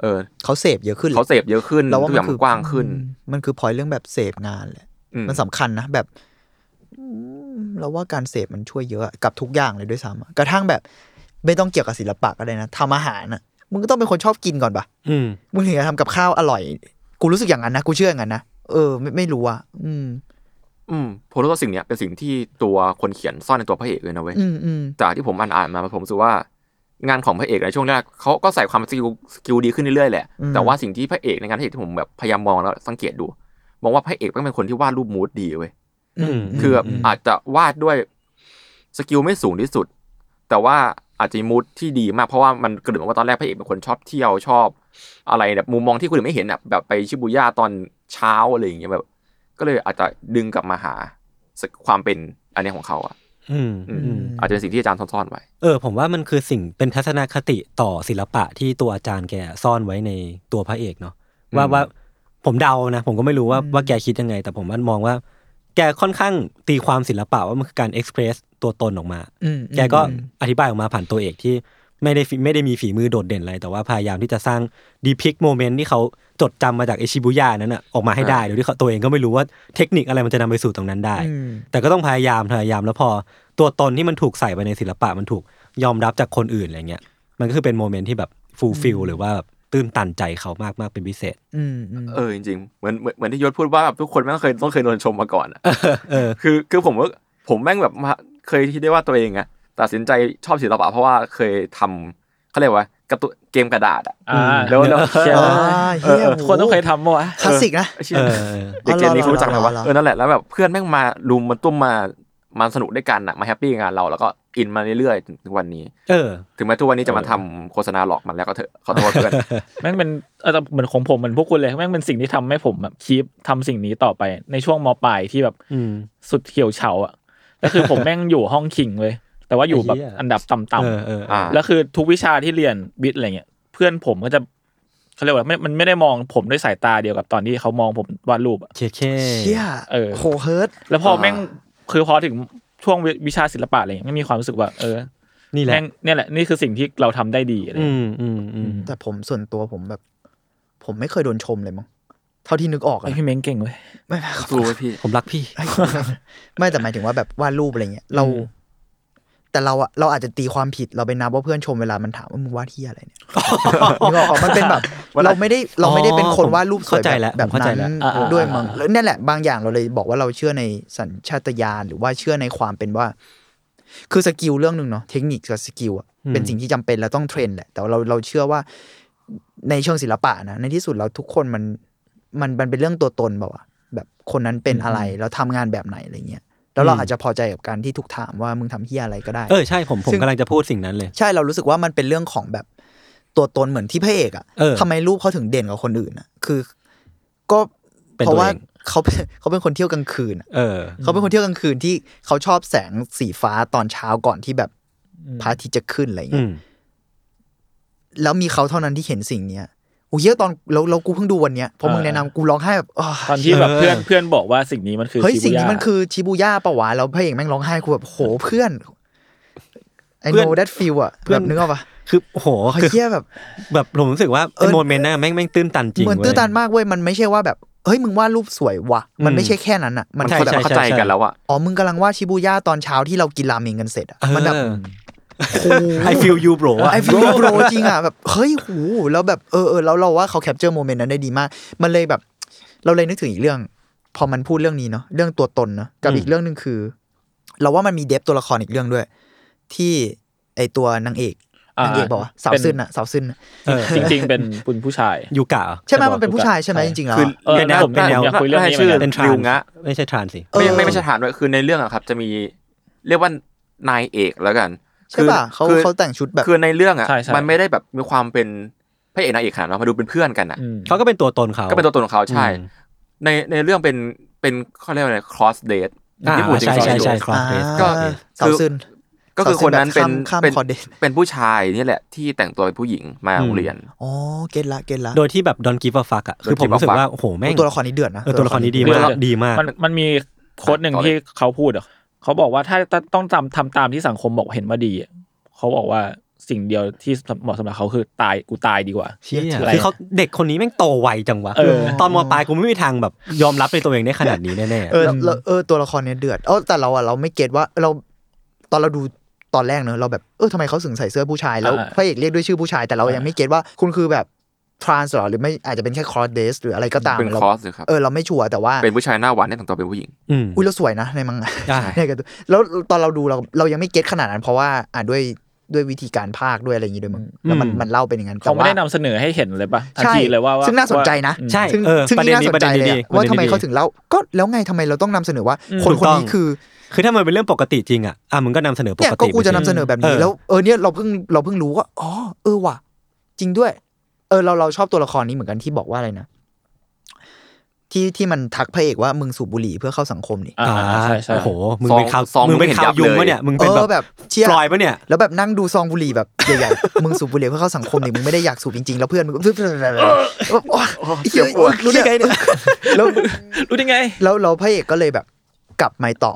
[SPEAKER 3] เออ
[SPEAKER 4] เขาเสพเยอะขึ้น
[SPEAKER 3] เขาเสพเยอะขึ้น
[SPEAKER 4] เราว่า
[SPEAKER 3] ทุกอ
[SPEAKER 4] มั
[SPEAKER 3] ย่าน งมั
[SPEAKER 4] คือน
[SPEAKER 3] กว้างขึ้น
[SPEAKER 4] อืมมันคือพอยเรื่องแบบเสพงานแหละ
[SPEAKER 3] อืม
[SPEAKER 4] มันสำคัญนะแบบอืมเราว่าการเสพมันช่วยเยอะกับทุกอย่างเลยด้วยซ้ำอะกระทั่งแบบ ไม่ต้องเกี่ยวกับศิลปะก็ได้นะทำอาหารน่ะมึงก็ต้องเป็นคนชอบกินก่อนปะ
[SPEAKER 5] อืม
[SPEAKER 4] มึงถึงจะทำกับข้าวอร่อย กูรู้สึกอย่างนั้นนะกูเชื่ออย่างนั้นนะเออไม่ไม่รู้อะอืม
[SPEAKER 3] อืมผมรู้ว่าสิ่งเนี้ยเป็นสิ่งที่ตัวคนเขียนซ่อนในตัวพระเอกเลยนะเว้ย
[SPEAKER 4] อืมอืม
[SPEAKER 3] จากที่ผมอ่านอ่านมาผมรู้สึกว่า งานของพระเอกในช่วงแรกเขาก็ใส่ความสกิลสกิลดีขึ้นเรื่อยๆแหละแต่ว่าสิ่งที่พระเอกในงานพระเอกที่ผมแบบพยายามมองแล้วสังเกตดูมองว่าพระเอกต้องเป็นคนที่วาดรูปมูดดีเว้ย
[SPEAKER 4] อืม
[SPEAKER 3] คือแบบอาจจะวาดด้วยสกิลไม่สูงที่สุด แต่ว่าอาจจะมีมูดที่ดีมากเพราะว่ามันเกริดมาว่าตอนแรกพระเอกเป็นคนชอบเที่ยวชอบ อะไรแบบมุมมองที่คนอื่นไม่เห็นอ่ะแบบไปชิบูย่าตอนเช้าอะไรอย่างเงี้ยแบบ ก็เลยอาจจะดึงกลับมาหาสกความเป็นอันเนี้ยของเขาอ่ะ
[SPEAKER 5] อืม
[SPEAKER 3] อืม
[SPEAKER 5] อืม
[SPEAKER 3] อาจจะเป็นสิ่งที่อาจารย์ซ่อนๆไว้
[SPEAKER 5] เออผมว่ามันคือสิ่งเป็นทัศนคติต่อศิลปะที่ตัวอาจารย์แกซ่อนไว้ในตัวพระเอกเนาะว่า
[SPEAKER 3] อืม
[SPEAKER 5] ว่าผมเดานะ ผมก็ไม่รู้ว่าว่าแกคิดยังไง แต่ผมว่ามองว่า แกค่อนข้างตีความศิลปะว่ามันคือการเอ็กซ์เพรสตัวตนออกมา
[SPEAKER 4] อืม
[SPEAKER 5] แกก็อธิบายออกมาผ่านตัวเอกที่ไม่ได้ฝีไม่ได้มีฝีมือโดดเด่นอะไร แต่ว่าพยายามที่จะสร้างดีพิกโมเมนต์ที่เขาจดจำมาจากเอชิบุย่านั้นอะออกมาให้ได้โดยที่เขาตัวเองก็ไม่รู้ว่าเทคนิคอะไรมันจะนำไปสู่ตรงนั้นได้
[SPEAKER 4] อืม
[SPEAKER 5] แต่ก็ต้องพยายามพยายามแล้วพอตัวตนที่มันถูกใส่ไปในศิลปะมันถูกยอมรับจากคนอื่นอะไรเงี้ยมันก็คือเป็นโมเมนต์ที่แบบฟูลฟิลหรือว่าแบบตื้นตันใจเขามากมากๆเป็นพิเศษ
[SPEAKER 4] อืมอืม
[SPEAKER 3] เออจริงๆเหมือนเหมือนเหมือนที่ยศพูดว่าแบบทุกคนแม่งเคยต้องเคยโดนชมมาก่อนอะ
[SPEAKER 5] เออ
[SPEAKER 3] คือคือผมว่าผมแม่งแบบมาเคยคิดได้ว่าตัวเองอะตัดสินใจชอบศิลปะเพราะว่าเคยทำเขาเรียกว่าการ์ตูนเกมกระดาษอะ
[SPEAKER 2] อ่า
[SPEAKER 3] เดี๋ยวเดี๋ยว
[SPEAKER 2] เชื่อไหม
[SPEAKER 4] อ่าเฮีย
[SPEAKER 2] คนต้องเคยทำปะวะ
[SPEAKER 4] คลาสสิกนะ
[SPEAKER 3] ไอ้เชี่ย
[SPEAKER 5] เออเออ
[SPEAKER 3] เด็กเจนนี้
[SPEAKER 4] อ๋
[SPEAKER 3] เขา
[SPEAKER 4] อเหรอ
[SPEAKER 3] รู้จักไหมวะ
[SPEAKER 4] เหรอ
[SPEAKER 3] เออนั่นแหละแล้วแบบเพื่อนแม่งมารุมมันตุ้มมามาสนุกด้วยกันอะมาแฮปปี้งานเราแล้วก็อินมาเรื่อยๆถึงถึงวันนี้
[SPEAKER 5] เออ
[SPEAKER 3] ถึงแม้ทุกวันนี้จะมาทำโฆษณาหลอกมันแล้วก็เถอะขอโทษเพื่อน
[SPEAKER 2] แม่งเป็นเออแต่เหมือนของผมเหมือนพวกคุณเลยแม่งเป็นสิ่งที่ทำให้ผมแบบคีปทำสิ่งนี้ต่อไปในช่วงมปลายที่แบบ
[SPEAKER 5] อืม
[SPEAKER 2] สุดเขียวเฉาอ่ะก็คือผมแม่งอยู่ห้องคิงเลย แต่ว่าอยู่แบบ
[SPEAKER 5] ไอ้เหี้ย
[SPEAKER 2] อันดับต่ำ
[SPEAKER 5] เออ
[SPEAKER 2] ๆ
[SPEAKER 5] เออเออ
[SPEAKER 3] อ่า
[SPEAKER 2] แล้วคือทุกวิชาที่เรียนวิทย์อะไรเงี้ยเพื่อนผมก็จะเขาเรียกว่าไม่มันไม่ได้มองผมด้วยสายตาเดียวกับตอนที่เขามองผมวาดรูปอะ
[SPEAKER 5] เช่เช่
[SPEAKER 4] เชี่ย
[SPEAKER 2] เออ
[SPEAKER 4] โหเฮิร์ต
[SPEAKER 2] แล้วพอ
[SPEAKER 3] อ่า
[SPEAKER 2] แม่งคือพอถึงช่วงวิวิชาศิลปะอะไรเงี้ยไม่มีความรู้สึกว่าเออ
[SPEAKER 5] นี่แหละ
[SPEAKER 2] แม่งเนี่ยแหละนี่คือสิ่งที่เราทำได้ดีอะไร
[SPEAKER 5] อื
[SPEAKER 2] เงี้ย
[SPEAKER 5] มอืมอืม
[SPEAKER 4] แต่ผมส่วนตัวผมแบบ ผมไม่เคยโดนชมเลยมั้งเท่าที่นึกออก
[SPEAKER 2] ไอ
[SPEAKER 4] อะ
[SPEAKER 2] พี่เม้งเก่งเว้ย
[SPEAKER 4] ไม่ไม่ขอบคุณ
[SPEAKER 3] สู้ไว้พี่
[SPEAKER 5] ผมรักพี่
[SPEAKER 4] เอ้ย ไม่แต่หมายถึงว่าแบบวาดรูปอะไรเงี้ยเรา แต่เราอะเราอาจจะตีความผิดเราไปนับว่าเพื่อนชมเวลามันถามว่ามึงวาดที่อะไรเนี่ยนึกออกปะมันเป็นแบบ เราไม่ได้เราไม่ได้เป็นคนวาดรูปสวย
[SPEAKER 5] เข้าใจแล้ว
[SPEAKER 4] แบบ
[SPEAKER 5] ผมเข้าใจ
[SPEAKER 4] นั้
[SPEAKER 5] แล้ว
[SPEAKER 4] น
[SPEAKER 2] อ่าๆ
[SPEAKER 4] ด้วยมั้งแล้วนั่นแหละบางอย่างเราเลยบอกว่าเราเชื่อในสัญชาตญาณหรือว่าเชื่อในความเป็นว่า คือสกิลเรื่องหนึ่งเนาะเทคนิคกับสกิลอะ
[SPEAKER 5] อืม
[SPEAKER 4] เป็นสิ่งที่จำเป็นและต้องเทรนแหละแต่ว่าเราเราเชื่อว่า ในเชิงศิลปะนะในที่สุดแล้วทุกคนมันมันมันเป็นเรื่องตัวตนเปล่าวะแบบคนนั้นเป็นอะไรแล้วทำงานแบบไหนอะไรเงี้ยแล้วเราอาจจะพอใจกับการที่ถูกถามว่ามึงทำเฮียอะไรก็ได้
[SPEAKER 5] เออใช่ผมผม
[SPEAKER 4] ซึ่ง
[SPEAKER 5] กำลังจะพูดสิ่งนั้นเลย
[SPEAKER 4] ใช่เรารู้สึกว่ามันเป็นเรื่องของแบบตัวตนเหมือนที่พระเอกอะ
[SPEAKER 5] เออ
[SPEAKER 4] ทำไมรูปเขาถึงเด่นกว่าคนอื่นอะคือ ก็
[SPEAKER 5] เป็น
[SPEAKER 4] เพราะว่า
[SPEAKER 5] ตัวเอง
[SPEAKER 4] เขาเป็นเขาเป็นคนเที่ยวกลางคืนอะ
[SPEAKER 5] เออ
[SPEAKER 4] เขาเป็นคนเที่ยวกลางคืนที่เขาชอบแสงสีฟ้าตอนเช้าก่อนที่แบบพระอาทิตย์จะขึ้นอะไรอย่าง
[SPEAKER 5] อื
[SPEAKER 4] เงี้ย
[SPEAKER 5] ม
[SPEAKER 4] แล้วมีเขาเท่านั้นที่เห็นสิ่งเนี้ยโอ้ยเหี้ยตอนแล้วแล้วกูเพิ่งดูวันเนี้ยพอมึง
[SPEAKER 2] เออ
[SPEAKER 4] แนะนำกูร้องไห้แบบอ้าว
[SPEAKER 2] ตอนที่แบบ
[SPEAKER 5] เออ
[SPEAKER 2] เพื่อนเพื่อนบอกว่าสิ่งนี้มันคือ
[SPEAKER 4] เฮ้ย
[SPEAKER 2] ชิบุ
[SPEAKER 4] สิ่งนี้
[SPEAKER 2] ย่า
[SPEAKER 4] มันคือชิบูย่าปะวะแล้วพระเอกแม่งร้องไห้กูแบบ โหเพื่อนไอ
[SPEAKER 5] เพื่
[SPEAKER 4] โน
[SPEAKER 5] อน
[SPEAKER 4] ดัตฟิลอะ
[SPEAKER 5] เพื่
[SPEAKER 4] แบ
[SPEAKER 5] อน
[SPEAKER 4] บนึกออกปะ
[SPEAKER 5] คือโอ้โห
[SPEAKER 4] โอ้ย
[SPEAKER 5] คือ
[SPEAKER 4] เหี้ยแบบ
[SPEAKER 5] แบบผมรู้สึกว่า
[SPEAKER 4] เอ
[SPEAKER 5] ไอ้
[SPEAKER 4] อ
[SPEAKER 5] โมเมนต์น่ะแม่งแม่งตื้นตันจริง
[SPEAKER 4] เหมือน
[SPEAKER 5] เว้ย
[SPEAKER 4] ตื้นตันมากเว้ยมันไม่ใช่ว่าแบบเฮ้ยมึงวาดรูปสวยวะมันไม่ใช่แค่นั้นอะ
[SPEAKER 3] มั
[SPEAKER 4] มันน
[SPEAKER 5] ใช่
[SPEAKER 4] คือแบบ
[SPEAKER 5] ใช่
[SPEAKER 3] เข้าใจกันแล้วอะ
[SPEAKER 4] อ๋อ มึงกำลังว่าชิบูย่าตอนเช้าที่เรากินราเมงกันเสร็จอะ
[SPEAKER 5] เออ
[SPEAKER 4] มันแบบ โอ้โห
[SPEAKER 5] I feel you bro อะ
[SPEAKER 4] ไอฟิ ลโปรจริงอ่ะแบบเฮ้ยหูแล้วแบบเออเออแล้วเราว่าเขาแคปเจอร์โมเมนต์นั้นได้ดีมาก มันเลยแบบ เราเลยนึกถึงอีกเรื่อง พอมันพูดเรื่องนี้เนาะเรื่องตัวตนเนาะกับ
[SPEAKER 5] อืม
[SPEAKER 4] อีกเรื่องหนึ่งคือ เราว่ามันมีเดฟตัวละครอีกเรื่องด้วย ที่ไอตัวนางเอก
[SPEAKER 2] อ่
[SPEAKER 4] นางเอกบอกว่าสาวซึนอะสาวซึนน่ะ
[SPEAKER 5] เออ
[SPEAKER 2] จริง ๆ เป็นปุนผู้ชาย
[SPEAKER 5] ยูกะเหรอ
[SPEAKER 4] ใช่ไหม
[SPEAKER 2] ใช่ปะ
[SPEAKER 4] มันเป็นผู้ชายใช่ไหม
[SPEAKER 2] ใช่
[SPEAKER 4] จริงๆแล้ว
[SPEAKER 3] คือ
[SPEAKER 4] อะ
[SPEAKER 2] เออ
[SPEAKER 5] แนว
[SPEAKER 2] ผม
[SPEAKER 5] แนว
[SPEAKER 2] ผมอยากคุยเรื่อง
[SPEAKER 3] ให้
[SPEAKER 2] นี้เหมื
[SPEAKER 3] ชื่
[SPEAKER 2] อนกั
[SPEAKER 3] อ
[SPEAKER 2] น
[SPEAKER 5] เป็นทรา
[SPEAKER 3] ริ
[SPEAKER 5] นส์
[SPEAKER 3] วงะ
[SPEAKER 5] ไม่ใช่ทรานส์สิ
[SPEAKER 3] ไม่ไม่ไม่ใช่ฐานด้วยคือในเรื่องอะครับ จะมีเรียกว่านายเอกแล้วกัน
[SPEAKER 4] ใช่ป่ะเขา
[SPEAKER 3] คือ
[SPEAKER 4] เขาแต่งชุดแบบ
[SPEAKER 3] คือในเรื่องอ่ะ
[SPEAKER 2] ใช่ใช่
[SPEAKER 3] มันไม่ได้แบบมีความเป็นพระเอกนางเอกขนาดนั้นมาดูเป็นเพื่อนกันอ่ะ
[SPEAKER 2] อืม
[SPEAKER 5] เขาก็เป็นตัวตนเขา
[SPEAKER 3] ก็เป็นตัวตนของเขาใช่
[SPEAKER 5] อืม
[SPEAKER 3] ในในเรื่องเป็นเป็นเขาเรียกว่าอะไร cross date
[SPEAKER 5] อ่า
[SPEAKER 3] ญี่ปุ่นจริ
[SPEAKER 5] ใช่
[SPEAKER 3] งๆ
[SPEAKER 5] ใช่ใช่คลอส
[SPEAKER 4] อ่า
[SPEAKER 5] เพส
[SPEAKER 3] ก็
[SPEAKER 4] อ่า
[SPEAKER 3] คื
[SPEAKER 4] สาวซึน
[SPEAKER 3] ก็คือคนนั้นเป็น
[SPEAKER 4] สาวซึนแบบข้าม
[SPEAKER 3] เป็น
[SPEAKER 4] ข้าม cross date
[SPEAKER 3] เป็นผู้ชายนี่แหละที่แต่งตัวเป็นผู้หญิงมา
[SPEAKER 5] อืม
[SPEAKER 3] โรงเรียน
[SPEAKER 4] อ๋อเก็ตละเก็ตละ
[SPEAKER 5] โดยที่แบบดอนกีฟฟักอ่ะ คือ
[SPEAKER 3] Don't
[SPEAKER 5] ผม
[SPEAKER 3] give a
[SPEAKER 5] รู้สึก
[SPEAKER 3] fuck
[SPEAKER 5] ว่า โอ้โห แม่ง
[SPEAKER 4] ตัวละครนี้เดือดนะ
[SPEAKER 5] เออตัวละครนี้ดีมาก
[SPEAKER 2] เดือด
[SPEAKER 5] ดีมาก
[SPEAKER 2] มันมันมีโค้ดหนึ่ง
[SPEAKER 3] ต่อเลย
[SPEAKER 2] ที่เขาพูดอ่ะเขาบอกว่าถ้าต้องทำทำตามที่สังคมบอกเห็นว่าดีอะเขาบอกว่าสิ่งเดียวที่เหมาะสำหรับเขาคือตายกูตายดีกว่า
[SPEAKER 5] เชี่ย
[SPEAKER 2] เชื่ออะไร
[SPEAKER 5] คือเขาเด็กคนนี้แม่งโตไวจังวะ
[SPEAKER 2] เออ
[SPEAKER 5] ตอนมปลายกูไม่มีทางแบบยอมรับในตัวเองได้ขนาดนี้แน่ๆ
[SPEAKER 4] เออแล้วเออตัวละครเนี้ยเดือดเออแต่เราอะเราไม่เก็ตว่าเราตอนเราดูตอนแรกเนอะเราแบบเออทำไมเขาถึงใส่เสื้อผู้ชายแล้ว
[SPEAKER 2] อ่า
[SPEAKER 4] พระเอกเรียกด้วยชื่อผู้ชายแต่เรายังไม่เก็ตว่าคุณคือแบบทรานส์หรอหรือไม่อาจจะเป็นแค่คอร์เดสหรืออะไรก็ตาม
[SPEAKER 3] เป็น
[SPEAKER 4] เรา
[SPEAKER 3] cross เลยครับ
[SPEAKER 4] เออเราไม่ชัวร์แต่ว่า
[SPEAKER 3] เป็นผู้ชายหน้าหวานเนี่ยแต่งตัวเป็นผู้หญิง
[SPEAKER 5] อืม
[SPEAKER 4] อุ้ยเราสวยนะในมังงะ
[SPEAKER 5] ใช่
[SPEAKER 4] ในการ์ตูนแล้วตอนเราดูเราเรายังไม่เก็ตขนาดนั้น เพราะว่าอ่าด้วยด้วยวิธีการพากย์ด้วยอะไรอย่างงี้ด้วยมั้งแล้วมันมันเล่าเป็นอย่างนั้น
[SPEAKER 2] เขาไม่
[SPEAKER 4] แต่ว่
[SPEAKER 2] ได้นำเสนอให้เห็นเลยปะทัน
[SPEAKER 4] ใช่
[SPEAKER 2] ทีเลยว่าว่า
[SPEAKER 4] ซึ่งน่าสนใจนะ
[SPEAKER 2] ว่าอืม
[SPEAKER 5] ใช่
[SPEAKER 4] ซึ่ง
[SPEAKER 5] เออ
[SPEAKER 4] ซึ่ง
[SPEAKER 5] ประเด็
[SPEAKER 4] นี่
[SPEAKER 5] น
[SPEAKER 4] น่า
[SPEAKER 5] นี้
[SPEAKER 4] สน
[SPEAKER 5] ประ
[SPEAKER 4] ใจ
[SPEAKER 5] เด็น
[SPEAKER 4] เลย
[SPEAKER 5] นี้
[SPEAKER 4] อะ
[SPEAKER 5] ดี
[SPEAKER 4] ว่า
[SPEAKER 5] ประด็น
[SPEAKER 4] ทำไม
[SPEAKER 5] นี้ดี
[SPEAKER 4] เขาถึงเล่าก็แล้วไงทำไมเราต้องนำเสนอว่า
[SPEAKER 2] อืม
[SPEAKER 4] คน
[SPEAKER 5] ถู
[SPEAKER 4] คน
[SPEAKER 5] กต้อง
[SPEAKER 4] นี้คือ
[SPEAKER 5] คือถ้ามันเป็นเรื่องปกติจริงอ่ะ อ่ะมึงก็นำเสนอป
[SPEAKER 4] เนี่ย
[SPEAKER 5] ก
[SPEAKER 4] ก็
[SPEAKER 5] ติ
[SPEAKER 4] กูจะนำ
[SPEAKER 5] ไปสิ
[SPEAKER 4] เสนอแบบ
[SPEAKER 5] เอ
[SPEAKER 4] นี้
[SPEAKER 5] อ
[SPEAKER 4] แล้วเออเนี่ยเราเพิ่งเราเพิ่งรู้ว่าอ๋อเออว่ะ จริงด้วย เออเราเราชอบตัวละครนี้เหมือนกันที่บอกว่าอะไรนะ ที่ที่มันทักพระเอกว่ามึงสูบบุหรี่เพื่อเข้าสังคมนี่
[SPEAKER 2] อ่าใช่ใช่
[SPEAKER 5] โอ้โห มึง
[SPEAKER 3] ซอง
[SPEAKER 5] เป็นข่าว
[SPEAKER 3] ซอง
[SPEAKER 5] มึงเป็
[SPEAKER 3] มึง
[SPEAKER 5] น
[SPEAKER 3] เห็น
[SPEAKER 5] ข่า
[SPEAKER 3] ยั
[SPEAKER 5] ว
[SPEAKER 3] บ
[SPEAKER 5] ยุง
[SPEAKER 3] เลย
[SPEAKER 5] ปะเนี่ย มึง
[SPEAKER 4] เอ
[SPEAKER 5] เป็น
[SPEAKER 4] อ
[SPEAKER 5] แบ
[SPEAKER 4] แบบ บเชี่ย
[SPEAKER 5] ฟลอยด์ปะเนี่ย
[SPEAKER 4] แล้วแบบนั่งดูซองบุหรี่แบบใหญ่ๆ มึงสูบบุหรี่เพื่อเข้าสังคมนี่มึงไม่ได้อยากสูบจริงๆ แล้วเพื่อนมึงก็ แบบโอ๊ยเจ็บปวดรู้ได้ไงเนี่ยแล้ว
[SPEAKER 2] รู้ได้ไง
[SPEAKER 4] แล้วเราพระเอกก็เลยแบบกลับมาต่อ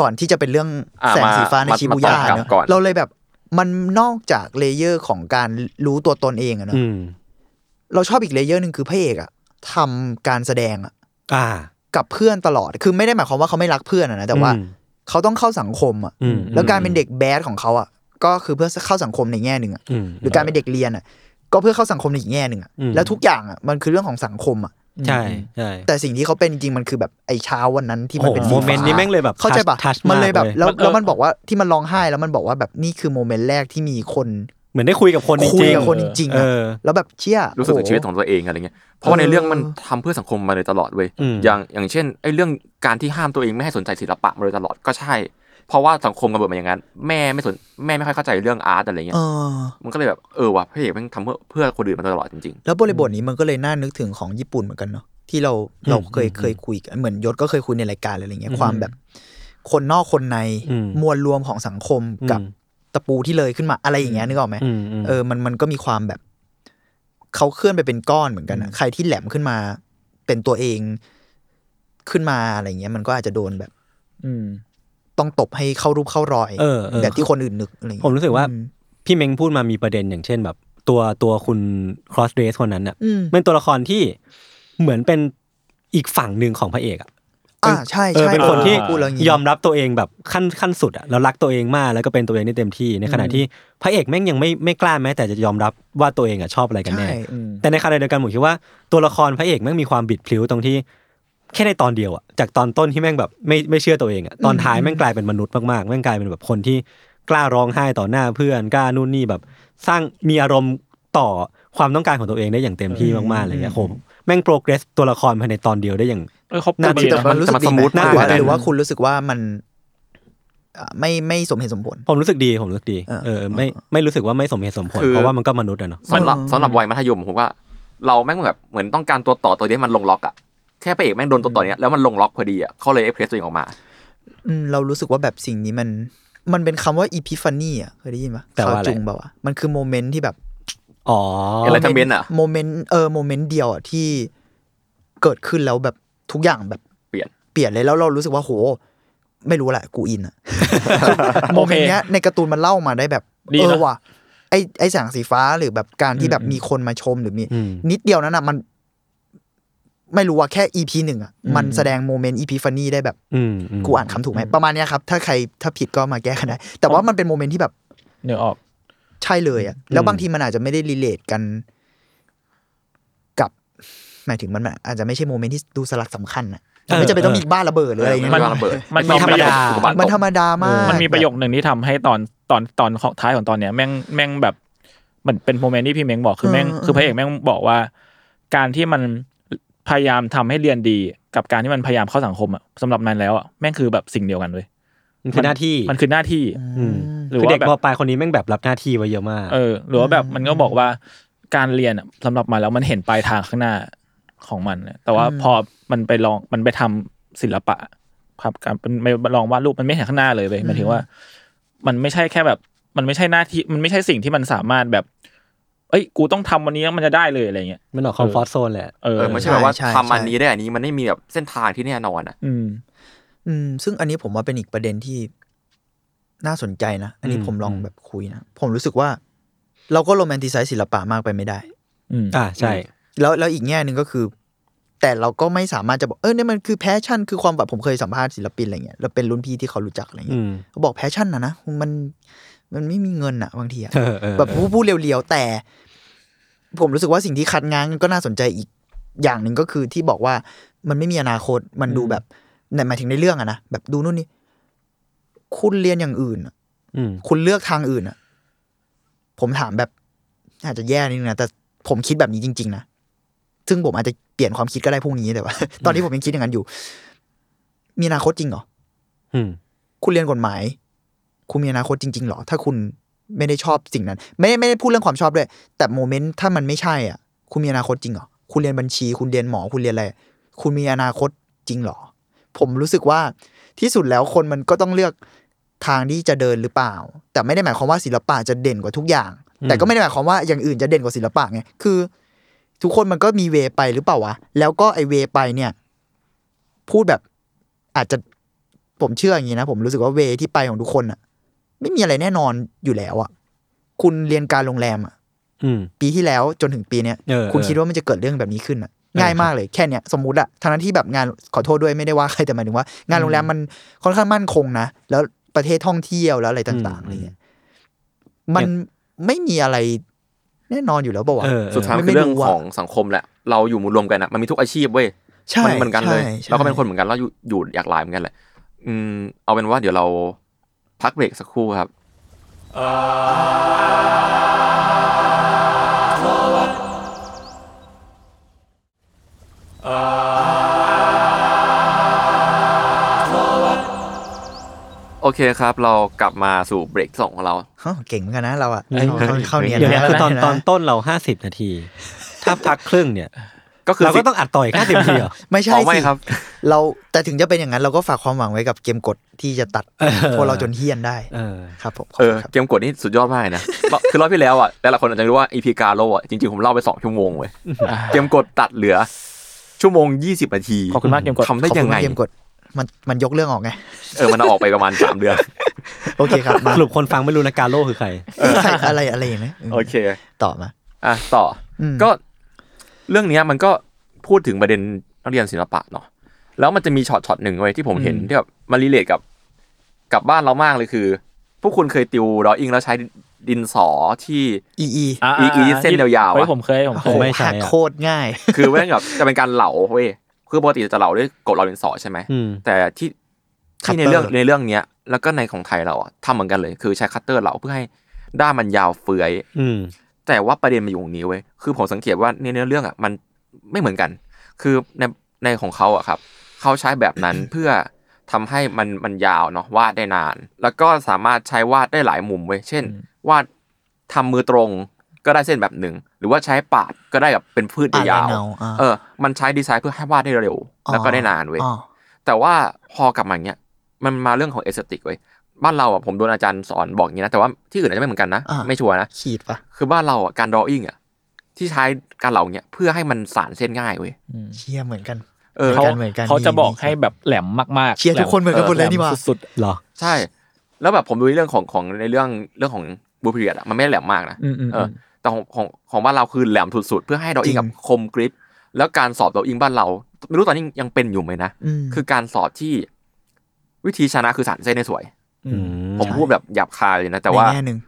[SPEAKER 4] ก่อนที่จะเป็นเรื่อง
[SPEAKER 3] อ่ะ
[SPEAKER 4] แสงสีฟ้าใน
[SPEAKER 3] มา
[SPEAKER 4] ชิบูย่า
[SPEAKER 3] มาต่อกับ
[SPEAKER 4] เนอะ
[SPEAKER 3] ก่อน
[SPEAKER 4] เราเลยแบบมันนอกจากเลเยอร์ของการรู้ตัวตนเองอะเนอะ
[SPEAKER 5] อืม
[SPEAKER 4] เราชอบอีกเลเยอร์หนึ่งคือพระเอกอะทำการแสดงอะ
[SPEAKER 5] อ่า
[SPEAKER 4] กับเพื่อนตลอดคือไม่ได้หมายความว่าเขาไม่รักเพื่อนอะนะแต่ว่า
[SPEAKER 5] อืม
[SPEAKER 4] เขาต้องเข้าสังคมอะ
[SPEAKER 5] อืม
[SPEAKER 4] แล้วการเป็นเด็กแบดของเขาอะก็คือเพื่อเข้าสังคมในแง่หนึ่งอะ
[SPEAKER 5] อืม
[SPEAKER 4] หรือการเป็นเด็กเรียนอะก็เพื่อเข้าสังคมในอีกแง่หนึ่งอะ
[SPEAKER 5] อืม
[SPEAKER 4] แล้วทุกอย่างอะมันคือเรื่องของสังคมอะ
[SPEAKER 5] ใช่ใช่
[SPEAKER 4] แต่สิ่งที่เขาเป็นจริงๆมันคือแบบไอ้เช้าวันนั้นที่มันเป็น
[SPEAKER 5] โอ้โห
[SPEAKER 4] สีฟ้า
[SPEAKER 5] โมเมนต์นี้แม่งเลยแบบ
[SPEAKER 4] เข้าใจปะ
[SPEAKER 5] touch- touch
[SPEAKER 4] มันเลยแบบ
[SPEAKER 5] มากเว้ย
[SPEAKER 2] มันเออ
[SPEAKER 4] แล้วแล้วมันบอกว่าที่มันร้องไห้แล้วมันบอกว่าแบบนี่คือโมเมนต์แรกที่มีคน
[SPEAKER 5] เหมือนได้คุยกับคนจริง
[SPEAKER 4] คุยกับ
[SPEAKER 5] ๆ
[SPEAKER 4] คนจริงๆ
[SPEAKER 5] เอ
[SPEAKER 4] อะ
[SPEAKER 5] อ
[SPEAKER 4] แล้วแบบเชี่ย
[SPEAKER 3] รู้สึกถึง
[SPEAKER 4] โโห
[SPEAKER 3] ชีวิตของตัวเองอะไรเงี้ย เพราะว่าในเรื่องมันทำเพื่อสังคมมาโดยตลอดเว้ย
[SPEAKER 5] อืม
[SPEAKER 3] อย่างอย่างเช่นไอ้เรื่องการที่ห้ามตัวเองไม่ให้สนใจศิลปะมาโดยตลอดก็ใช่ เพราะว่าสังคมกำหนดมาอย่างนั้น แม่ไม่สนแม่ไม่ค่อยเข้าใจเรื่องอาร์ตอะไรเงี้ย
[SPEAKER 4] เออ
[SPEAKER 3] มันก็เลยแบบเออว่ะพระเอกแม่งทำเพื่อเพื่อคนอื่นมาโดยตลอดจริง
[SPEAKER 4] แล้วบริบทนี้มันก็เลยน่านึกถึงของญี่ปุ่นเหมือนกันเนาะที่เราเราเคยเคยคุยกันเหมือนยศก็เคยคุยในรายการอะไรอย่างเงี้ยความแบบ คนนอกคนใน
[SPEAKER 5] อืม
[SPEAKER 4] มวลรวมของสังคมกับตะปูที่เลยขึ้นมาอะไรอย่างเงี้ยนึกออกไหม
[SPEAKER 5] อืมอืม
[SPEAKER 4] เออ มัน มันก็มีความแบบ เขาเคลื่อนไปเป็นก้อนเหมือนกันนะใครที่แหลมขึ้นมา เป็นตัวเองขึ้นมาอะไรเงี้ย มันก็อาจจะโดนแบบ
[SPEAKER 2] อืม
[SPEAKER 4] ต้องตบให้เข้ารูปเข้ารอย
[SPEAKER 5] เออเออ
[SPEAKER 4] แบบที่คนอื่นนึกอะไร
[SPEAKER 5] ผม
[SPEAKER 4] เงี้ย
[SPEAKER 5] รู้สึกว่า
[SPEAKER 4] อืม
[SPEAKER 5] พี่เม้งพูดมามีประเด็นอย่างเช่นแบบ ตัวตัวคุณ cross dress คนนั้นอ่ะ
[SPEAKER 4] อืม
[SPEAKER 5] เป็นตัวละครที่เหมือนเป็นอีกฝั่งหนึ่งของพระเอกอ่ะ
[SPEAKER 4] อ่าใช่
[SPEAKER 5] เออ
[SPEAKER 4] ใช่
[SPEAKER 5] เป็นคนที่
[SPEAKER 4] พูดแล้วงี้
[SPEAKER 5] ยอมรับตัวเองแบบขั้นขั้นสุดอ่ะแล้วรักตัวเองมากแล้วก็เป็นตัวเองได้เต็มที่ในขณะที่พระเอกแม่งยังไม่ไม่กล้าแม้แต่จะยอมรับว่าตัวเองอ่ะชอบอะไรกัน
[SPEAKER 4] ใช่
[SPEAKER 5] แน่ แต่ในขณะเดียวกันผมคิดว่าตัวละครพระเอกแม่งมีความบิดพลิ้วตรงที่ แค่ในตอนเดียวอะจากตอนต้นที่แม่งแบบไม่ไม่เชื่อตัวเองอะตอนท้ายแม่งกลายเป็นมนุษย์มากๆแม่งกลายเป็นแบบคนที่กล้าร้องไห้ต่อหน้าเพื่อนกล้านู่นนี่แบบ สร้างมีอารมณ์ต่อ ความต้องการของตัวเองได้อย่างเต็มที่มากๆอะไรเงี้ยผมแม่งโปรเกรสตัวละครภายในตอนเดียวได้อย่าง
[SPEAKER 2] เออเขา
[SPEAKER 5] น่า
[SPEAKER 2] ปลูก
[SPEAKER 5] แต่
[SPEAKER 2] ดี
[SPEAKER 4] แต่
[SPEAKER 2] นะ
[SPEAKER 4] มันรู้สึก
[SPEAKER 3] แต่มันส
[SPEAKER 4] ดีไห
[SPEAKER 3] มูท
[SPEAKER 4] ม
[SPEAKER 3] มาก
[SPEAKER 4] หรือว่า
[SPEAKER 3] เลยนะ
[SPEAKER 4] หรือว่าคุณรู้สึกว่ามันอ่าไม่ไม่สมเหตุสมผล
[SPEAKER 5] ผมรู้สึกดีผมรู้สึกดี
[SPEAKER 4] เออ
[SPEAKER 5] เออไม่ไม่รู้สึกว่าไม่สมเหตุสมผล
[SPEAKER 3] คือ
[SPEAKER 5] เพราะว่ามันก็มนุษย์อะเนาะ
[SPEAKER 3] สำหรับสำหรับวัยมัธยมผมว่า เราแม่งแบบเหมือนต้องการตัวต่อตัวเนี้ยมันลงล็อกอะแค่พระเอกแม่งโดนตัวต่อเนี้ยแล้วมันลงล็อกพอดีอะเขาเลยเอ็กเพรสตัวเองออกมา
[SPEAKER 4] อืมเรารู้สึกว่าแบบสิ่งนี้มัน มันเป็นคำว่าอีพิฟานีอ่ะเคยได้ยินปะ
[SPEAKER 5] แต่ว่าอะไร
[SPEAKER 4] ข่จุงเปล่าวะมันคือโมเมนต์ที่แบบ
[SPEAKER 5] อ๋อ
[SPEAKER 3] อะไร Enlightenment อะ
[SPEAKER 4] โมเมนต์เออโมเมนต์เดียวอ่ะที่เกิดขึ้นแล้วแบบทุกอย่างแบบ
[SPEAKER 3] เปลี่ยน
[SPEAKER 4] เปลี่ยนเลยแล้วเรารู้สึกว่าโห ไม่รู้แหละกูอินอ่ะ โม
[SPEAKER 2] โอ
[SPEAKER 4] เม
[SPEAKER 2] เค
[SPEAKER 4] นต์เนี้ยในการ์ตูนมันเล่ามาได้แบบ
[SPEAKER 2] ดีนะ
[SPEAKER 4] เออว่ะไอไอแสงสีฟ้าหรือแบบการที่แบบมีคนมาชมหรือมี
[SPEAKER 5] อืม
[SPEAKER 4] นิดเดียวนั้นอ่ะมัน ไม่รู้ว่าแค่ EP หนึ่งอ่ะมันแสดงโมเมนต์ EP ฟันนี่ได้แบบ
[SPEAKER 5] อืมม
[SPEAKER 4] กูอ่านคำถูกไหมประมาณเนี้ยครับ ถ้าใครถ้าผิดก็มาแก้กันได้ แต่ว่ามันเป็นโมเมนต์ที่แบบ
[SPEAKER 2] เนื้อออก
[SPEAKER 4] ใช่เลยอ่ะแล้วบางทีมันอาจจะไม่ได้รีเลทกัน กับ หมายถึงมันอาจจะไม่ใช่โมเมนต์ที่ดูสลักสำคัญอ่ะไม่จำเป็นต้องมีบ้านระเบิดหรืออะไรอย่าง
[SPEAKER 3] ไม่ใช่
[SPEAKER 4] เงี้ย
[SPEAKER 3] ว่าระเบิด
[SPEAKER 2] มันมี
[SPEAKER 3] ไใช่ว่
[SPEAKER 5] ธรรมดา
[SPEAKER 3] อุกกาบาต
[SPEAKER 4] มัน
[SPEAKER 3] ตก
[SPEAKER 4] ธรรมดามาก
[SPEAKER 2] มันมีประโยคหนึ่งที่ทำให้ตอนตอนตอนของท้ายของตอนเนี้ยแม่งแม่งแบบเหมันเป็นโมเมนต์ที่พี่เม้งบอกคือแม่งคือพระเอกแม่งบอกว่า การที่มันพยายามทำให้เรียนดี กับการที่มันพยายามเข้าสังคมอ่ะสำหรับมันแล้วอ่ะแม่งคือแบบสิ่งเดียวกันเลย
[SPEAKER 5] มันคือหน้าที่
[SPEAKER 2] มันคือหน้าที่
[SPEAKER 5] อืม
[SPEAKER 2] หรือ
[SPEAKER 5] คือ
[SPEAKER 2] ว่า
[SPEAKER 5] เด็ก
[SPEAKER 2] แบบ
[SPEAKER 5] มปลายคนนี้แม่งแบบรับหน้าที่ไว้เยอะมาก
[SPEAKER 2] เออหรือว่าแบบมันก็บอกว่าการเรียนอะสำหรับมันแล้วมันเห็นปลายทางข้างหน้าของมันอะแต่ว่าพอมันไปลองมันไปทำศิลปะ ครับการมันไปลองวาดรูปมันไม่เห็นข้างหน้าเลยเว้ยหมายถึงว่า มันไม่ใช่แค่แบบ มันไม่ใช่หน้าที่มันไม่ใช่สิ่งที่มันสามารถแบบ เอ้ย กูต้องทำวันนี้แล้วมันจะได้เลยอะไรเงี้ย
[SPEAKER 5] มันออกคอมฟอร์ทโซนแหละ
[SPEAKER 2] เออ
[SPEAKER 3] เออไม่ใช่แบบว่าทำอันนี้ได้อันนี้มันไม่มีแบบเส้นทางที่แน่นอนอ่ะ
[SPEAKER 2] อืม
[SPEAKER 4] อืมซึ่งอันนี้ผมว่าเป็นอีกประเด็นที่น่าสนใจนะ อันนี้
[SPEAKER 5] อืม
[SPEAKER 4] ผมลองแบบคุยนะ ผมรู้สึกว่า เราก็โรแมนติไซส์ศิลปะมากไปไม่ได้
[SPEAKER 2] อืม
[SPEAKER 5] อ่าใช่
[SPEAKER 4] แล้วแล้วอีกแง่หนึ่งก็คือ แต่เราก็ไม่สามารถจะบอกเออเนี่ยมันคือแพชชั่นคือความแบบผมเคยสัมภาษณ์ศิลปินอะไรเงี้ยแล้วเป็นรุ่นพี่ที่เขารู้จักอะไร
[SPEAKER 5] อื
[SPEAKER 4] เงี้ย
[SPEAKER 5] ม
[SPEAKER 4] เขาบอกแพชชั่นนะนะมันมันไม่มีเงินอะบางทีอะ
[SPEAKER 5] เออเออ
[SPEAKER 4] แบบพูดพูดเรียวๆแต่ ผมรู้สึกว่าสิ่งที่คัดง้างก็น่าสนใจอีกอย่างหนึ่งก็คือที่บอกว่ามันไม่มีอนาคตมันดูแบบในหมายถึงในเรื่องอะนะแบบดูนู่นนี่คุณเรียนอย่างอื่นอะ
[SPEAKER 5] อืม
[SPEAKER 4] คุณเลือกทางอื่นอ่ะ ผมถามแบบ อาจจะแย่นิดนึงนะแต่ผมคิดแบบนี้จริง ๆ นะ ซึ่งผมอาจจะเปลี่ยนความคิดก็ได้พรุ่งนี้แต่ว่า ตอนนี้ผมยังคิดอย่างนั้นอยู่ มีอนาคตจริงเหรอ
[SPEAKER 5] อืม
[SPEAKER 4] คุณเรียนกฎหมาย คุณมีอนาคตจริง ๆเหรอ ถ้าคุณไม่ได้ชอบสิ่งนั้น ไม่ไม่ได้พูดเรื่องความชอบด้วย แต่โมเมนต์ถ้ามันไม่ใช่อ่ะ คุณมีอนาคตจริงเหรอ คุณเรียนบัญชี คุณเรียนหมอ คุณเรียนอะไร คุณมีอนาคตจริงเหรอ ผมรู้สึกว่าที่สุดแล้วคนมันก็ต้องเลือกทางที่จะเดินหรือเปล่า แต่ไม่ได้หมายความว่าศิลปะจะเด่นกว่าทุกอย่าง
[SPEAKER 5] อืม
[SPEAKER 4] แต่ก็ไม่ได้หมายความว่าอย่างอื่นจะเด่นกว่าศิลปะไง คือ ทุกคนมันก็มีเวไปหรือเปล่าวะ แล้วก็ไอเวไปเนี่ย พูดแบบอาจจะผมเชื่ออย่างนี้นะ ผมรู้สึกว่าเวที่ไปของทุกคนอะไม่มีอะไรแน่นอนอยู่แล้วอะคุณเรียนการโรงแรมอะ
[SPEAKER 5] อืม
[SPEAKER 4] ปีที่แล้วจนถึงปีเนี้ย
[SPEAKER 5] เออ
[SPEAKER 4] คุณ
[SPEAKER 5] เออ
[SPEAKER 4] คิดว่ามันจะเกิดเรื่องแบบนี้ขึ้นอะง่ายมากเลยแค่เนี้ยสมมติอะทางนั้นที่แบบงานขอโทษด้วยไม่ได้ว่าใครแต่หมายถึงว่า งานโรงแรมมันค่อนข้างมั่นคงนะแล้วประเทศท่องเที่ยวแล้วอะไรต่างๆอะไรเงี้ยมันไม่มีอะไรแน่นอนอยู่แล้วปะวะ
[SPEAKER 5] เออเออ
[SPEAKER 3] สุดท้ายมันคือเรื่องของสังคมแหละ เราอยู่รวมกันอะมันมีทุกอาชีพเว้ย
[SPEAKER 4] ใช่
[SPEAKER 3] มันเหมือนกันเลย
[SPEAKER 4] ใช่ใช่
[SPEAKER 3] เราก็เป็นคนเหมือนกันเราอยู่อยู่อยากหลายเหมือนกันแหละ อืม เอาเป็นว่าเดี๋ยวเราพักเบรกสักครู่ครับ โอเคครับ เรากลับมาสู่เบรกที่สองของเรา
[SPEAKER 4] เฮ้ยเก่งเหมือนกันนะเราอะ
[SPEAKER 5] เฮ้ย
[SPEAKER 4] เข้าเข้าเนียน
[SPEAKER 5] เดี๋ยวนะ
[SPEAKER 4] นะ
[SPEAKER 5] คือตอน
[SPEAKER 4] เห็ไหม
[SPEAKER 5] ตอนต้นเราห้าสิบนาที ถ้าพักครึ่งเนี่ย
[SPEAKER 3] ก็คือ
[SPEAKER 5] เราก็ต้องอัดต่ออีกห้าสิบนาทีเหรอ
[SPEAKER 4] ไม่ใช่
[SPEAKER 3] อ๋อไม่
[SPEAKER 4] สิ
[SPEAKER 3] ครับ
[SPEAKER 4] เราแต่ถึงจะเป็นอย่างนั้นเราก็ฝากความหวังไว้กับเกมกดที่จะตัด
[SPEAKER 5] เออ
[SPEAKER 4] พวกเราจนเฮี้ยนได้
[SPEAKER 5] เออ
[SPEAKER 4] ครับผมขอบ
[SPEAKER 3] เอ
[SPEAKER 4] คุ
[SPEAKER 3] อ
[SPEAKER 4] ณครับ
[SPEAKER 3] เกมกดนี่สุดยอดมากเลยนะ รอบคือรอบที่แล้วอ่ะแต่ละคนอาจจะรู้ว่าอีพีกาโลอ่ะจริงๆ ผมเล่าไปสองชั่วโมง เว้ยเกมกดตัดเหลือ ชั่วโมงยี่สิบนาที
[SPEAKER 2] ขอบคุณมากเกมกด
[SPEAKER 3] ทำได้
[SPEAKER 4] ขอบ
[SPEAKER 3] ยั
[SPEAKER 4] คุ
[SPEAKER 3] ง
[SPEAKER 4] ณ
[SPEAKER 3] ไง
[SPEAKER 4] เกมกดมันมันยกเรื่องออกไง
[SPEAKER 3] เออมันเอาออกไปประมาณสามเดือน
[SPEAKER 4] โอเคครับมา
[SPEAKER 5] สรุปคนฟังไม่รู้นะกาโลคือใคร
[SPEAKER 4] ใครอะไรอะไรอย่างเงี้ย
[SPEAKER 3] โอเค
[SPEAKER 4] ต่อมา
[SPEAKER 3] อ่ะต่ออ
[SPEAKER 4] ม
[SPEAKER 3] ก็เรื่องเนี้ยมันก็พูดถึงประเด็นนักเรียนศิลปะเนาะแล้วมันจะมีช็อตช็อตหนึ่งเว้ยที่ผมเห็นที่แบบมันรีเลทกับกับบ้านเรามากเลยคือ พวกคุณเคยติวรออิงแล้วใช้ดินสอที่
[SPEAKER 4] อีอี
[SPEAKER 2] ะะ
[SPEAKER 3] อีเส้นยาวๆอะ
[SPEAKER 2] เฮ้ยผมเคยผมเค
[SPEAKER 4] โอ้โห
[SPEAKER 2] ย
[SPEAKER 5] ไม่ใช่
[SPEAKER 4] หัก
[SPEAKER 5] อะ
[SPEAKER 4] โคตรง่าย
[SPEAKER 3] คือแม่งแบบจะเป็นการเหลาเว้ยคือปกติจะเหลาด้วยกบเหลาดินสอใช่ไหม
[SPEAKER 5] อืม
[SPEAKER 3] แต่ที่ที่
[SPEAKER 4] Cutter
[SPEAKER 3] ในเรื่องในเรื่องเนี้ย แล้วก็ในของไทยเราอะทำเหมือนกันเลย คือใช้คัตเตอร์เหลาเพื่อให้ด้ามมันยาวเฟือย
[SPEAKER 5] อืม
[SPEAKER 3] แต่ว่าประเด็นมันอยู่ตรงนี้เว้ยคือผมสังเกตว่าในเนื้อเรื่องอ่ะมันไม่เหมือนกัน คือในในของเขาอ่ะครับเขาใช้แบบนั้น เพื่อทำให้มันมันยาวเนาะวาดได้นาน แล้วก็สามารถใช้วาดได้หลายมุมเว้ยเช่น วาดทำมือตรงก็ได้เส้นแบบหนึ่ง หหรือว่าใช้ปาดก็ได้แบบเป็นพืช
[SPEAKER 4] อ่าน
[SPEAKER 3] ยาว
[SPEAKER 4] ลายเงาอ่า
[SPEAKER 3] เออ มันใช้ดีไซน์เพื่อให้วาดได้เร็ว แล้วก็ได้นานเว้ย
[SPEAKER 4] อ๋อ
[SPEAKER 3] แต่ว่าพอกลับมาอย่างเงี้ยมันมาเรื่องของเอสเตติกเว้ยบ้านเราอ่ะผมโดนอาจารย์สอนบอกอย่างนี้นะ แต่ว่าที่อื่นอาจจะไม่เหมือนกันนะ
[SPEAKER 4] อ่า
[SPEAKER 3] ไม่ชัวร์นะ
[SPEAKER 4] ขีดปะ
[SPEAKER 3] คือบ้านเราอ่ะการดรออิ่งอ่ะที่ใช้การเหล่าเนี้ยเพื่อให้มันสานเส้นง่ายเว้ย
[SPEAKER 4] เชียเหมือนกัน
[SPEAKER 3] เออ
[SPEAKER 2] เขา
[SPEAKER 4] เหมือนกัน
[SPEAKER 2] เขาจะบอก
[SPEAKER 4] มีมี
[SPEAKER 2] ให้แบบแหลมมากๆ
[SPEAKER 4] เชียร์ทุกคนเหมือนกันหมดเลยนี่หว่า
[SPEAKER 2] แหมสุด
[SPEAKER 5] เหรอ
[SPEAKER 3] ใช่ แล้วแบบผมดูในเรื่องของของในเรื่องเรื่องของบูพิเรียดอ่ะมันไม่ได้แหลมมากนะ
[SPEAKER 2] ๆอืมอืม
[SPEAKER 3] เออแต่ของของของบ้านเราคือแหลมสุดๆเพื่อให้ดรออิ่งกับคมกริปแล้วการสอบดรออิ่งบ้านเรา ไม่รู้ตอนนี้ยังเป็นอยู่ไหมนะ
[SPEAKER 4] ม
[SPEAKER 3] คือการสอบที่วิธีชนะคือสารเส้นให้สวย
[SPEAKER 2] อื
[SPEAKER 5] อื
[SPEAKER 2] ม
[SPEAKER 5] ม
[SPEAKER 3] ผมพูดแบบหยาบคายเลยนะ แต่ว่า
[SPEAKER 4] ในแง่หนึ่ง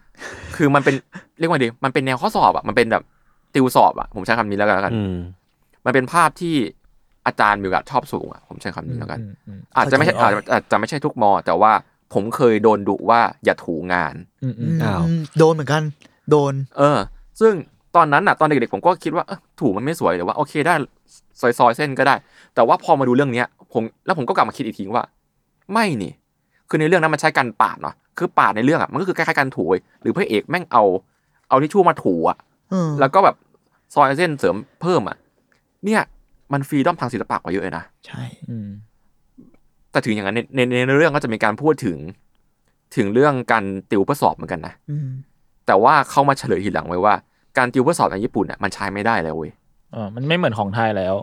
[SPEAKER 3] คือมันเป็นเรียกว่าดีมันเป็นแนวข้อสอบอ่ะมันเป็นแบบติวสอบอ่ะผมใช้คำนี้แล้วกันแล้วกัน
[SPEAKER 5] อืม
[SPEAKER 3] มันเป็นภาพที่อาจารย์มิวกัดชอบสูงอ่ะผมใช้คำนี้แล้วกัน
[SPEAKER 2] อืมอืม
[SPEAKER 3] อาจจะไม่ใช่อาจจะอาจจะไม่ใช่ทุกมอ แต่ว่าผมเคยโดนดุว่าอย่าถูงาน
[SPEAKER 2] อืมอื
[SPEAKER 4] อื
[SPEAKER 2] ม
[SPEAKER 4] ม
[SPEAKER 5] อ้าว
[SPEAKER 4] โดนเหมือนกัน โดน
[SPEAKER 3] เออ ซึ่งตอนนั้นอ่ะตอนเด็กๆผมก็คิดว่าเอ้อถูมันไม่สวยหรือว่าโอเคได้ซอยๆเส้นก็ได้ แต่ว่าพอมาดูเรื่องเนี้ยผมแล้วผมก็กลับมาคิดอีกทีว่า ไม่นี่ คือในเรื่องนั้นมันใช้การปาดเนาะคือปาดในเรื่องอ่ะมันก็คือคล้ายๆการถูเว้ยหรือพระเอกแม่งเอาเอาทิชชู่มาถูอ่ะ
[SPEAKER 4] เออ
[SPEAKER 3] แล้วก็แบบซอยเส้นเสริมเพิ่มอ่ะ เนี่ยมันฟรีดอมทางศิลปะกว่าเยอะเลยนะ
[SPEAKER 4] ใช่
[SPEAKER 2] อืม
[SPEAKER 3] แต่ถึงอย่างนั้นในในในเรื่องก็จะมีการพูดถึง ถึงเรื่องการติวเพื่อสอบเหมือนกันนะ
[SPEAKER 4] อืม
[SPEAKER 3] แต่ว่าเขามาเฉลยทีหลังไว้ว่า การติวเพื่อสอบในญี่ปุ่นอ่ะมันใช้ไม่ได้แล้วเว้ย
[SPEAKER 2] เออมันไม่เหมือนของไทยแล้ว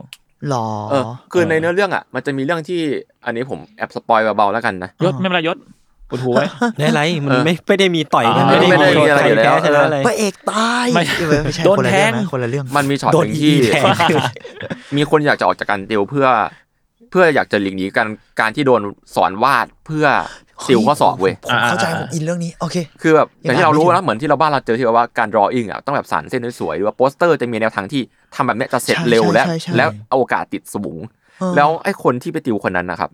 [SPEAKER 4] หรอ
[SPEAKER 3] เออ คือในเนื้อเรื่องอ่ะมันจะมีเรื่องที่อันนี้ผมแอบสปอยเบาๆแล้วกันนะ
[SPEAKER 2] ยศไม่เป็นไรยศอุดหูไว้
[SPEAKER 5] ได้ไรมัน
[SPEAKER 3] เออ
[SPEAKER 5] ไม่ไม่ได้มีต่อยกัน
[SPEAKER 2] อ่า
[SPEAKER 5] ไม่ได้
[SPEAKER 3] ไม่ได้มี
[SPEAKER 5] มี
[SPEAKER 3] อะไร
[SPEAKER 5] ใคร
[SPEAKER 3] อยู่แล้ว
[SPEAKER 5] แพ้ชนะอะไร
[SPEAKER 4] พระเอกตาย
[SPEAKER 2] ไม่
[SPEAKER 4] เอ้ยไม่ใช่
[SPEAKER 2] โดน
[SPEAKER 4] คนละ
[SPEAKER 2] แท
[SPEAKER 4] เรื่อง งนะคนละเรื่อง
[SPEAKER 3] มันมีช็อตหนึ่งที่ มีคนอยากจะออกจากการติวเพื่อ เพื่ออยากจะหลีกหนีการการที่โดนสอนวาดเพื่อติวข้อสอบเว้ย
[SPEAKER 4] ผมเข้าใจ
[SPEAKER 2] อ่า
[SPEAKER 4] ผมอินเรื่องนี้ โอเค
[SPEAKER 3] คือแบบอย่างที่เรารู้
[SPEAKER 4] ยังอ่านไม่
[SPEAKER 3] นะเหมือนที่เราบ้านเราเจอที่แบบว่าการ drawing อ่ะต้องแบบสานเส้นสวยๆหรือว่าโปสเตอร์จะมีแนวทางที่ทำแบบเนี้ยจะเสร็จ
[SPEAKER 4] ใช่
[SPEAKER 3] เร็วและ
[SPEAKER 4] ใช่ใช่
[SPEAKER 3] แล้วเอาโอกาสติดสูง
[SPEAKER 4] เออ
[SPEAKER 3] แล้วไอ้คนที่ไปติวคนนั้นนะครับ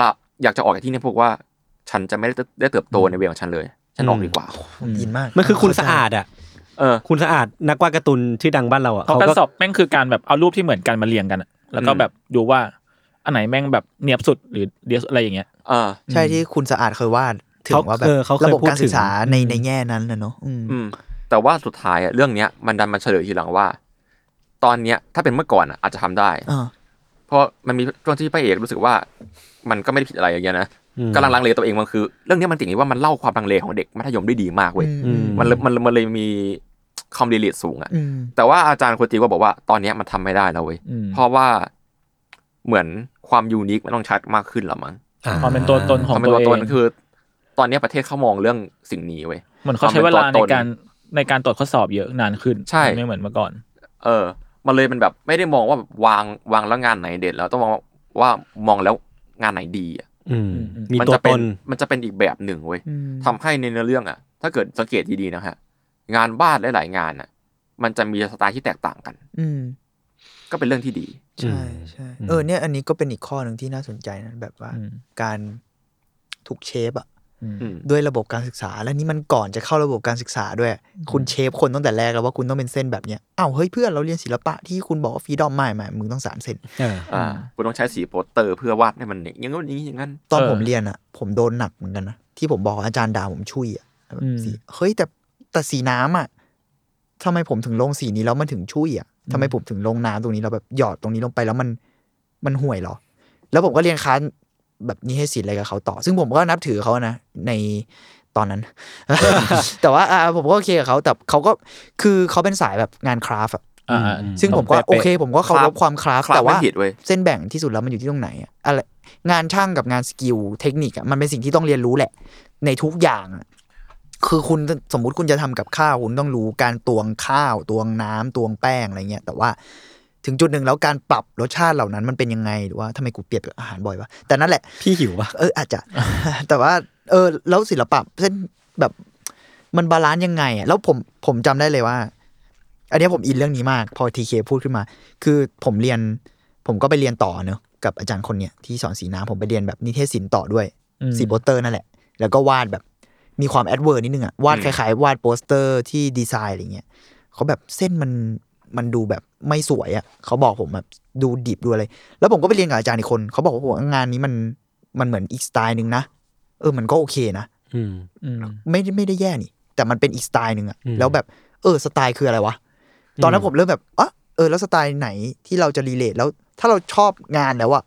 [SPEAKER 3] ละอยากจะออกจากที่เนี้พวกว่า ฉันจะไม่ได้ได้เติบโตในเวของฉันเลย ฉันออก
[SPEAKER 5] อืม
[SPEAKER 3] ดีกว่า
[SPEAKER 4] ผมอินมาก
[SPEAKER 5] มันคือคุณสะอา
[SPEAKER 4] เ
[SPEAKER 5] ดอ่ะ
[SPEAKER 3] เออ
[SPEAKER 5] คุณสะอาดนักวาดการ์ตูนชื่อดังบ้านเราอ่ะ
[SPEAKER 2] เพราะการสอบแม่งคือการแบบเอารูปที่เหมือนกันมาเรียงกันอะแล้วก็
[SPEAKER 3] อืม
[SPEAKER 2] แบบดูว่า อันไหนแม่งแบบเนียบสุดหรือเดียสอะไรอย่างเงี้ย
[SPEAKER 3] เออ
[SPEAKER 4] ข้าใจใช่ที่คุณสะอาดเคยวาดถึงว่าแบบ
[SPEAKER 5] เออเขาเค
[SPEAKER 4] ระ
[SPEAKER 5] ย
[SPEAKER 4] บบ
[SPEAKER 5] พูด
[SPEAKER 4] การ
[SPEAKER 5] ถึ
[SPEAKER 4] ศึ
[SPEAKER 5] ง
[SPEAKER 4] กษาในในแง่นั้นนะเนาะอืม
[SPEAKER 3] อืม แต่ว่าสุดท้ายอะเรื่องเนี้ยมันดันมาเฉลยทีหลังว่า ตอนเนี้ยถ้าเป็นเมื่อก่อนอะอาจจะทำได้
[SPEAKER 4] อ่า
[SPEAKER 3] เพราะมันมีช่วงที่พระเอกรู้สึกว่า มันก็ไม่ได้ผิดอะไรอย่างเงี้ยนะ
[SPEAKER 5] อืม
[SPEAKER 3] กำลังลังเลตัวเองมันคือ เรื่องเนี้ยมันติ่งที่ว่ามันเล่าความลังเลของเด็กมัธยมได้ดีมากเว้ย
[SPEAKER 4] อืม
[SPEAKER 3] มันเลยมันมันเลยมีคอมดีเลตสูงอะ
[SPEAKER 4] อืม
[SPEAKER 3] แต่ว่าอาจารย์โคจิก็บอกว่าตอนเนี้ยมันทำไม่ได้แล้วเว้ย
[SPEAKER 2] อืม
[SPEAKER 3] เพราะว่าเหมือนความยูนิคมันต้องชัดมากขึ้นหรอมั้ง
[SPEAKER 2] ความเป็นตัวตนข
[SPEAKER 3] ค
[SPEAKER 2] อง
[SPEAKER 3] วามเป็น
[SPEAKER 2] ตั
[SPEAKER 3] ตัว ว
[SPEAKER 2] เอง
[SPEAKER 3] ตนคือ ตอนเนี้ยประเทศเขามองเรื่องสิ่งนี้เว้ย
[SPEAKER 2] เหมือนเขาใช้เวลา
[SPEAKER 3] ความ
[SPEAKER 2] ใน
[SPEAKER 3] เป็นตัวตน
[SPEAKER 2] การในการตรวจข้อสอบเยอะนานขึ้น
[SPEAKER 3] ใช่
[SPEAKER 2] ไม่เหมือนเมื่อก่อน
[SPEAKER 3] เออ มันเลยเป็นแบบไม่ได้มองว่าแบบวางวางแล้วงานไหนเด็ดแล้วต้องมองว่าว่ามองแล้วงานไหนดีอะ
[SPEAKER 5] อืม
[SPEAKER 2] อืม
[SPEAKER 5] มี
[SPEAKER 3] มั
[SPEAKER 5] ตัว
[SPEAKER 3] จะ
[SPEAKER 5] ต
[SPEAKER 3] เป็น
[SPEAKER 5] น
[SPEAKER 3] มันจะเป็นอีกแบบหนึ่งเว้ย
[SPEAKER 4] อืม
[SPEAKER 3] ทำให้ในเนื้อเรื่องอ่ะ ถ้าเกิดสังเกตดีๆนะฮะ งานวาดหลายๆงานอ่ะ มันจะมีสไตล์ที่แตกต่างกัน
[SPEAKER 4] อืม
[SPEAKER 3] ก็เป็นเรื่องที่ดี
[SPEAKER 5] อื
[SPEAKER 4] ใช่
[SPEAKER 5] ม
[SPEAKER 4] ใช่
[SPEAKER 5] อืม
[SPEAKER 4] เออเนี่ยอันนี้ก็เป็นอีกข้อหนึ่งที่น่าสนใจนะแบบว่า
[SPEAKER 2] อืม
[SPEAKER 4] การถูกเชฟอะ
[SPEAKER 2] อืม
[SPEAKER 3] อืม
[SPEAKER 4] ด้วยระบบการศึกษา และนี่มันก่อนจะเข้าระบบการศึกษาด้วย คุณเชฟคนตั้งแต่แรกแล้วว่าคุณต้องเป็นเส้นแบบเนี้ยอ้าวเฮ้ยเพื่อนเราเรียนศิลปะที่คุณบอกว่าฟรีดอมไม่ไม่มึงต้องสามเส้น
[SPEAKER 5] เออ
[SPEAKER 3] อ่าคุณต้องใช้สีโปสเตอร์เพื่อวาดให้มันอย่างนั้นอย่างนี้อย่างนั้น
[SPEAKER 4] ตอน
[SPEAKER 2] เออ
[SPEAKER 4] ผมเรียนอะผมโดนหนักเหมือนกันนะที่ผมบอกอาจารย์ด่าผมชุยอะแบบ
[SPEAKER 2] อืม
[SPEAKER 4] สีเฮ้ยแต่แต่สีน้ำอะทำไมผมถึงลงสีนี้แล้วมันถึงชุยอะทำไมผมถึงลงน้ำตรงนี้แล้วแบบหยอดตรงนี้ลงไปแล้วมันมันห่วยเหรอ แล้วผมก็เรียนคลาสแบบนี้ให้สิทธิ์อะไรกับเขาต่อ ซึ่งผมก็นับถือเขานะในตอนนั้น แต่ว่าอ่าผมก็โอเคกับเขาแต่เขาก็คือเขาเป็นสายแบบงานคราฟต์อะ
[SPEAKER 2] อ่าอ่า
[SPEAKER 4] ซึ่งผมก็
[SPEAKER 2] เป๊ะๆ
[SPEAKER 4] โอเค ผมก็เคารพความคราฟต์แต่ว่า
[SPEAKER 3] ไม่ผิดเว้ย
[SPEAKER 4] เส้นแบ่งที่สุดแล้วมันอยู่ที่ตรงไหนอะอะไรงานช่างกับงานสกิลเทคนิคอะมันเป็นสิ่งที่ต้องเรียนรู้แหละ ในทุกอย่างอะคือคุณสมมุติคุณจะทำกับข้าว คุณต้องรู้การตวงข้าวตวงน้ำตวงแป้งอะไรเงี้ยแต่ว่า ถึงจุดหนึ่งแล้วการปรับรสชาติเหล่านั้นมันเป็นยังไงหรือว่าทำไมกูเปรียบกับอาหารบ่อยวะแต่นั่นแหละ
[SPEAKER 5] พี่หิวปะ
[SPEAKER 4] เอออาจจะ แต่ว่า เออ แล้วศิลปะเส้นแบบมันบาลานซ์ยังไงอะแล้วผมผมจำได้เลยว่า อันเนี้ยผมอินเรื่องนี้มาก พอทีเคพูดขึ้นมา คือผมเรียน ผมก็ไปเรียนต่อเนอะกับอาจารย์คนเนี้ยที่สอนสีน้ำผมไปเรียนแบบนิเทศศิลป์ต่อด้วย
[SPEAKER 2] อืม
[SPEAKER 4] สีโปสเตอร์นั่นแหละ แล้วก็วาดแบบ มีความแอดเวอร์นิดนึงอะวาดคล้ายๆ วาดโปสเตอร์ที่ดีไซน์อะไรเงี้ยเขาแบบเส้นมันมันดูแบบไม่สวยอะเขาบอกผมแบบดูดิบดูอะไร แล้วผมก็ไปเรียนกับอาจารย์อีกคนเขาบอกว่าโหงานนี้มันมันเหมือนอีกสไตล์หนึ่งนะเออมันก็โอเคนะ
[SPEAKER 5] อืม
[SPEAKER 2] อืม
[SPEAKER 4] ไม่ได้ไม่ได้แย่นี่ แต่มันเป็นอีกสไตล์หนึ่งอะ
[SPEAKER 5] อืม
[SPEAKER 4] แล้วแบบเออสไตล์คืออะไรวะ ตอนนั้น
[SPEAKER 5] อืม
[SPEAKER 4] ผมเริ่มแบบอ่ะเออแล้วสไตล์ไหนที่เราจะรีเลทแล้วถ้าเราชอบงานแล้วอะ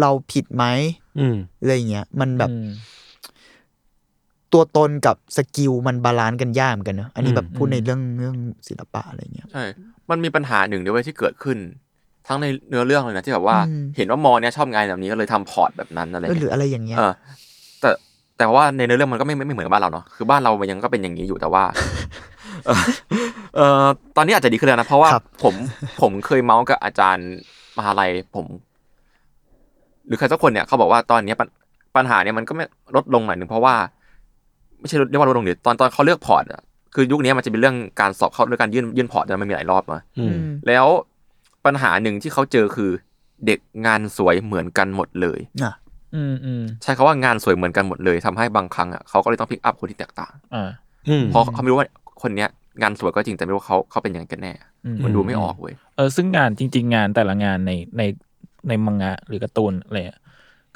[SPEAKER 4] เราผิดไหม
[SPEAKER 5] อืม
[SPEAKER 4] อะไรอย่างเงี้ยมันแบบตัวตนกับสกิลมันบาลานซ์กันยากเหมือนกันเนอะอันนี้แบบ
[SPEAKER 2] อืม
[SPEAKER 4] พูดในเรื่องเรื่องศิลปะอะไรเงี้ย
[SPEAKER 3] ใช่ มันมีปัญหาหนึ่งด้วยเวยที่เกิดขึ้น ทั้งในเนื้อเรื่องเลยนะที่แบบว่า
[SPEAKER 4] อืม
[SPEAKER 3] เห็นว่ามอเนี้ยชอบงานแบบนี้ก็เลยทำพอร์ตแบบนั้นอะไร
[SPEAKER 4] เออ
[SPEAKER 3] เงี้ย
[SPEAKER 4] หรืออะไรอย่างเงี้ย
[SPEAKER 3] เออแต่แต่ว่าในเนื้อเรื่องมันก็ไม่ไม่ไม่เหมือนกับบ้านเราเนาะคือบ้านเรามันยังก็เป็นอย่างนี้อยู่แต่ ว่า เอ่อเอ่อตอนนี้อาจจะดีขึ้นแล้วนะ เพราะว่า
[SPEAKER 4] ครับ
[SPEAKER 3] ผมผมเคยเมาส์กับอาจารย์มหาลัยผม หรือใครสักคนเนี่ยเขาบอกว่าตอนเนี้ยปัญปัญหาเนี่ยมันก็ไม่ลดลงหน่อยหนึ่งเพราะว่า ไม่ใช่ลดเรียกว่าลดลงเดี๋ยวตอนตอนเขาเลือกพอร์ตอะคือยุคนี้มันจะเป็นเรื่องการสอบเข้าด้วยการยื่นยื่นพอร์ตมันมีหลายรอบมา
[SPEAKER 5] อืม
[SPEAKER 4] ม
[SPEAKER 3] แล้วปัญหาหนึ่งที่เขาเจอคือเด็กงานสวยเหมือนกันหมดเลย
[SPEAKER 4] อ่ะ
[SPEAKER 2] อืมอืม
[SPEAKER 3] ใช้คำว่างานสวยเหมือนกันหมดเลยทำให้บางครั้งอ่ะเขาก็เลยต้องพิกอัพคนที่แตกต่าง
[SPEAKER 2] อ่า
[SPEAKER 5] อืม
[SPEAKER 3] เพราะเขาไม่รู้ว่าคนเนี้ยงานสวยก็จริงแต่ไม่รู้ว่าเขาเขาเป็นยังไงกันแน่
[SPEAKER 2] อืม
[SPEAKER 3] มันดูไม่ออกเว้ย
[SPEAKER 2] เออซึ่งงานจริง ๆ งานแต่ละงานในในในมังงะหรือการ์ตูนอะไรอะ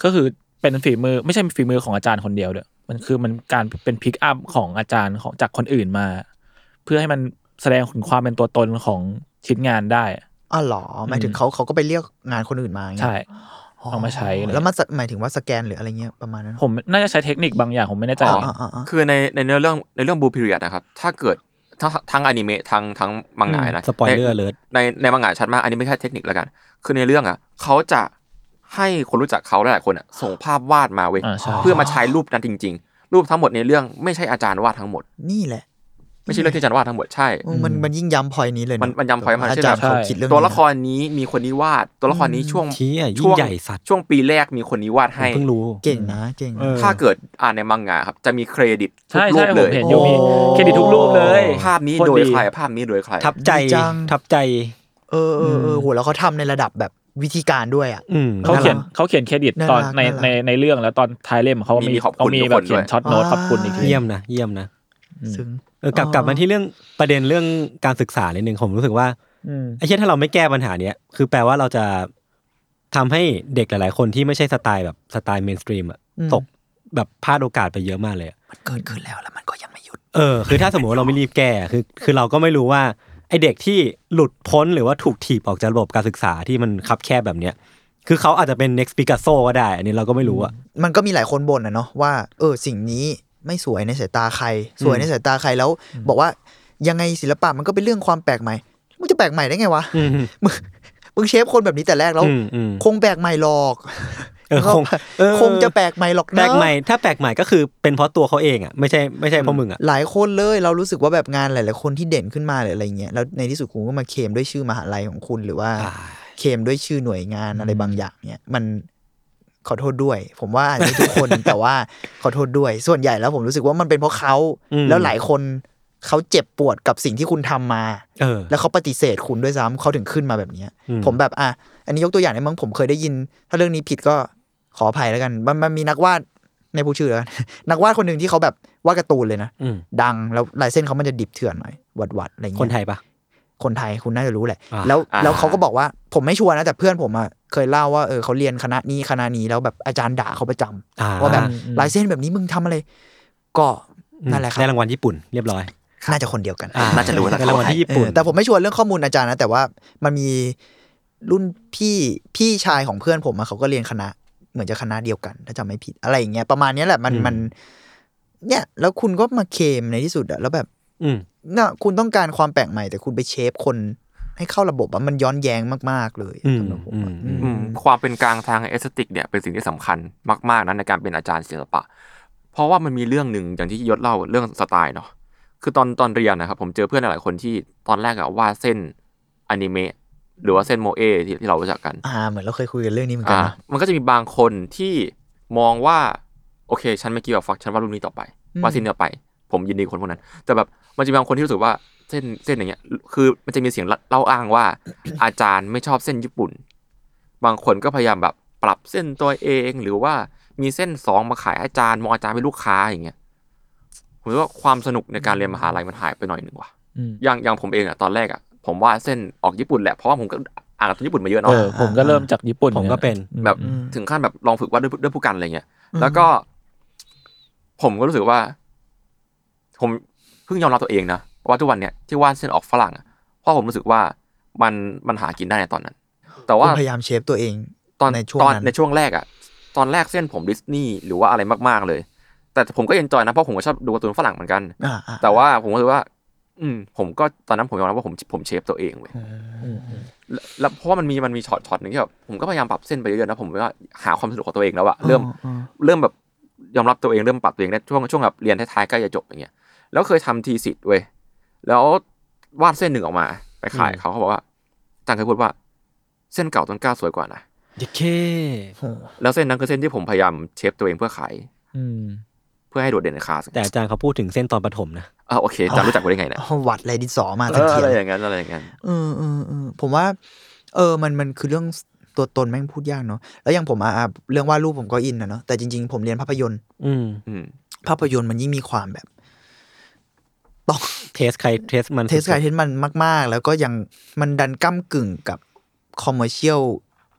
[SPEAKER 2] ก็คือเป็นฝีมือไม่ใช่ฝีมือของอาจารย์คนเดียวด้วยมันคือมันการเป็นพิกอัพของอาจารย์ของจากคนอื่นมา เพื่อให้มันแสดงถึงความเป็นตัวตนของชิ้นงานได้
[SPEAKER 4] อ๋อเหรอหมายถึงเขาเขาก็ไปเรียกงานคนอื่นมาอย่างเงี้ย
[SPEAKER 2] ใช่ เอามาใช้อะไร
[SPEAKER 4] แล้วมันสหมายถึงว่าสแกนหรืออะไรเงี้ยประมาณนั้นเหรอ
[SPEAKER 2] ผมน่าจะใช้เทคนิคบางอย่างผมไม่แน่ใจ
[SPEAKER 4] อ๋อ
[SPEAKER 2] ว่า
[SPEAKER 4] อ๋ออ๋ออ๋อ
[SPEAKER 3] คือในในเนื้อเรื่องในเรื่องบูพิเรียดนะครับถ้าเกิดทั้งทั้งอนิเมะทั้งทั้งมังงะนะ
[SPEAKER 5] สปอยเลอร์
[SPEAKER 3] ใน
[SPEAKER 5] เลิศ
[SPEAKER 3] ในในมังงะชัดมากอันนี้ไม่ใช่เทคนิคแล้วกัน คือในเรื่องอ่ะเขาจะให้คนรู้จักเขาหลายๆคนอ่ะส่งภาพวาดมาเว้ย
[SPEAKER 2] อ่าใช่
[SPEAKER 3] เพื่อมาใช้รูปนั้นจริง ๆ รูปทั้งหมดในเรื่องไม่ใช่อาจารย์วาดทั้งหมด
[SPEAKER 4] นี่แหละ
[SPEAKER 3] ไม่ใช่เรื่องที่อาจารย์วาดทั้งหมดใช่
[SPEAKER 4] เออมันมันยิ่งย้ำพอยนี้เลยเอะ
[SPEAKER 3] มันมันย้ำ point มาก
[SPEAKER 4] อา
[SPEAKER 3] ใช่ไหม
[SPEAKER 4] จารย์เขาคิดเรื่องนี้
[SPEAKER 3] ตัวละครนี้มีคนนี้วาดตัวละครนี้ช่วง
[SPEAKER 5] เชี่ยยิ่
[SPEAKER 3] ช่
[SPEAKER 5] ง
[SPEAKER 3] วง
[SPEAKER 5] ใหญ่สัตว์
[SPEAKER 3] ช่วงปีแรกมีคนนี้วาด
[SPEAKER 5] ผม
[SPEAKER 3] ให้
[SPEAKER 5] เพิ่งรู้
[SPEAKER 4] เก่งนะเก่งนะ
[SPEAKER 5] เออ
[SPEAKER 3] ถ้าเกิดอ่านในมังงะครับ จะมีเครดิตทุก
[SPEAKER 2] ใช่
[SPEAKER 3] รู
[SPEAKER 2] ใช่ผ
[SPEAKER 3] ปเล
[SPEAKER 2] ม
[SPEAKER 3] ย
[SPEAKER 2] เห็นอยู่มี
[SPEAKER 4] โอ้
[SPEAKER 2] เครดิตทุกรูปเลย
[SPEAKER 3] ภาพนี้
[SPEAKER 2] ค
[SPEAKER 3] โดย
[SPEAKER 2] ดี
[SPEAKER 3] ใครภาพนี้โดยใคร
[SPEAKER 5] ทับใจ
[SPEAKER 4] ดีจัง
[SPEAKER 5] ทับใจ
[SPEAKER 4] เออเออเออโหแล้วเขาทำในระดับแบบวิธีการด้วยอ่ะ
[SPEAKER 5] อืม
[SPEAKER 2] เขาเขียน
[SPEAKER 4] น่ารัก
[SPEAKER 2] เขาเขียนเครดิต
[SPEAKER 4] น่า
[SPEAKER 2] ตอน
[SPEAKER 4] รัก
[SPEAKER 2] ใน
[SPEAKER 4] น่ารัก
[SPEAKER 2] ในในเรื่องแล้วตอนท้ายเล่มเขามี
[SPEAKER 3] มีขอบ
[SPEAKER 2] เขา
[SPEAKER 3] คุณ
[SPEAKER 2] มี
[SPEAKER 3] ทุก
[SPEAKER 2] แบ
[SPEAKER 3] ค
[SPEAKER 2] บ
[SPEAKER 3] น
[SPEAKER 2] เขียน
[SPEAKER 3] ด้วย
[SPEAKER 2] ช็อตโน้ต
[SPEAKER 4] ว้า
[SPEAKER 2] ขอบคุณอีกที
[SPEAKER 5] เยี่ยมนะเยี่ยมนะ
[SPEAKER 4] ซึ้ง
[SPEAKER 5] เออกลับกลับมาที่เรื่องประเด็นเรื่องการศึกษาเลยหนึ่งผมรู้สึกว่า
[SPEAKER 2] อืม
[SPEAKER 5] ไอ้เช่นถ้าเราไม่แก้ปัญหาเนี้ยคือแปลว่าเราจะทำให้เด็กหลาย ๆ คนที่ไม่ใช่สไตล์แบบสไตล์เมนสตรีมอะ
[SPEAKER 4] อืม
[SPEAKER 5] ตกแบบพลาดโอกาสไปเยอะมากเลยอะ
[SPEAKER 4] มันเกินเกินแล้วแล้วมันก็ยังไม่หยุด
[SPEAKER 5] เออคือถ้าสมมติว่าเราไม่รีบแก้คือคือเราก็ไม่รู้ว่าไอ้เด็กที่หลุดพ้นหรือว่าถูกถีบออกจากระบบการศึกษาที่มันคับแคบแบบเนี้ยคือเขาอาจจะเป็น next Picasso ก็ได้ อันนี้เราก็ไม่รู้อะ
[SPEAKER 4] มันก็มีหลายคนบ่นนะเนาะว่า เออสิ่งนี้ไม่สวยในสายตาใคร สวยในสายตาใครแล้ว บอกว่ายังไงศิลปะมันก็เป็นเรื่องความแปลกใหม่มึงจะแปลกใหม่ได้ไงวะ
[SPEAKER 5] อืม
[SPEAKER 4] มึงมึงเชฟคนแบบนี้แต่แรกแล้ว
[SPEAKER 5] อืมอืม
[SPEAKER 4] คงแปลกใหม่หรอก
[SPEAKER 5] เออคงเออ
[SPEAKER 4] คงจะแปลกใหม่หรอกนะ
[SPEAKER 5] แปลกใหม่ถ้าแปลกใหม่ก็คือเป็นเพราะตัวเขาเองอ่ะไม่ใช่ไม่ใช่เพราะมึงอ่ะ
[SPEAKER 4] หลายคนเลยเรารู้สึกว่าแบบงานหลาย ๆ คนที่เด่นขึ้นมาหรืออะไรเงี้ยแล้วในที่สุดคุณก็มาเคลมด้วยชื่อมหาลัยของคุณหรือว่า
[SPEAKER 5] อ่า
[SPEAKER 4] เคลมด้วยชื่อหน่วยงานอะไรบางอย่างเนี่ยมันขอโทษด้วย ผมว่าอาจจะไม่ทุกคน แต่ว่าขอโทษด้วย ส่วนใหญ่แล้วผมรู้สึกว่ามันเป็นเพราะเขา
[SPEAKER 5] อืม
[SPEAKER 4] แล้วหลายคนเขาเจ็บปวดกับสิ่งที่คุณทำมา
[SPEAKER 5] เออ
[SPEAKER 4] แล้วเขาปฏิเสธคุณด้วยซ้ำเขาถึงขึ้นมาแบบเนี้ย
[SPEAKER 5] อืม
[SPEAKER 4] ผมแบบอ่ะอันนี้ยกตัวอย่างในมั้งผมเคยได้ยิน ถ้าเรื่องนี้ผิดก็ขออภัยแล้วกัน มันมันมีนักวาดในผู้ชื่อแล้วกัน นักวาดคนหนึ่งที่เขาแบบวาดการ์ตูนเลยนะ
[SPEAKER 5] อืม
[SPEAKER 4] ดังแล้วลายเส้นเขามันจะดิบเถื่อนหน่อยวัดวัดๆอะไรเงี้ย
[SPEAKER 5] คนไทยปะ
[SPEAKER 4] คนไทยคุณน่าจะรู้แหละ
[SPEAKER 5] อ่า
[SPEAKER 4] แล้ว
[SPEAKER 3] อ่า
[SPEAKER 4] แล้วเขาก็บอกว่าผมไม่ชัวร์นะแต่เพื่อนผมอ่ะเคยเล่าว่าเออเขาเรียนคณะนี้คณะนี้แล้วแบบอาจารย์ด่าเขาประจำ
[SPEAKER 5] อ่า
[SPEAKER 4] ว่าแบบลายเส้นแบบนี้มึงทำอะไร ก็นั่นแหละครับ
[SPEAKER 5] ได้รางวัลญี่ปุ่นเรียบร้อย
[SPEAKER 4] น่าจะคนเดียวกัน
[SPEAKER 5] อ่
[SPEAKER 3] น่าจะรู้นะ
[SPEAKER 5] ได้รางวัลที่ญี่ปุ่น
[SPEAKER 4] เออแต่ผมไม่ชัวร์เรื่องข้อมูลอาจารย์นะแต่ว่ามันมีรุ่นพี่พี่ชายของเพื่อนผมอะเขาก็เรียนคณะ เหมือนจะคณะเดียวกัน ถ้าจำไม่ผิดอะไรอย่างเงี้ยประมาณเนี้ยแหละมันมัน เนี่ย แล้วคุณก็มาเคลมในที่สุดอะแล้วแบบ
[SPEAKER 5] อืม
[SPEAKER 4] น่ะคุณต้องการความแปลกใหม่ แต่คุณไปเชฟคนให้เข้าระบบอะมันย้อนแย้งมากๆเลย
[SPEAKER 5] อืม
[SPEAKER 4] สำหรับผม
[SPEAKER 5] อืม
[SPEAKER 4] อะ
[SPEAKER 5] อืม
[SPEAKER 3] อืมความเป็นกลางทางเอสติกเนี่ยเป็นสิ่งที่สำคัญมากๆนะในการเป็นอาจารย์ศิลปะ เพราะว่ามันมีเรื่องหนึ่งอย่างที่ยศเล่าเรื่องสไตล์เนาะคือตอนตอนเรียนนะครับผมเจอเพื่อนหลายๆคนที่ตอนแรกอะวาดเส้นอนิเมะหรือว่าเส้นโมเอที่ที่เรารู้จักกัน
[SPEAKER 4] อ่า เหมือนเราเคยคุยกันเรื่องนี้เหมือนกัน
[SPEAKER 3] อ่า
[SPEAKER 4] นะ
[SPEAKER 3] มันก็จะมีบางคนที่มองว่า โอเค ฉันไม่เกี่ยวกับฟักฉันว่าดรูปนี้ต่อไปว่าดสิ้นต่อไป ผมยินดีกับคนพวกนั้น แต่แบบมันจะมีบางคนที่รู้สึกว่าเส้นเส้นอย่างเงี้ย คือมันจะมีเสียงเล่าอ้างว่า อาจารย์ไม่ชอบเส้นญี่ปุ่น บางคนก็พยายามแบบปรับเส้นตัวเองหรือว่ามีเส้นสองมาขายอาจารย์มองอาจารย์เป็นลูกค้าอย่างเงี้ย ผมว่าความสนุกในการเรียนมหาลัยมันหายไปหน่อยหนึ่งว่ะ
[SPEAKER 2] อืม
[SPEAKER 3] อย่างอย่างผมเองอะตอนแรกอะผมว่าดเส้นออกญี่ปุ่นแหละเพราะว่าผมก็อ่านการ์ตูนญี่ปุ่นมาเยอะ
[SPEAKER 2] เอ
[SPEAKER 3] เนาะ
[SPEAKER 2] อผมก็เริ่มจากญี่ปุ่น
[SPEAKER 5] ผมก็เป็น
[SPEAKER 2] อืม
[SPEAKER 3] แบบ
[SPEAKER 4] อืม
[SPEAKER 3] ถึงขั้นแบบลองฝึกวาดด้วยด้วยผู้กันอะไรเงี้ย แล้วก็ ผมก็รู้สึกว่า ผมเพิ่งยอมรับตัวเองนะว่าทุกวันเนี่ยที่วาดเส้นออกฝรั่งอะเพราะผมรู้สึกว่ามันมันหากินได้ในตอนนั้น แต่ว่า
[SPEAKER 4] คุณพยายามเชฟตัวเอง
[SPEAKER 3] ตอน
[SPEAKER 4] ในช่วง
[SPEAKER 3] ตอน
[SPEAKER 4] นั้น
[SPEAKER 3] ในช่วงแรกอะตอนแรกเส้นผมดิสนีย์หรือว่าอะไรมากๆเลย แต่ผมก็เอนจอยนะเพราะผมก็ชอบดูการ์ตูนฝรั่งเหมือนกัน
[SPEAKER 4] อ่าอ่า
[SPEAKER 3] แต่ว่าผมก็รู้สึกว่า อืม ผมก็ตอนนั้นผมยอมรับว่าผมผมเชฟตัวเองเว้ย
[SPEAKER 4] อืม
[SPEAKER 3] แล้วแล้วเพราะว่ามันมีมันมีช็อตช็อตหนึ่งที่แบบผมก็พยายามปรับเส้นไปเยอะๆนะผมว่าหาความสนุกของตัวเองแล้วอะเริ่ม
[SPEAKER 4] อืม
[SPEAKER 3] เริ่มแบบยอมรับตัวเองเริ่มปรับตัวเองได้ช่วงช่วงแบบเรียนท้ายๆใกล้จะจบอย่างเงี้ยแล้วเคยทำทีสิทธ์เว้ยแล้ววาดเส้นหนึ่งออกมา ไปขายเขาเขาบอกว่าตังเคยพูดว่า เส้นเก่าต้นกล้าสวยกว่านะ
[SPEAKER 5] เด็กเค
[SPEAKER 4] โอ้
[SPEAKER 3] แล้วเส้นนั้นคือเส้นที่ผมพยายามเชฟตัวเองเพื่อขาย
[SPEAKER 2] อืม
[SPEAKER 3] เพื่อให้โดดเด่นในคลาส
[SPEAKER 5] แต่อาจารย์เขาพูดถึงเส้นตอนปฐมนะ
[SPEAKER 3] เออโอเคจะรู้จักกูได้ไงเนี่ย
[SPEAKER 4] โหหวัดอะไรดินสอมา
[SPEAKER 3] เอ
[SPEAKER 4] สัก
[SPEAKER 3] อ
[SPEAKER 4] ที
[SPEAKER 3] อะไรอย่างนั้นอะไรอย่างนั้น
[SPEAKER 4] เออเออเออผมว่า เออ มันมันคือเรื่องตัวตนแม่งพูดยากเนาะแล้วอย่างผมอะอ่ะเรื่องวาดรูปผมก็อินนะเนาะแต่จริงๆผมเรียนภาพยนตร์
[SPEAKER 5] อืม
[SPEAKER 3] อืม
[SPEAKER 4] ภาพยนตร์มันยิ่งมีความแบบ ต้อง
[SPEAKER 5] เทสใครเทสมัน
[SPEAKER 4] เทสไกเทสมันมาก ๆ แล้วก็ยังมันดันก้ากึ่งกับคอมเมอร์เชียล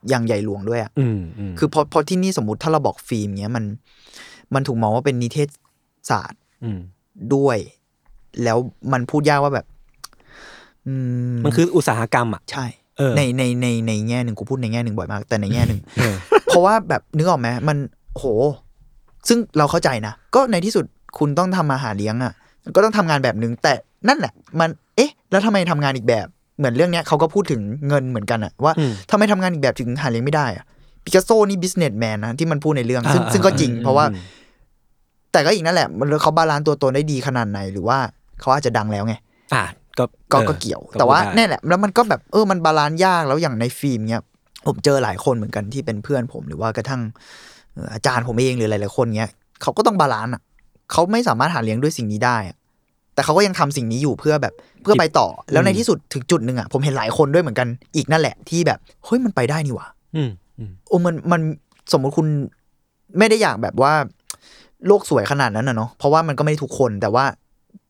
[SPEAKER 4] อย่างใหญ่หลวงด้วยอะ
[SPEAKER 5] อืมอืม
[SPEAKER 4] คือพอพอที่นี่สมมติถ้าเราบอกฟิล์มเงี้ยมัน มันถูกมองว่าเป็นนิเทศศาสตร์
[SPEAKER 5] ม
[SPEAKER 4] ด้วย แล้วมันพูดยากว่าแบบ อืม
[SPEAKER 5] มันคืออุตสาหกรรมอ่ะ
[SPEAKER 4] ใช่
[SPEAKER 5] เออ
[SPEAKER 4] ในในในในแง่หนึ่งกูพูดในแง่หนึ่งบ่อยมาก แต่ในแง่หนึ่ง
[SPEAKER 5] เออ
[SPEAKER 4] เพราะว่าแบบนึกออกไหมมันโห ซึ่งเราเข้าใจนะ ก็ในที่สุดคุณต้องทำมาหาเลี้ยงอะ่ะ ก็ต้องทำงานแบบหนึ่งแต่นั่นแหละ มันเอ๊ะ แล้วทำไมทำงานอีกแบบเหมือนเรื่องเนี้ยเขาก็พูดถึงเงินเหมือนกันอะ่ะว่า
[SPEAKER 5] อืม
[SPEAKER 4] ทำไมทำงานอีกแบบถึงหาเลี้ยงไม่ได้อะ่ะปิกัสโซนี่บิสเนสแมนนะที่มันพูดในเรื่อง ซึ่ง
[SPEAKER 5] อ่า
[SPEAKER 4] ซึ่งก็จริง
[SPEAKER 5] อืม
[SPEAKER 4] เพราะว่า
[SPEAKER 5] อืม
[SPEAKER 4] แต่ก็อีกนั่นแหละมันเขาบาลานซ์ตัวตนได้ดีขนาดไหนหรือว่าเขาอาจจะดังแล้วไง
[SPEAKER 5] อ่ะก็
[SPEAKER 4] ก็
[SPEAKER 5] ออ
[SPEAKER 4] ก็เกี่ยว แต่ว่า
[SPEAKER 5] พูดได้
[SPEAKER 4] แน่แหละแล้วมันก็แบบเออมันบาลานซ์ยากแล้วอย่างในฟิล์มเนี้ยผมเจอหลายคนเหมือนกันที่เป็นเพื่อนผมหรือว่ากระทั่งเอ่ออาจารย์ผมเองหรือหลายๆคนเนี้ยเขาก็ต้องบาลานซ์อ่ะเขาไม่สามารถหาเลี้ยงด้วยสิ่งนี้ได้อะแต่เขาก็ยังทำสิ่งนี้อยู่เพื่อแบบเพื่อไปต่อแล้วในที่สุดถึงจุดหนึ่งอ่ะผมเห็นหลายคนด้วยเหมือนกันอีกนั่นแหละที่แบบเฮ้ยมันไปได้นี่หว่า
[SPEAKER 5] อืมอืม
[SPEAKER 4] โอ้มันมันสมมติคุณไม่ได้อยากแบบว่า โลกสวยขนาดนั้นนะเนาะเพราะว่ามันก็ไม่ได้ทุกคน แต่ว่า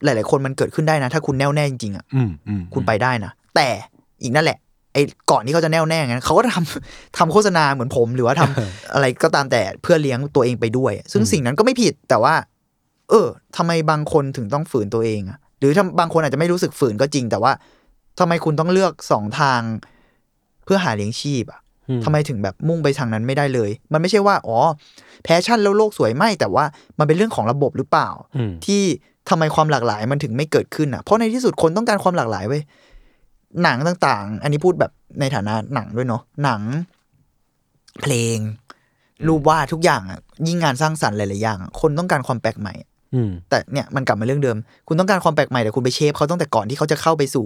[SPEAKER 4] หลาย ๆ คนมันเกิดขึ้นได้นะ ถ้าคุณแน่วแน่จริงๆอ่ะ
[SPEAKER 5] อืมอืม
[SPEAKER 4] คุณไปได้นะ แต่อีกนั่นแหละ ไอ้ก่อนที่เขาจะแน่วแน่งั้นเขาก็ทำ ทำ โฆษณาเหมือนผมหรือว่าทำ อะไรก็ตามแต่เพื่อเลี้ยงตัวเองไปด้วย ซึ่งสิ่งนั้นก็ไม่ผิดแต่ว่า เออทำไมบางคนถึงต้องฝืนตัวเองอะหรือถ้าบางคนอาจจะไม่รู้สึกฝืนก็จริง แต่ว่าทำไมคุณต้องเลือกสองทางเพื่อหาเลี้ยงชีพอะ
[SPEAKER 5] อื
[SPEAKER 4] ทำไมถึงแบบมุ่งไปทางนั้นไม่ได้เลย มันไม่ใช่ว่าอ๋อแพชชั่นแล้วโลกสวยไม่แต่ว่ามันเป็นเรื่องของระบบหรือเปล่า
[SPEAKER 5] อืม
[SPEAKER 4] ที่ทำไมความหลากหลายมันถึงไม่เกิดขึ้นอ่ะ เพราะในที่สุดคนต้องการความหลากหลายเว้ย หนังต่างๆ อันนี้พูดแบบในฐานะหนังด้วยเนาะ หนัง เพลง รูปวาดทุกอย่างอ่ะ ยิ่งงานสร้างสรรค์หลายๆอย่างอะคนต้องการความแปลกใหม่
[SPEAKER 5] อืม
[SPEAKER 4] แต่เนี่ยมันกลับมาเรื่องเดิม คุณต้องการความแปลกใหม่แต่คุณไปเชฟเขาตั้งแต่ก่อนที่เขาจะเข้าไปสู่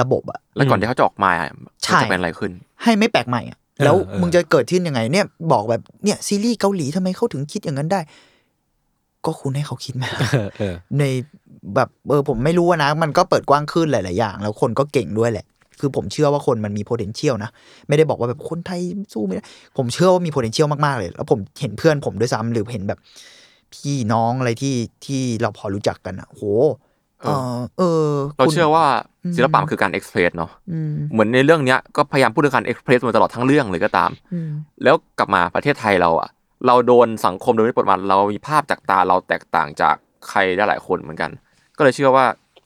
[SPEAKER 4] ระบบอ่ะ
[SPEAKER 3] แล้วก่อนที่เขาจะออกมาอะ
[SPEAKER 4] ใช่
[SPEAKER 3] มันจะเป็นอะไรขึ้น
[SPEAKER 4] ให้ไม่แปลกใหม่อะแล้วมึงจะเกิดขึ้นยังไง เนี่ย บอกแบบเนี่ยซีรีส์เกาหลีทำไมเขาถึงคิดอย่างนั้นได้ ก็คุณให้เขาคิดมา
[SPEAKER 5] เออเออ
[SPEAKER 4] ในแบบเออผมไม่รู้อะนะ มันก็เปิดกว้างขึ้นหลาย ๆ อย่าง แล้วคนก็เก่งด้วยแหละ คือผมเชื่อว่าคนมันมี potential นะ ไม่ได้บอกว่าแบบคนไทยสู้ไม่ได้ ผมเชื่อว่ามี potential มาก ๆ เลย แล้วผมเห็นเพื่อนผมด้วยซ้ำหรือเห็นแบบพี่น้องอะไรที่ที่เราพอรู้จักกันอะโหเออเออ
[SPEAKER 3] เรา
[SPEAKER 4] คุณ
[SPEAKER 3] เชื่อว่า
[SPEAKER 4] อืม
[SPEAKER 3] ศิลปะมันคือการเอ็กเพรสเนาะ
[SPEAKER 4] อืม
[SPEAKER 3] เหมือนในเรื่องเนี้ยก็พยายามพูดถึงการเอ็กเพรสมาตลอดทั้งเรื่องเลยก็ตาม
[SPEAKER 4] อืม
[SPEAKER 3] แล้วกลับมาประเทศไทยเราอะเราโดนสังคมโดนกดมันเรามีภาพจากตาเราแตกต่างจากใครได้หลายคนเหมือนกัน ก็เลยเชื่อว่า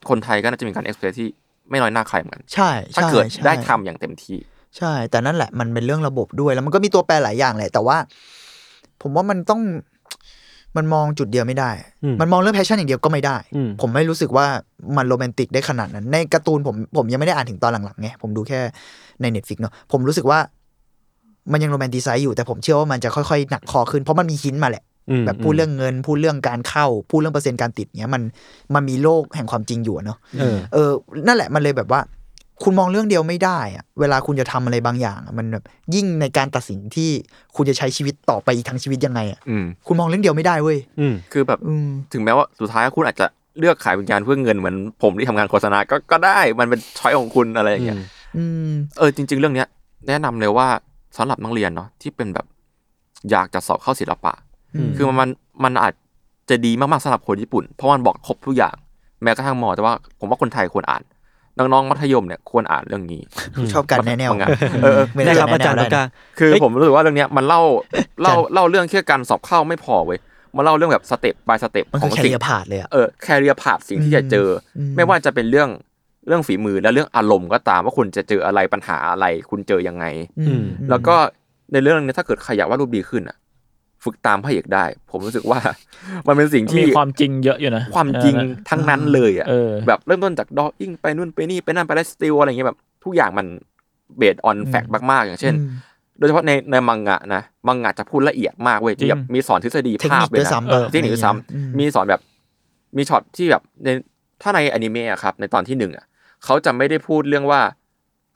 [SPEAKER 3] คนไทยก็น่าจะมีการเอ็กเพรสที่ไม่น้อยหน้าใครเหมือนกัน
[SPEAKER 4] ใช่
[SPEAKER 3] ถ้า
[SPEAKER 4] ใช่
[SPEAKER 3] เกิด
[SPEAKER 4] ใช่
[SPEAKER 3] ได้ทำอย่างเต็มที่
[SPEAKER 4] ใช่ แต่นั่นแหละมันเป็นเรื่องระบบด้วย แล้วมันก็มีตัวแปรหลายอย่างแหละ แต่ว่า ผมว่ามันต้อง มันมองจุดเดียวไม่ได้
[SPEAKER 5] อืม
[SPEAKER 4] มันมองเรื่องแพชชั่นอย่างเดียวก็ไม่ได้
[SPEAKER 5] อืม
[SPEAKER 4] ผมไม่รู้สึกว่ามันโรแมนติกได้ขนาดนั้น ในการ์ตูนผมผมยังไม่ได้อ่านถึงตอนหลังๆไงผมดูแค่ในเน็ตฟิกเนาะผมรู้สึกว่า มันยังโรแมนติไซส์อยู่แต่ผมเชื่อว่ามันจะค่อยๆหนักคอขึ้นเพราะมันมีหินมาแหละ
[SPEAKER 5] อืม
[SPEAKER 4] แบบพูดเรื่องเงิน พูดเรื่องการเข้า พูดเรื่องเปอร์เซ็นต์การติดเนี้ยมันมันมีโลกแห่งความจริงอยู่อะเนาะ
[SPEAKER 5] เออ
[SPEAKER 4] เออ นั่นแหละ มันเลยแบบว่า คุณมองเรื่องเดียวไม่ได้อะเวลาคุณจะทำอะไรบางอย่างอะมันแบบยิ่งในการตัดสินที่คุณจะใช้ชีวิตต่อไปอีกทั้งชีวิตยังไงอะ
[SPEAKER 3] อืม
[SPEAKER 4] คุณมองเรื่องเดียวไม่ได้เว้ย
[SPEAKER 5] อืม
[SPEAKER 3] คือแบบ
[SPEAKER 4] อืม
[SPEAKER 3] ถึงแม้ว่าสุดท้ายคุณอาจจะเลือกขายวิญญาณเพื่อเงินเหมือนผมที่ทำงานโฆษณาก็ก็ได้มันเป็นช้อยของคุณอะไรอย่างเงี้ย
[SPEAKER 4] อืม
[SPEAKER 3] เออจริง ๆ เรื่องเนี้ยแนะนำเลยว่าสำหรับนักเรียนเนาะที่เป็นแบบอยากจะสอบเข้าศิลปะ
[SPEAKER 4] อืม
[SPEAKER 3] คือมันมันมันอาจ จะดีมากๆสำหรับคนญี่ปุ่น เพราะมันบอกครบทุกอย่าง แม้กระทั่งหมอแต่ว่าผมว่าคนไทยควรอ่าน น้องๆมัธยมเนี่ยควรอ่านเรื่องนี้
[SPEAKER 4] ชอบกันแนวแนว
[SPEAKER 3] เออเออ
[SPEAKER 4] ไม่ได้
[SPEAKER 5] ได้ครับ
[SPEAKER 4] แนว
[SPEAKER 5] อาจารย์
[SPEAKER 4] แน
[SPEAKER 5] ลู
[SPEAKER 4] ว
[SPEAKER 5] กา
[SPEAKER 4] ได้
[SPEAKER 3] คือ
[SPEAKER 5] เฮ้ย
[SPEAKER 3] ผมรู้สึกว่าเรื่องเนี้ยมันเล่าเล่า
[SPEAKER 4] จัด
[SPEAKER 3] เล่าเรื่องแค่การสอบเข้าไม่พอเว้ยมันเล่าเรื่องแบบสเต็ป by สเต็ป
[SPEAKER 4] มั
[SPEAKER 3] ข
[SPEAKER 4] นคือ
[SPEAKER 3] อง
[SPEAKER 4] แค
[SPEAKER 3] สิ่
[SPEAKER 4] เรี
[SPEAKER 3] ง
[SPEAKER 4] ยพาดเลยอ่ะ
[SPEAKER 3] เออแคเรียผาดสิ่งที่จะเจออ
[SPEAKER 4] ม
[SPEAKER 3] ไม่ว่าจะเป็นเรื่องเรื่องฝีมือและเรื่องอารมณ์ก็ตามว่าคุณจะเจออะไรปัญหาอะไรคุณเจอยังไง
[SPEAKER 4] อืม
[SPEAKER 3] แล้วก็ในเรื่องนี้ถ้าเกิดใครอยากวาดรูปดีขึ้นอ่ะ ฝึกตามพระเอกได้ ผมรู้สึกว่า มันเป็นสิ่งที่
[SPEAKER 2] มีความจริงเยอะอยู่นะ
[SPEAKER 3] ความจริง
[SPEAKER 2] เออนะ
[SPEAKER 3] ทั้งนั้นเลยอ่ะ
[SPEAKER 2] เออ
[SPEAKER 3] แบบเริ่มต้นจากดออิ่งไปนู่นไปนี่ไปนั่นไปได้สติลอะไรอย่างเงี้ยแบบทุกอย่างมันเบสออนแฟกต์มากๆ อย่างเช่น
[SPEAKER 4] อืม
[SPEAKER 3] โดยเฉพาะในในมังงะนะมังงะจะพูดละเอียดมากเว้ย
[SPEAKER 2] จริง
[SPEAKER 3] แบบมีสอนทฤษฎี
[SPEAKER 4] เทค
[SPEAKER 3] ภา
[SPEAKER 4] นิ
[SPEAKER 3] พ
[SPEAKER 4] ค
[SPEAKER 3] เลย
[SPEAKER 4] ด้วย
[SPEAKER 3] นะ
[SPEAKER 4] ซ้ำปะ
[SPEAKER 3] เทคนิคด้วยซ้
[SPEAKER 4] อื
[SPEAKER 3] ำมีสอนแบบมีช็อตที่แบบในถ้าในอนิเมะอะครับ ในตอนที่หนึ่งอ่ะเขาจะไม่ได้พูดเรื่องว่า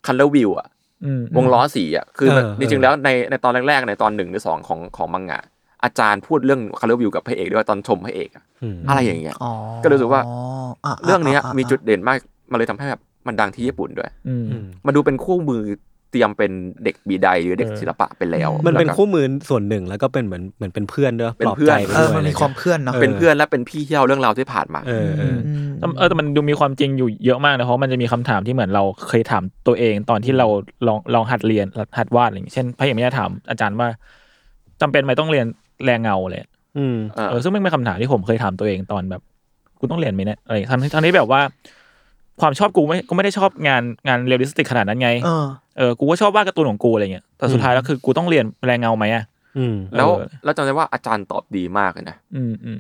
[SPEAKER 3] คันเลอร์วิวอ่ะ
[SPEAKER 2] อืม
[SPEAKER 3] วงล้อสีอ่ะคือมัน
[SPEAKER 5] เออ
[SPEAKER 3] จริงๆ
[SPEAKER 5] เออ
[SPEAKER 3] แล้วในในตอนแรกๆ ในตอนหนึ่งหรือสองของของมังงะอาจารย์พูดเรื่องคาร์ลวิวกับพระเอกด้วยตอนชมพระเอกอะ
[SPEAKER 5] อืม
[SPEAKER 3] อะไรอย่างเงี้ย
[SPEAKER 4] อ๋อ
[SPEAKER 3] ก็รู้สึกว่า
[SPEAKER 4] ะะ
[SPEAKER 3] เรื่องเนี้ย
[SPEAKER 4] ะ
[SPEAKER 3] มีจุดเด่นมากมันเลยทำให้แบบมันดังที่ญี่ปุ่นด้วย
[SPEAKER 2] อืม
[SPEAKER 3] มันดูเป็นคู่มือเตรียมเป็นเด็กบีไดหรือเด็ก
[SPEAKER 2] เออ
[SPEAKER 3] ศิลปะไปแล้ว
[SPEAKER 5] มันเป็น
[SPEAKER 3] แล้วก็
[SPEAKER 5] คู่มือส่วนหนึ่งแล้วก็เป็นเหมือนเหมือนเป็นเพื่อนด้วย
[SPEAKER 3] เป็น
[SPEAKER 5] ปลอบ
[SPEAKER 3] เพื่อน
[SPEAKER 5] ใจไป
[SPEAKER 4] เออ
[SPEAKER 5] ด้ว
[SPEAKER 4] มันมี
[SPEAKER 5] ยะไรงี้ย
[SPEAKER 4] ความเพื่อนเนาะ
[SPEAKER 3] เป็นเพื่อนและเป็นพี่ที่เล่าเรื่องราวที่ผ่านมา
[SPEAKER 5] เออเออ
[SPEAKER 4] อืม
[SPEAKER 2] แต่เออแต่มันดูมีความจริงอยู่เยอะมากนะเพราะมันจะมีคำถามที่เหมือนเราเคยถามตัวเองตอนที่เราลองลองหัดเรียนหัดวาดอะไรอย่างเงี้ยเช่นพระเอกไม่ได้ถามอาจารย์ว่าจำเป็นไหมต้องเรียนแรงเงาเลย
[SPEAKER 5] อืม
[SPEAKER 3] เออ
[SPEAKER 2] เออซึ่งไม่เป็นคำถามที่ผมเคยถามตัวเองตอนแบบกูต้องเรียนไหมเนี่ยอะไรทั้งทั้งที่แบบว่า ความชอบกูไม่ก็ไม่ได้ชอบงานงานเรียลลิสติกขนาดนั้นไง
[SPEAKER 4] เออ
[SPEAKER 2] เออกูก็ชอบวาดการ์ตูนของกูอะไรเงี้ยแต่สุดท้ายแล้วคือกูต้องเรียนแรงเงาไหมอ่ะ
[SPEAKER 5] อืม
[SPEAKER 3] แล้ว
[SPEAKER 2] เออ
[SPEAKER 3] แล้วจำได้ว่าอาจารย์ตอบดีมากเลยนะ
[SPEAKER 2] อืมอืม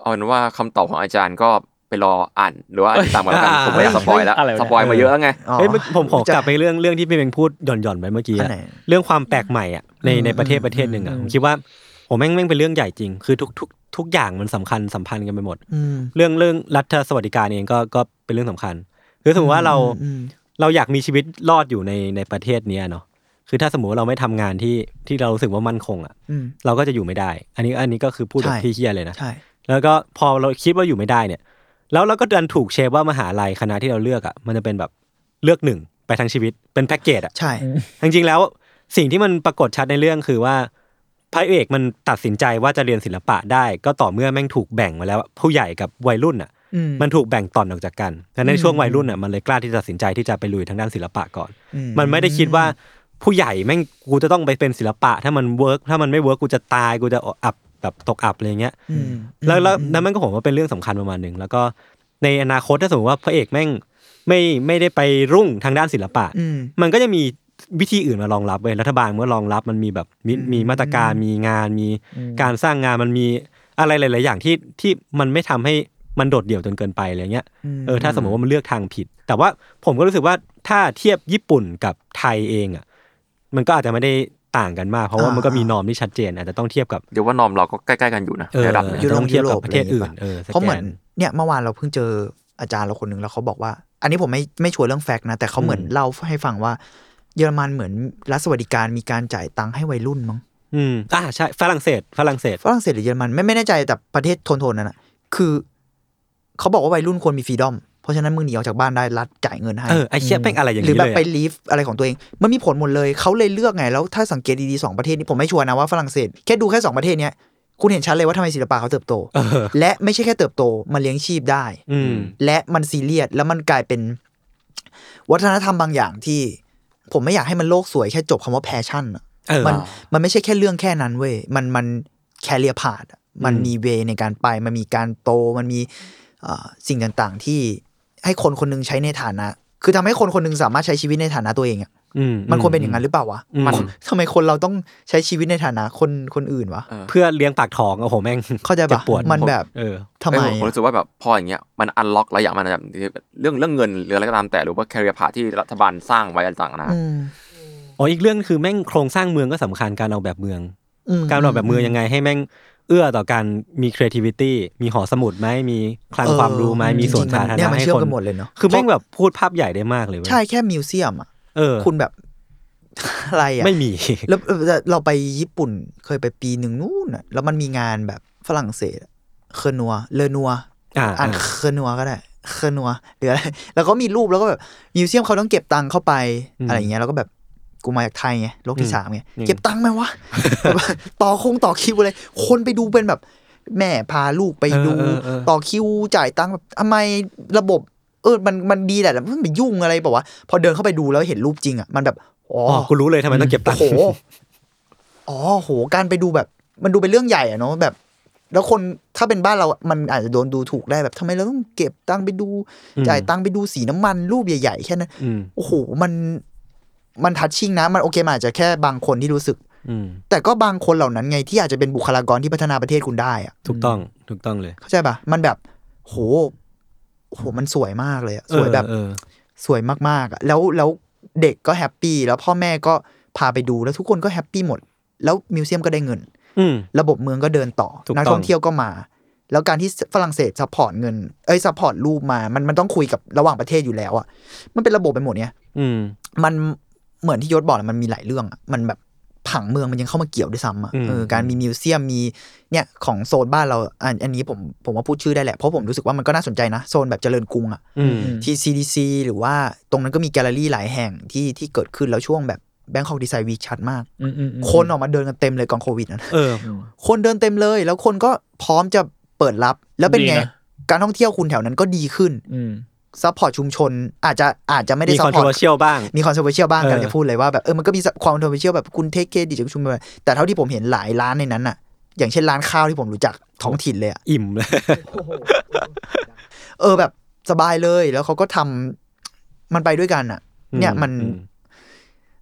[SPEAKER 3] เอาเป็นว่าคำตอบของอาจารย์ก็ไปรออ่านหรือว่าอ่านตามกันแล้วกันผม
[SPEAKER 5] เอ้ย
[SPEAKER 3] ไม่อยากสปอยแล้ว
[SPEAKER 2] อะไรวะเนี่ย
[SPEAKER 3] สปอยมาเยอะแล้วไง
[SPEAKER 4] อ๋อ
[SPEAKER 5] เฮ้ยเมื่อผมขอ
[SPEAKER 4] จะ
[SPEAKER 5] กลับไปเรื่องเรื่องที่พี่เมงพูดหย่อนหย่อนๆไปเมื่อกี้
[SPEAKER 4] อั
[SPEAKER 5] อะ
[SPEAKER 4] นไหน
[SPEAKER 5] เรื่องความแปลกใหม่อ่ะใน
[SPEAKER 4] อืม
[SPEAKER 5] ในประเทศ
[SPEAKER 4] อืม
[SPEAKER 5] ประเทศหนึ่งอ่ะ
[SPEAKER 2] อืม
[SPEAKER 5] ผมคิดว่าผมแม่งแม่งเป็นเรื่องใหญ่จริง คือทุกทุกทุกอย่างมันสำคัญสัมพันธ์กันไปหมด
[SPEAKER 4] อืม
[SPEAKER 5] เรื่องเรื่องรัฐสวัสดิการเองก็ก็เป็นเรื่องสำคัญ คือสมมติว่าเรา
[SPEAKER 4] อืม
[SPEAKER 5] เราอยากมีชีวิตรอดอยู่ในในประเทศเนี้ยเนาะ คือถ้าสมมติว่าเราไม่ทำงานที่ที่เรารู้สึกว่ามั่นคงอ่ะ
[SPEAKER 4] อืม
[SPEAKER 5] เราก็จะอยู่ไม่ได้ อันนี้อันนี้ก็คือพูดแบ
[SPEAKER 4] ใช่
[SPEAKER 5] บที่เฮียเลยนะ
[SPEAKER 4] ใช่
[SPEAKER 5] แล้วก็พอเราคิดว่าอยู่ไม่ได้เนี่ย แล้วเราก็ดันถูกเชฟว่ามหาลัยคณะที่เราเลือกอะ่ะ มันจะเป็นแบบเลือกหนึ่งไปทั้งชีวิตเป็นแพ็กเกจอะ่ะ
[SPEAKER 4] ใช่
[SPEAKER 5] จริงๆแล้วสิ่งที่มันปรากฏชัดในเรื่องคือว่าพระเอกมันตัดสินใจว่าจะเรียนศิลปะได้ ก็ต่อเมื่อแม่งถูกแบ่งมาแล้วอะผู้ใหญ่กับวัยรุ่นอ่ะ
[SPEAKER 4] อืม
[SPEAKER 5] มันถูกแบ่งตอนออกจากกันดังนั้น
[SPEAKER 4] อืม
[SPEAKER 5] ช่วงวัยรุ่นอ่ะมันเลยกล้าที่จะตัดสินใจที่จะไปลุยทางด้านศิลปะก่อน
[SPEAKER 4] อื
[SPEAKER 5] มันไม่ได้คิดว่าผู้ใหญ่แม่งกูจะต้องไปเป็นศิลปะ ถ้ามันเวิร์กถ้ามันไม่เวิร์กกูจะตายกูจะอับแบบตกอับอะไรเงี้ย
[SPEAKER 4] อืม
[SPEAKER 5] แล้วแล้ว
[SPEAKER 4] อืม
[SPEAKER 5] นั่นมันก็ผมว่าเป็นเรื่องสำคัญประมาณหนึ่งแล้วก็ในอนาคตถ้าสมมติว่าพระเอกแม่งไม่ไม่ได้ไปรุ่งทางด้านศิลปะ
[SPEAKER 4] อืม
[SPEAKER 5] มันก็จะมีวิธีอื่นมารองรับเว้ยรัฐบาลเมื่อรองรับมันมีแบบมี
[SPEAKER 4] อืม
[SPEAKER 5] มีมาตรการมีงาน มีการสร้างงานมันมีอะไรหลาย ๆ อย่างที่ที่มันไม่ทำให้มันโดดเดี่ยวจนเกินไปอะไรเงี้ยเออถ้าสมมติว่ามันเลือกทางผิด แต่ว่าผมก็รู้สึกว่าถ้าเทียบญี่ปุ่นกับไทยเองอ่ะมันก็อาจจะไม่ได้ต่างกันมาก เพราะว่ามันก็มีนอมที่ชัดเจน อาจจะต้องเทียบกับ
[SPEAKER 3] เดี๋ยวว่านอมเราก็ใกล้ๆกันอยู่นะ
[SPEAKER 5] เออ
[SPEAKER 3] ในระดับหนึง
[SPEAKER 5] ยุโรป เทีบกับประเทศอื่น
[SPEAKER 4] ยุโรป
[SPEAKER 5] เออสแกน
[SPEAKER 4] เพราะเหมือนเนี่ยเมื่อวานเราเพิ่งเจออาจารย์เราคนหนึ่งแล้วเขาบอกว่า อันนี้ผมไม่ไม่ชัวร์เรื่องแฟกต์นะ แต่เขาเหมือนเล่าให้ฟังว่า เยอรมันเหมือนรัฐสวัสดิการมีการจ่ายตังค์ให้วัยรุ่นมั้ง
[SPEAKER 5] อืมอ่าใช่ฝรั่งเศสฝรั่งเศส
[SPEAKER 4] ฝรั่งเศสหรือเยอรมันไม่ไม่แน่ใจแต่ประเทศโทนๆนั่นนะคือเขาบอกว่าวัยรุ่นควรมีฟรีดอมเพราะฉะนั้นมึงหนีออกจากบ้านได้รัฐจ่ายเงินให้
[SPEAKER 5] เออไอเชี่ยแม่งอะไรอย่าง
[SPEAKER 4] หรือ
[SPEAKER 5] นี้
[SPEAKER 4] แบ
[SPEAKER 5] เล
[SPEAKER 4] บ
[SPEAKER 5] ย
[SPEAKER 4] ไป
[SPEAKER 5] อะ
[SPEAKER 4] ลีฟอะไรของตัวเอง มันมีผลหมดเลยเขาเลยเลือกไง แล้วถ้าสังเกตดีๆสองประเทศนี้ผมไม่ชัวร์นะว่าฝรั่งเศสแค่ดูแค่สองประเทศเนี้ยคุณเห็นชัดเลยว่าทำไมศิลปะเขาเติบโต
[SPEAKER 5] เออ
[SPEAKER 4] และไม่ใช่แค่เติบโต มันเลี้ยงชีพได้
[SPEAKER 5] อืม
[SPEAKER 4] และมันซีเรียสแล้วมันกลายเป็น วัฒนธรรมบางอย่างที่ ผมไม่อยากให้มันโลกสวยแค่จบคำว่าแพชชั่นอะ
[SPEAKER 5] เออ
[SPEAKER 4] มันมันไม่ใช่แค่เรื่องแค่นั้นเว้ยมันมันแคเรียพาดมัน
[SPEAKER 5] อืม
[SPEAKER 4] มีเวในการไป มันมีการโตมันมีเอ่อสิ่งต่างๆ ที่ให้คนคนหนึงใช้ในฐานะ คือทำให้คนคนหนึงสามารถใช้ชีวิตในฐานะตัวเองอะ
[SPEAKER 5] อืม
[SPEAKER 4] มันควรเป็นอย่างนั้นหรือเปล่าวะ
[SPEAKER 5] อืม
[SPEAKER 3] มัน
[SPEAKER 4] ทำไมคนเราต้องใช้ชีวิตในฐานะคนคนอื่นวะ
[SPEAKER 5] เพื่อเลี้ยงปากท้องโอ้โหแม่ง
[SPEAKER 4] เข้าใจ
[SPEAKER 5] เจ็
[SPEAKER 4] ปะ
[SPEAKER 5] บปวด
[SPEAKER 4] มันแบบ
[SPEAKER 5] เออ
[SPEAKER 4] ทำไม
[SPEAKER 3] เอ้ยผม
[SPEAKER 4] อะ
[SPEAKER 3] รู้สึกว่าแบบพออย่างเงี้ยมันอันล็อกหลายอย่างมันแบบเรื่องเรื่องเงินหรืออะไรก็ตามแต่หรือว่าแคริเอร์พาที่รัฐบาลสร้างไว้ต่างๆนะ
[SPEAKER 4] อืม
[SPEAKER 5] อ๋ออีกเรื่องคือแม่งโครงสร้างเมืองก็สำคัญการออกแบบเมือง
[SPEAKER 4] อืม
[SPEAKER 5] การออกแบบเมืองยังไงให้แม่งเอื้อต่อการมี creativity มีหอสมุดไหมมีคลัง
[SPEAKER 4] เออ
[SPEAKER 5] ความรู้ไหมมีสวนสาธาร
[SPEAKER 4] เนี่ย
[SPEAKER 5] ณะ
[SPEAKER 4] มัน
[SPEAKER 5] ให้
[SPEAKER 4] เชื่อม
[SPEAKER 5] คน
[SPEAKER 4] กันหมดเลยเนอะ
[SPEAKER 5] คือแม่งแบบพูดภาพใหญ่ได้มากเลยเว้ย
[SPEAKER 4] ใช่แค่มิวเซียมอะ
[SPEAKER 5] เออ
[SPEAKER 4] คุณแบบ อะไรอะ
[SPEAKER 5] ไม่มี
[SPEAKER 4] แล้วเออแต่เราไปญี่ปุ่นเคยไปปีหนึ่งนู่นน่ะแล้วมันมีงานแบบฝรั่งเศสอะเคอร์นัวเลอนัว
[SPEAKER 5] อ่า
[SPEAKER 4] อ่านเคอร์นัวก็ได้เคอร์นัวหรืออะไร แล้วก็มีรูปแล้วก็แบบมิวเซียมเขาต้องเก็บตังค์เข้าไปอะไรอย่างเงี้ยแล้วก็แบบกูมาจากไทยไง โลกที่สามไงเก็บตังค์ไหมวะ แบบต่อคงต่อคิวอะไรคนไปดูเป็นแบบ แม่พาลูกไปดู
[SPEAKER 5] เออเออเออ
[SPEAKER 4] ต่อคิวจ่ายตังค์แบบทำไมระบบ เออมันมันดีแหละแต่มันไปยุ่งอะไรเปล่าวะพอเดินเข้าไปดูแล้วเห็นรูปจริงอ่ะมันแบบอ๋อ
[SPEAKER 5] อ๋อกูรู้เลยทำไมต้องเก็บตังค์
[SPEAKER 4] โห อ๋อโห การไปดูแบบ มันดูเป็นเรื่องใหญ่อะเนาะแบบ แล้วคนถ้าเป็นบ้านเราอะมันอาจจะโดนดูถูกได้แบบทำไมเราต้องเก็บตังค์ไปดู
[SPEAKER 5] อืม
[SPEAKER 4] จ่ายตังค์ไปดูสีน้ำมันรูปใหญ่ๆแค่นั้น
[SPEAKER 5] อืม
[SPEAKER 4] โอ้โห มัน มันทัชชิ่งนะ มันโอเคมันอาจจะแค่บางคนที่รู้สึก
[SPEAKER 5] อืม
[SPEAKER 4] แต่ก็บางคนเหล่านั้นไงที่อาจจะเป็นบุคลากรที่พัฒนาประเทศคุณได้อะ
[SPEAKER 5] ถูกต้องถูกต้องเลย
[SPEAKER 4] เข้าใจปะมันแบบ โห โห มันสวยมากเลยอะสวยแบบ
[SPEAKER 5] เออเออ
[SPEAKER 4] สวยมากๆอะแล้วแล้วเด็กก็แฮปปี้ แล้วพ่อแม่ก็พาไปดู แล้วทุกคนก็แฮปปี้หมด แล้วมิวเซียมก็ได้เงิน
[SPEAKER 5] อืม
[SPEAKER 4] ระบบเมืองก็เดินต่อ
[SPEAKER 5] ถูกต้อง
[SPEAKER 4] นักท่องเที่ยวก็มา แล้วการที่ฝรั่งเศสซัพพอร์ตเงิน เอ้ยซัพพอร์ตรูปมา มันมันต้องคุยกับระหว่างประเทศอยู่แล้วอะมันเป็นระบบไปหมดเนี่ย
[SPEAKER 5] อืม
[SPEAKER 4] มันเหมือนที่ยศบอกแหละมันมีหลายเรื่องอะมันแบบผังเมืองมันยังเข้ามาเกี่ยวด้วยซ้ำอะ
[SPEAKER 5] อืม
[SPEAKER 4] เออการมีมิวเซียมมีเนี่ยของโซนบ้านเราอันอันนี้ผมผมว่าพูดชื่อได้แหละ เพราะผมรู้สึกว่ามันก็น่าสนใจนะ โซนแบบเจริญกรุงอะ
[SPEAKER 5] อืม
[SPEAKER 4] ที่ CDC หรือว่าตรงนั้นก็มีแกลเลอรี่หลายแห่งที่ที่เกิดขึ้นแล้วช่วงแบบแบงคอกดีไซน์วีชัดมาก
[SPEAKER 2] อืมอืมอืม
[SPEAKER 4] คนออกมาเดินกันเต็มเลยก่อนโควิดนะ
[SPEAKER 5] เออ
[SPEAKER 2] อืม
[SPEAKER 4] คนเดินเต็มเลย แล้วคนก็พร้อมจะเปิดรับ แล้วเป็นไง
[SPEAKER 2] ดีนะ
[SPEAKER 4] การท่องเที่ยวคุณแถวนั้นก็ดีขึ้น
[SPEAKER 2] อืม
[SPEAKER 4] ซัพพอร์ตชุมชน อาจจะอาจจะไม่ได้
[SPEAKER 5] มี
[SPEAKER 4] ซั
[SPEAKER 5] ค
[SPEAKER 4] พพอ
[SPEAKER 5] อนเทอ
[SPEAKER 4] ร์
[SPEAKER 5] ร์
[SPEAKER 4] ต
[SPEAKER 5] เชียลบ้าง
[SPEAKER 4] มีความ controversial บ้าง
[SPEAKER 5] เออ
[SPEAKER 4] กำลังจะพูดเลยว่าแบบเออมันก็มีความ controversial แบบคุณเทคเคดิจากชุมชนแต่เท่าที่ผมเห็นหลายร้านในนั้นน่ะ อย่างเช่นร้านข้าวที่ผมรู้จักท้องถิ่นเลยอะ
[SPEAKER 5] อิ่มเลย
[SPEAKER 4] เออแบบสบายเลยแล้วเขาก็ทำมันไปด้วยกันอ่ะ เนี่ยมัน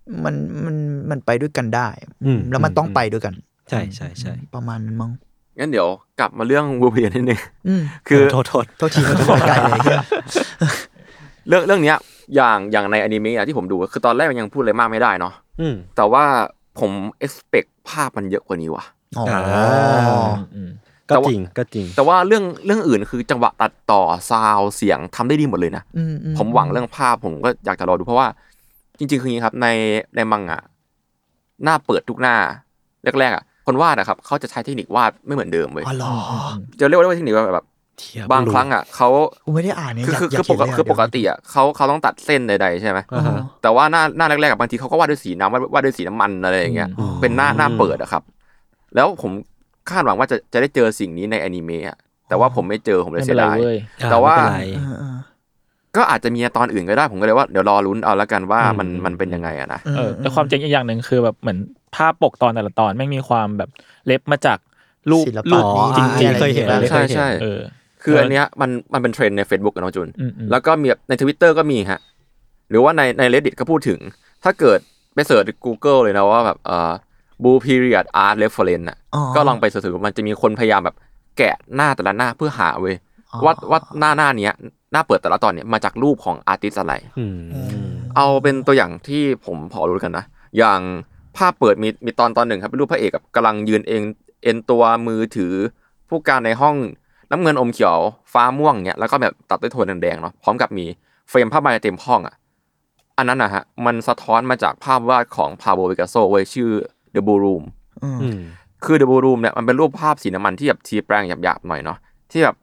[SPEAKER 5] อืม
[SPEAKER 4] มันมันมันไปด้วยกันได้
[SPEAKER 5] อืม
[SPEAKER 4] แล้วมันต้อง
[SPEAKER 5] อืม
[SPEAKER 4] ไปด้วยกัน
[SPEAKER 5] ใช่ใช่ใช่
[SPEAKER 4] ประมาณนั้นมั้ง
[SPEAKER 3] งั้นเดี๋ยวกลับมาเรื่องบูเพียนิดนึง
[SPEAKER 4] อืม
[SPEAKER 3] คือ
[SPEAKER 5] โทษโทษ
[SPEAKER 4] โทษทีมันพูดไปไกลเลยเหี้ย
[SPEAKER 3] เรื่องเรื่องเนี้ยอย่างอย่างในอนิเมะอะที่ผมดูอะคือตอนแรกมันยังพูดอะไรมากไม่ได้เนาะ
[SPEAKER 5] อืม
[SPEAKER 3] แต่ว่าผม expect ภาพมันเยอะกว่านี้ว่ะ
[SPEAKER 4] อ๋อ
[SPEAKER 5] อ่า
[SPEAKER 2] อืม
[SPEAKER 5] ก็
[SPEAKER 3] แต่ว่า
[SPEAKER 5] จริงก็จริง
[SPEAKER 3] แต่ว่าเรื่องเรื่องอื่นคือจังหวะตัดต่อซาวเสียงทำได้ดีหมดเลยนะ
[SPEAKER 4] อือื
[SPEAKER 3] ผมหวังเรื่องภาพผมก็อยากจะรอดูเพราะว่า จริง ๆ คืออย่างนี้ครับในในมังงะหน้าเปิดทุกหน้าแรกๆอ่ะคนวาดนะครับเขาจะใช้เทคนิควาดไม่เหมือนเดิมเว้ย
[SPEAKER 4] อ๋อเหรอ
[SPEAKER 3] จะเรียกว่าเทคนิคว่าแบบ
[SPEAKER 5] เทีย
[SPEAKER 3] บางครั้งอ่ะเขา
[SPEAKER 4] กูไม่ได้อ่านเนี่ย
[SPEAKER 3] คือ
[SPEAKER 4] อยาก
[SPEAKER 3] คือ
[SPEAKER 4] อ
[SPEAKER 3] คือ
[SPEAKER 4] ยา
[SPEAKER 3] ก ปกติ
[SPEAKER 4] เห็นเลยอะ
[SPEAKER 3] คือปกติอ่ะเขาเขาต้องตัดเส้นใดๆใช่ไหม
[SPEAKER 5] อ่าฮะ
[SPEAKER 3] แต่ว่าหน้าหน้าแรกๆอะบางทีเขาก็วาดด้วยสีน้ำวาดวาดด้วยสีน้ำมันอะไรอย่างเงี้ย
[SPEAKER 5] อืม
[SPEAKER 3] เป็นหน้าหน้าเปิดอะครับ แล้วผมคาดหวังว่าจะจะได้เจอสิ่งนี้ในอนิเมะอะแต่ว่าผมไม่เจอผมเลย
[SPEAKER 2] ไม่เป็น
[SPEAKER 3] เสีย
[SPEAKER 2] ไร
[SPEAKER 3] ดาย
[SPEAKER 2] เว้ย
[SPEAKER 5] อ่
[SPEAKER 3] แต่ว่า
[SPEAKER 5] ไม่เป็นไร
[SPEAKER 4] เออเออ
[SPEAKER 3] ก็อาจจะมีตอนอื่นก็ได้ผมก็เลยว่าเดี๋ยวรอลุ้นเอาละกันว่ามัน
[SPEAKER 5] อืม
[SPEAKER 3] มันเป็นยังไงอะนะ
[SPEAKER 2] เออแต่ความเจ๋งอีกอย่างหนึ่งคือแบบเหมือนภาพปกตอนแต่ละตอนไม่งมีความแบบเล็บมาจากรูป
[SPEAKER 4] ศิล
[SPEAKER 2] รู
[SPEAKER 4] ปะ
[SPEAKER 2] ป
[SPEAKER 5] อ๋อ
[SPEAKER 4] ดี
[SPEAKER 2] จริงจริง
[SPEAKER 4] อะไร
[SPEAKER 5] เคยเห็น
[SPEAKER 4] อางงี้ปะ
[SPEAKER 5] เคยเห็น
[SPEAKER 3] ใช่
[SPEAKER 2] เออ
[SPEAKER 3] คือ
[SPEAKER 2] เ
[SPEAKER 3] อันเนี้ยมันมันเป็นเทรนด์ใน Facebook กับน้องจุน
[SPEAKER 2] อืมอืม
[SPEAKER 3] แล้วก็มีแบบในทวิตเตอร์ก็มีฮะ หรือว่าในใน reddit ก็พูดถึง ถ้าเกิดไปเสิร์ช Google เลยนะว่าแบบเอ่อ blue period art reference อ่ะ
[SPEAKER 4] อ๋อ
[SPEAKER 3] ก็ลองไปเสิร์ชดูมันจะมีคนพยายามแบบแกะหน้าแต่ละหน้าเพื่อหาเว้ยว่าว่าหน้าหน้าเนี้ยหน้าเปิดแต่ละตอนเนี้ยมาจากรูปของอาร์ติสอะไร
[SPEAKER 5] อืม
[SPEAKER 3] เอาเป็นตัวอย่างที่ผมพอรู้กันนะ อย่างภาพเปิดมีมีตอนตอนหนึ่งครับเป็นรูปพระเอกกับกำลังยืนเองเอ็นตัวมือถือ ผู้การในห้องน้ำเงินอมเขียวฟ้าม่วงเนี่ยแล้วก็แบบตัดด้วยโทนแดงๆเนาะพร้อมกับมีเฟรมภาพใบเต็มห้องอ่ะ อันนั้นนะฮะ มันสะท้อนมาจากภาพวาดของพาโบ p ิกาโซไว้ยชื่อ The Blue Room
[SPEAKER 4] อืม
[SPEAKER 5] อืม
[SPEAKER 3] คือ The Blue Room เนี่ยมันเป็นรูปภาพสีน้ำมันที่แบบทีแปลงหยาบๆหน่อยเนาะที่แบบ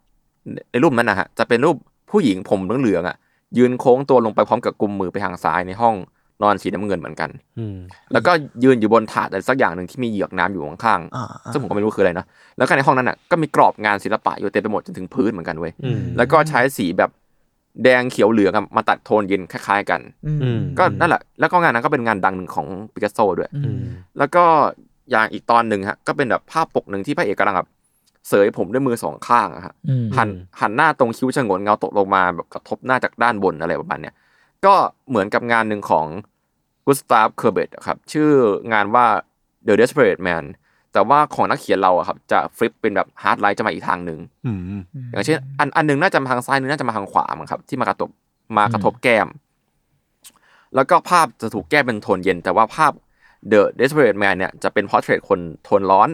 [SPEAKER 3] ในรูปนั้นนะฮะจะเป็นรูปผู้หญิงผมเหลืองๆอ่ะ ยืนโค้งตัวลงไปพร้อมกับกุมมือไปทางซ้ายในห้องนอนสีน้ำเงินเหมือนกัน
[SPEAKER 5] อืม
[SPEAKER 3] แล้วก็ยืนอยู่บนถาดอะไรสักอย่างหนึ่งที่มีเหยือกน้ำอยู่ข้าง
[SPEAKER 4] อ่า
[SPEAKER 3] ๆซึ่งผมก็ไม่รู้คืออะไรเนาะแล้วก็ในห้องนั้นอ่ะก็มีกรอบงานศิลปะอยู่เต็มไปหมดจนถึงพื้นเหมือนกันเว้ย
[SPEAKER 5] อืม
[SPEAKER 3] แล้วก็ใช้สีแบบแดงเขียวเหลืองอะมาตัดโทนเย็นคล้ายๆกัน
[SPEAKER 4] อืม
[SPEAKER 5] อืม
[SPEAKER 3] ก็นั่นแหละแล้วก็งานนั้นก็เป็นงานดังหนึ่งของปิกัสโซด้วย
[SPEAKER 4] อื
[SPEAKER 5] อื
[SPEAKER 4] ม
[SPEAKER 5] ม
[SPEAKER 3] แล้วก็อย่างอีกตอนหนึ่งฮะก็เป็นแบบภาพปกหนึ่งที่พระเอกกำลังแบบเสยผมด้วยมือสองข้างอะฮะ
[SPEAKER 2] อืม
[SPEAKER 3] หันหันหน้าตรงคิ้วฉงนเงาตกลงมาแบบกระทบหน้าจากด้านบนอะไรประมาณเนี้ยก็เหมือนกับงานหนึ่งของกุสตาฟเคอร์เบตครับชื่องานว่า The Desperate Man แต่ว่าของนักเขียนเราอะครับจะฟลิปเป็นแบบฮาร์ดไลท์จะมาอีกทางหนึ่ง
[SPEAKER 5] อืม
[SPEAKER 3] อย่างเช่นอันอันหนึงน่าจะมาทางซ้ายหนึงน่าจะมาทางขวามั้งครับที่มากระทบมากระทบแก้ม แล้วก็ภาพจะถูกแก้เป็นโทนเย็น แต่ว่าภาพ The Desperate Man เนี่ยจะเป็นพอร์เทรตคนโทนร้อน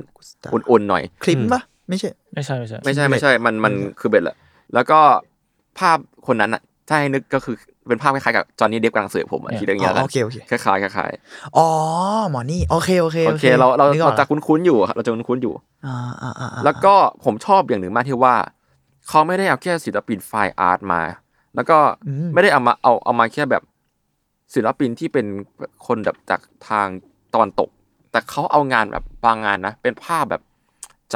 [SPEAKER 3] อุ่นๆหน่อย
[SPEAKER 4] คลิปปะไม่ใช่
[SPEAKER 2] ไม่ใช่ไม่ใช่
[SPEAKER 3] ไม่ใช่ไม่ใช่ มันมันคือเบ็ดแหละแล้วก็ภาพคนนั้นอ่ะถ้าให้นึกก็คือเป็นภาพคล้ายๆกับจอห์นนี่เดฟกำลังเสือผมอะที่เรื่อง
[SPEAKER 4] อ๋
[SPEAKER 3] เงี้ย
[SPEAKER 4] อ
[SPEAKER 3] นะ
[SPEAKER 4] โอเคโอเค
[SPEAKER 3] คล้ายๆคล้าย
[SPEAKER 4] อ๋อหมอนี่โอเคโอเค
[SPEAKER 3] ๆโอเคเราเรา
[SPEAKER 4] นึกอ
[SPEAKER 3] เรา
[SPEAKER 4] อก
[SPEAKER 3] จะคุ้นๆอยู่ครับเราจะคุ้นๆอยู่
[SPEAKER 4] อ่าอ่าอ่าอ่า
[SPEAKER 3] แล้วก็ผมชอบอย่างหนึ่งมากที่ว่า เขาไม่ได้เอาแค่ศิลปินไฟล์อาร์ตมา แล้วก็ไม่ได้เอามาเอาเอามาแค่แบบศิลปินที่เป็นคนแบบจากทางตะวันตก แต่เขาเอางานแบบบางงานนะ เป็นภาพแบบ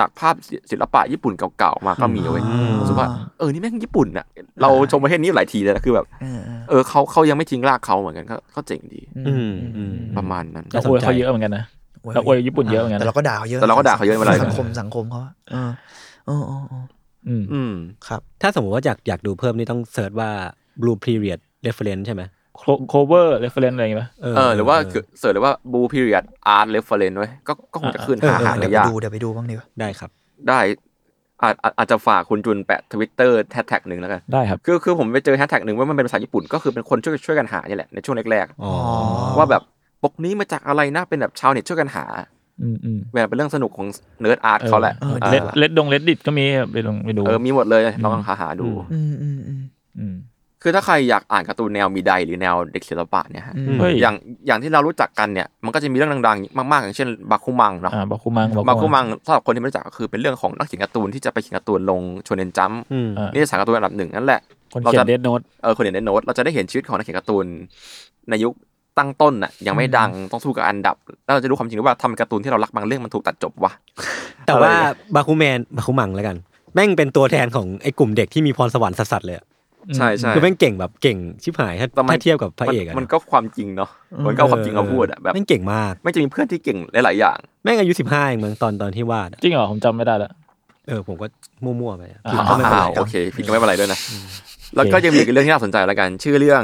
[SPEAKER 3] จากภาพศิลปะญี่ปุ่นเก่าๆมาก็มีเว้ย
[SPEAKER 5] อืม
[SPEAKER 3] รู้สึกว่าเออนี่แม่งญี่ปุ่นน่ะเราชมประเทศนี้หลายทีเลยนะคือแบบ
[SPEAKER 4] เออเออ
[SPEAKER 3] เออเขาเขายังไม่ทิ้งรากเขาเหมือนกันก็ก็เจ๋งดี
[SPEAKER 5] อืม
[SPEAKER 4] อื
[SPEAKER 5] อืม
[SPEAKER 4] ม
[SPEAKER 3] ประมาณนั้น
[SPEAKER 2] เราอวยเขาเยอะเหมือนกันนะเราอวยญี่ปุ่นเยอะเหมือนกัน
[SPEAKER 4] แต่
[SPEAKER 2] นะ
[SPEAKER 4] เราก็ด่าเขาเยอะ
[SPEAKER 3] แต่เราก็ด่าเขาเยอะเวลา
[SPEAKER 4] สังคมสังคมเขาอะเออเออเออเออ
[SPEAKER 2] อืม
[SPEAKER 3] อืม
[SPEAKER 4] ครับ
[SPEAKER 5] ถ้าสมมติว่าอยากอยากดูเพิ่มนี่ต้องเสิร์ชว่า blue period reference ใช่ไหม
[SPEAKER 2] โคเวอร์เรฟเฟรนอะไรอย่างเงี้ย
[SPEAKER 3] เออหรือว่าคือเสิร์ชเลยว่าบูพิเรียดอาร์ตเรฟเฟรนไว้ก็ก็คงจะขึ้น
[SPEAKER 5] เออ
[SPEAKER 3] หา
[SPEAKER 5] เออ
[SPEAKER 3] หา
[SPEAKER 4] เดี๋
[SPEAKER 3] ได้
[SPEAKER 4] ยวไป
[SPEAKER 3] ยาก
[SPEAKER 4] ดูเดี๋ยวไปดูบ้างดีกว่า
[SPEAKER 5] ได้ครับ
[SPEAKER 3] ได้อาจอาจอาจจะฝากคุณจุนแปะทวิตเตอร์แฮชแท็กหนึ่งแล้วกัน
[SPEAKER 2] ได้ครับ
[SPEAKER 3] คือคือผมไปเจอแฮชแท็กหนึ่งว่ามันเป็นภาษาญี่ปุ่นก็คือเป็นคนช่วยช่วยกันหาเนี่ยแหละในช่วงแรก
[SPEAKER 5] อ๋อ
[SPEAKER 3] ๆว่าแบบปกนี้มาจากอะไรนะเป็นแบบชาวเน็ตช่วยกันหา
[SPEAKER 2] อืมอืม
[SPEAKER 3] แบบเป็นเรื่องสนุกของเนิร์ดอาร์ตเขาแหละ
[SPEAKER 2] เล็ดเล็ดดงเล็ดดิดก็มีไปลงไปดู
[SPEAKER 3] เออมีหมดเลยลองหาหาดู
[SPEAKER 4] อืมอืมอืม
[SPEAKER 2] อืม
[SPEAKER 3] คือถ้าใครอยากอ่านการ์ตูนแนวมีไดหรือแนวเด็กศิลปะเนี่ยฮะ
[SPEAKER 4] อืม
[SPEAKER 2] เฮ้ย
[SPEAKER 3] อย่างอย่างที่เรารู้จักกันเนี่ยมันก็จะมีเรื่องดังๆ มากๆอย่างเช่นบาคุมังเนาะ
[SPEAKER 2] อ่าบาคุมัง
[SPEAKER 3] มาคุมังสำหรับคนที่ไม่รู้จักก็คือเป็นเรื่องของนักเขียนการ์ตูนที่จะไปเขียนการ์ตูนลงชวนเนนจัมป์
[SPEAKER 5] อืม
[SPEAKER 2] อ่า
[SPEAKER 3] นี่จะสารการ์ตูนอันดับหนึ่งนั่นแหละ
[SPEAKER 2] คนเขียนเดดโนต
[SPEAKER 3] เออคนเห็นในโน้ตเราจะได้เห็นชีวิตของนักเขียนการ์ตูนในยุคตั้งต้นน่ะยังไม่ดังต้องสู้กับอันดับ แล้วเราจะรู้ความจริงว่าทำการ์ตูนที่เรารักบางเรื่องมันถูกตัดจบวะ
[SPEAKER 5] แต่ว่า
[SPEAKER 3] อะไรเนี่ย
[SPEAKER 5] บาคูแมนบาคูมังแล้วกัน แม่งเป็นตัวแทนของไอ้กลุ่มเด็กที่มีพรสวรรค์สัสๆเลยอะ
[SPEAKER 3] ใช่ใช่
[SPEAKER 5] คือแม่งเก่งแบบเก่งชิบหายถ้า
[SPEAKER 3] แต่มัน
[SPEAKER 5] ถ้าเทียบกับพระเอกอะ
[SPEAKER 3] มันก็ความจริงเนาะมันก็เอาความจริงมาพูดอะแบบ
[SPEAKER 5] แม่งเก่งมาก
[SPEAKER 3] ไม่จะมีเพื่อนที่เก่งหลายๆอย่าง
[SPEAKER 5] แม่งอายุสิบห้าเองมึงตอนตอนที่วาดอะ
[SPEAKER 2] จริงเหรอ ผมจำไม่ได้ละ
[SPEAKER 5] เออผมก็มั่วๆไปอะ
[SPEAKER 2] อ่า
[SPEAKER 5] ผิดก็ไม่เป็นไร
[SPEAKER 3] อ้าวโอเคผิดก็ไม่เป็นไรด้วยนะ แล้วก็ยังมีอีกเรื่องที่น่าสนใจแล้วกัน ชื่อเรื่อง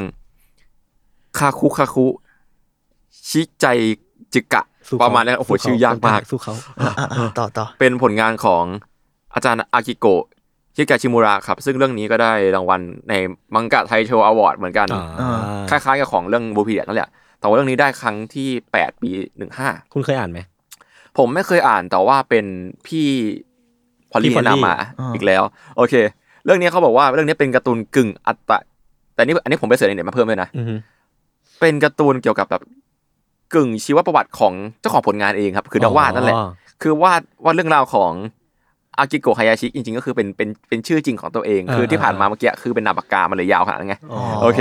[SPEAKER 3] คาคุคาคุชิใจจิกะ
[SPEAKER 5] สู้เข
[SPEAKER 3] ประมาณนั้นโอ้โห
[SPEAKER 5] สู้เข
[SPEAKER 3] ชื่อยากมาก
[SPEAKER 5] สู้เขา
[SPEAKER 4] อ่ะอ่ะอ่ะต่อต่อ
[SPEAKER 3] เป็นผลงานของอาจารย์อากิโกะชิกาชิมูระครับ ซึ่งเรื่องนี้ก็ได้รางวัลในมังกะไทโชอวอร์ดเหมือนกัน
[SPEAKER 5] อ่า
[SPEAKER 3] คล้ายๆกับของเรื่องบูพีเดียนั่นแหละ แต่ว่าเรื่องนี้ได้ครั้งที่ 8 ปี 15
[SPEAKER 5] คุณเคยอ่านไหม
[SPEAKER 3] ผมไม่เคยอ่านแต่ว่าเป็นพี่พอล
[SPEAKER 5] พี่
[SPEAKER 3] ลี่
[SPEAKER 5] Polly
[SPEAKER 3] แนะนำมาอีกแล้ว โอเค เรื่องนี้เขาบอกว่าเรื่องนี้เป็นการ์ตูนกึ่งอัตตะแต่นี่อันนี้ผมไปเสิร์ชในเน็ตมาเพิ่มด้วยนะ
[SPEAKER 5] อือฮึ
[SPEAKER 3] เป็นการ์ตูนเกี่ยวกับแบบกึ่งชีวประวัติของเจ้าของผลงานเองครับ คือนักวาดนั่นแหละ คือวาดวาดเรื่องราวของอากิโกะฮายาชิจริงๆ ก็คือเป็นเป็นเป็นชื่อจริงของตัวเอง
[SPEAKER 5] อ่า
[SPEAKER 3] คือที่
[SPEAKER 5] อ่า
[SPEAKER 3] ผ่านมาเมื่อกี้คือเป็นนามปากกามันเลยยาวขนาดนั้นไง
[SPEAKER 5] อ๋อ
[SPEAKER 3] โอเค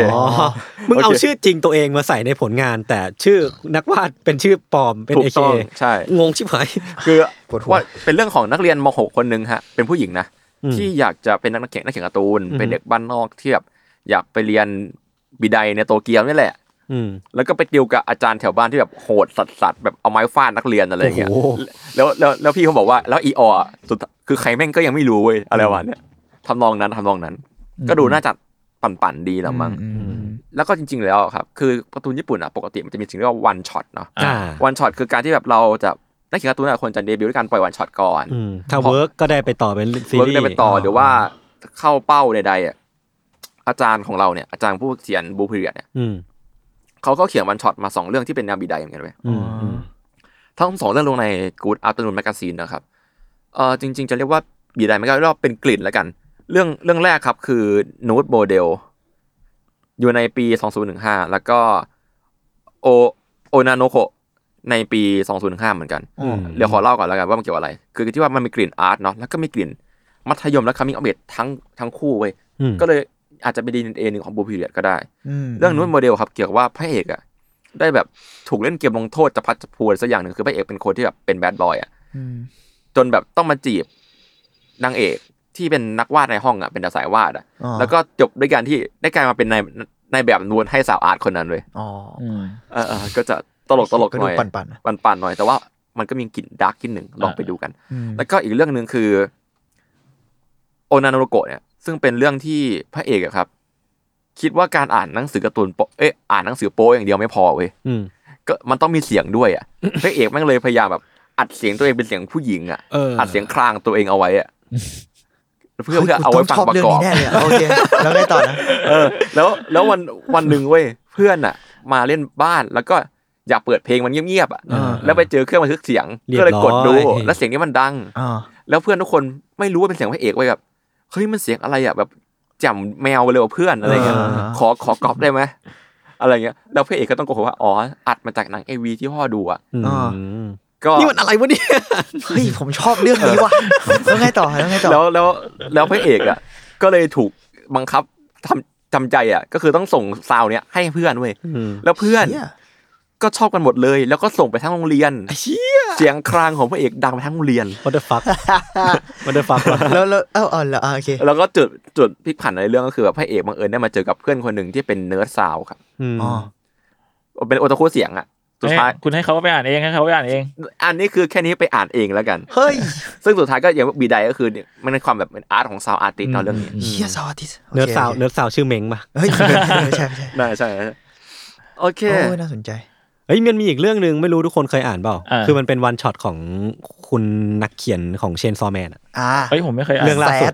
[SPEAKER 5] มึงเอา
[SPEAKER 3] โอเค
[SPEAKER 5] ชื่อจริงตัวเองมาใส่ในผลงาน แต่ชื่อนักวาดเป็นชื่อปลอมเป็น
[SPEAKER 3] ถู
[SPEAKER 5] เอก
[SPEAKER 3] ต้องใช่
[SPEAKER 5] งงชิบหาย
[SPEAKER 3] คือ
[SPEAKER 4] ปวดหัว
[SPEAKER 3] ว่าเป็นเรื่องของนักเรียนมหกคนหนึ่งฮะ เป็นผู้หญิงนะ
[SPEAKER 5] อืม
[SPEAKER 3] ที่อยากจะเป็นนักเขียนนักเขียนการ์ตูน
[SPEAKER 5] อืม
[SPEAKER 3] เป็นเด็กบ้านนอกที่แบบอยากไปเรียนบิไดในโตเกียวนี่แหละ
[SPEAKER 5] อืม
[SPEAKER 3] แล้วก็ไปดิวกับอาจารย์แถวบ้านที่แบบโหดสัสๆแบบเอาไม้ฟาดนักเรียนอะไรอย่างเงี้ย
[SPEAKER 5] โอ้โห
[SPEAKER 3] แล้วแล้วแล้วพี่เขาบอกว่าแล้วอีออะสุดคือใครแม่งก็ยังไม่รู้เว้ยอะไรวะเนี่ยทำนองนั้นทำนองนั้น ก็ดูน่าจะปั่นๆดีแล้วมั้ง
[SPEAKER 4] อือือืม
[SPEAKER 3] แล้วก็จริง ๆ แล้วอะครับ คือการ์ตูนญี่ปุ่นอ่ะปกติมันจะมีสิ่งเรียกว่าวันช็อตเนาะ
[SPEAKER 5] อ่า
[SPEAKER 3] วันช็อตคือการที่แบบเราจะนักเขียนการ์ตูนหลายคนจะเดบิวต์ด้วยการปล่อยวันช็อตก่อน
[SPEAKER 5] อืมถ้า
[SPEAKER 3] เพราะ
[SPEAKER 5] เวิร์กก็ได้ไปต่อเป็นซี
[SPEAKER 3] เวิร์ก
[SPEAKER 5] รีส์
[SPEAKER 3] ได้ไปต่อหรือว่าเข้าเป้าใดๆอะอาจารย์ของเราเนี่ยอาจารย์ผู้เขียนบูพิเรียดเนี่ย
[SPEAKER 5] อืม
[SPEAKER 3] เขาก็เขียนวันช็อตมาสองเรื่องที่เป็นแนวบีไดเหมือนกันเว้ย
[SPEAKER 5] อืมอืม
[SPEAKER 3] ทั้งสองเรื่องลงใน Good Afternoon Magazine นะครับ เออจริง ๆ จะเรียกว่าบีไดไม่ก็เรียกว่าเป็นกลิ่นแล้วกัน เรื่องเรื่องแรกครับคือ Nude b o d e l อยู่ในปี 2015 แล้วก็โอโอนาโนโคในปี 2015 เหมือนกัน
[SPEAKER 5] อืม
[SPEAKER 3] เดี๋ยวขอเล่าก่อนแล้วกันว่ามันเกี่ยวอะไร คือที่ว่ามันมีกลิ่นอาร์ตเนาะ แล้วก็มีกลิ่นมัธยมและ coming of age ทั้งทั้งคู่เว้ย
[SPEAKER 5] อืม
[SPEAKER 3] ก็เลยอาจจะเป็นดีเอหนึ่งของบูพีเรียดก็ได้
[SPEAKER 4] ม
[SPEAKER 3] เรื่องนู้นโมเดลครับเกี่ยวกับว่าพระเอกอะได้แบบถูกเล่นเกมลงโทษจะพัดจะพูดสักอย่างหนึ่งคือพระเอกเป็นคนที่แบบเป็นแบดบอยอะ
[SPEAKER 4] อืม
[SPEAKER 3] จนแบบต้องมาจีบนางเอกที่เป็นนักวาดในห้องอะเป็นสายวาดอะ
[SPEAKER 4] อ๋อ
[SPEAKER 3] แล้วก็จบด้วยการที่ได้กลายมาเป็นนายนายแบบนวลให้สาวอาร์ตคนนั้นเลย
[SPEAKER 4] อ๋อ
[SPEAKER 2] อืม
[SPEAKER 3] เออเออก็จะตลกตลก
[SPEAKER 4] ก็
[SPEAKER 3] ห
[SPEAKER 4] ดู
[SPEAKER 3] น่อย
[SPEAKER 4] ปั่นปั่นๆอ่ะ
[SPEAKER 3] ปันๆหน่อยแต่ว่ามันก็มีกลิ่นดาร์กนิดหนึ่งลองไปดูกัน
[SPEAKER 4] อืม
[SPEAKER 3] แล้วก็อีกเรื่องหนึ่งคือโอนาโนโกะเนี่ย ซึ่งเป็นเรื่องที่พระเอกอะครับ คิดว่าการอ่านหนังสือการ์ตูนโปเอ๊ะอ่านหนังสือโป๊อย่างเดียวไม่พอเว้ย
[SPEAKER 5] อืม
[SPEAKER 3] ก็มันต้องมีเสียงด้วยอ่ะ พระเอกแม่งเลยพยายามแบบ อัดเสียงตัวเองเป็นเสียงผู้หญิงอ่ะ
[SPEAKER 5] เอออั
[SPEAKER 3] อัดเสียงคลางตัวเองเอาไว้อ่ะเพื่อ
[SPEAKER 4] ฮ้ย
[SPEAKER 3] เพื่อเอาไว้ฟัง
[SPEAKER 4] กูต้ชบ
[SPEAKER 3] ประ
[SPEAKER 4] รื่
[SPEAKER 3] กอบ
[SPEAKER 4] นี้แน่เลยะโอเคแล้วไงต่อนะ
[SPEAKER 3] เออ แล้วแล้ววันวันหนึ่งเว้ยเพื่อนอ่ะ มาเล่นบ้านแล้วก็อยากเปิดเพลงมันเงียบๆอ่ะ
[SPEAKER 5] เออ
[SPEAKER 3] แล้วไปเจอเครื่องบันทึกเสียง
[SPEAKER 5] เรียบ
[SPEAKER 3] ก็เลยกดดู
[SPEAKER 5] ร้อย
[SPEAKER 3] แล้วเสียงนี้มันดัง
[SPEAKER 4] อ่า
[SPEAKER 3] แล้วเพื่อนทุกคนไม่รู้ว่าเป็นเสียงพระเอกไว้ยแบบเฮ้ยมันเสียงอะไรอ่ะแบบแจ่มแมวไปเลยว่ะเพื่อนอะไรเงี้ยขอขอกรอบได้ไหมอะไรเงี้ยแล้วพระเอกก็ต้องโกหกว่าอ๋ออัดมาจากหนังเอวีที่พ่อดูอ่ะ
[SPEAKER 5] อืม
[SPEAKER 3] ก็
[SPEAKER 5] นี่มันอะไรวะเนี่ย
[SPEAKER 4] เฮ้ยผมชอบเรื่องนี้ว่ะแล้วไงต่อแล้วไงต่อ
[SPEAKER 3] แล้วแล้วแล้วพระเอกอ่ะ ก็เลยถูกบังคับทำจำใจอ่ะ ก็คือต้องส่งซาวน์เนี้ยให้เพื่อนเว้ย
[SPEAKER 5] อืม
[SPEAKER 3] แล้วเพื่อน
[SPEAKER 4] เหี้ย
[SPEAKER 3] ก็ชอบกันหมดเลย แล้วก็ส่งไปทั้งโรงเรียน
[SPEAKER 4] เชี่ย
[SPEAKER 3] เสียงครางของพระเอกดังไปทั้งโรงเรียน
[SPEAKER 5] what the fuck what the fuck วะ
[SPEAKER 4] แล้วแล้วเอ้าเอ๋อเหรออ่าโอเค
[SPEAKER 3] แล้วก็จุดจุดพลิกผันในเรื่องก็คือแบบพระเอกบังเอิญได้มาเจอกับเพื่อนคนหนึ่งที่เป็นเนิร์ดสาวครับ
[SPEAKER 5] อืม
[SPEAKER 4] อ๋อ
[SPEAKER 3] เป็นโอตาคุเสียงอ่ะสุดท้าย
[SPEAKER 2] เอ้ยคุณให้เขาไปอ่านเองให้เขาไปอ่านเอง
[SPEAKER 3] อันนี้คือแค่นี้ไปอ่านเองแล้วกัน
[SPEAKER 4] เฮ้ย
[SPEAKER 3] ซึ่งสุดท้ายก็อย่างบีไดก็คือเนี่ยมันเป็นความแบบเป็นอาร์ตของซาวอาร์ติสเนาะเรื่องนี้
[SPEAKER 4] เชี่ยสวัสดี
[SPEAKER 5] เนื้อสาวเนื้อสาวชื่อเม้งปะ
[SPEAKER 4] เฮ้ยไม่ใช่ไม่ใช่
[SPEAKER 3] ได้ใช่ใช่โอเค
[SPEAKER 4] โอ้ยน่าสนใจ
[SPEAKER 5] เฮ้ยมันมีอีกเรื่องหนึ่งไม่รู้ทุกคนเคยอ่านเปล่า
[SPEAKER 2] อ่า
[SPEAKER 5] คือมันเป็นวันช็อตของคุณนักเขียนของเชนซอแมน
[SPEAKER 4] อ่า
[SPEAKER 2] เฮ้ยผมไม่เคยอ่า
[SPEAKER 5] เรื่อน งล่าสุ
[SPEAKER 4] Sad
[SPEAKER 5] ด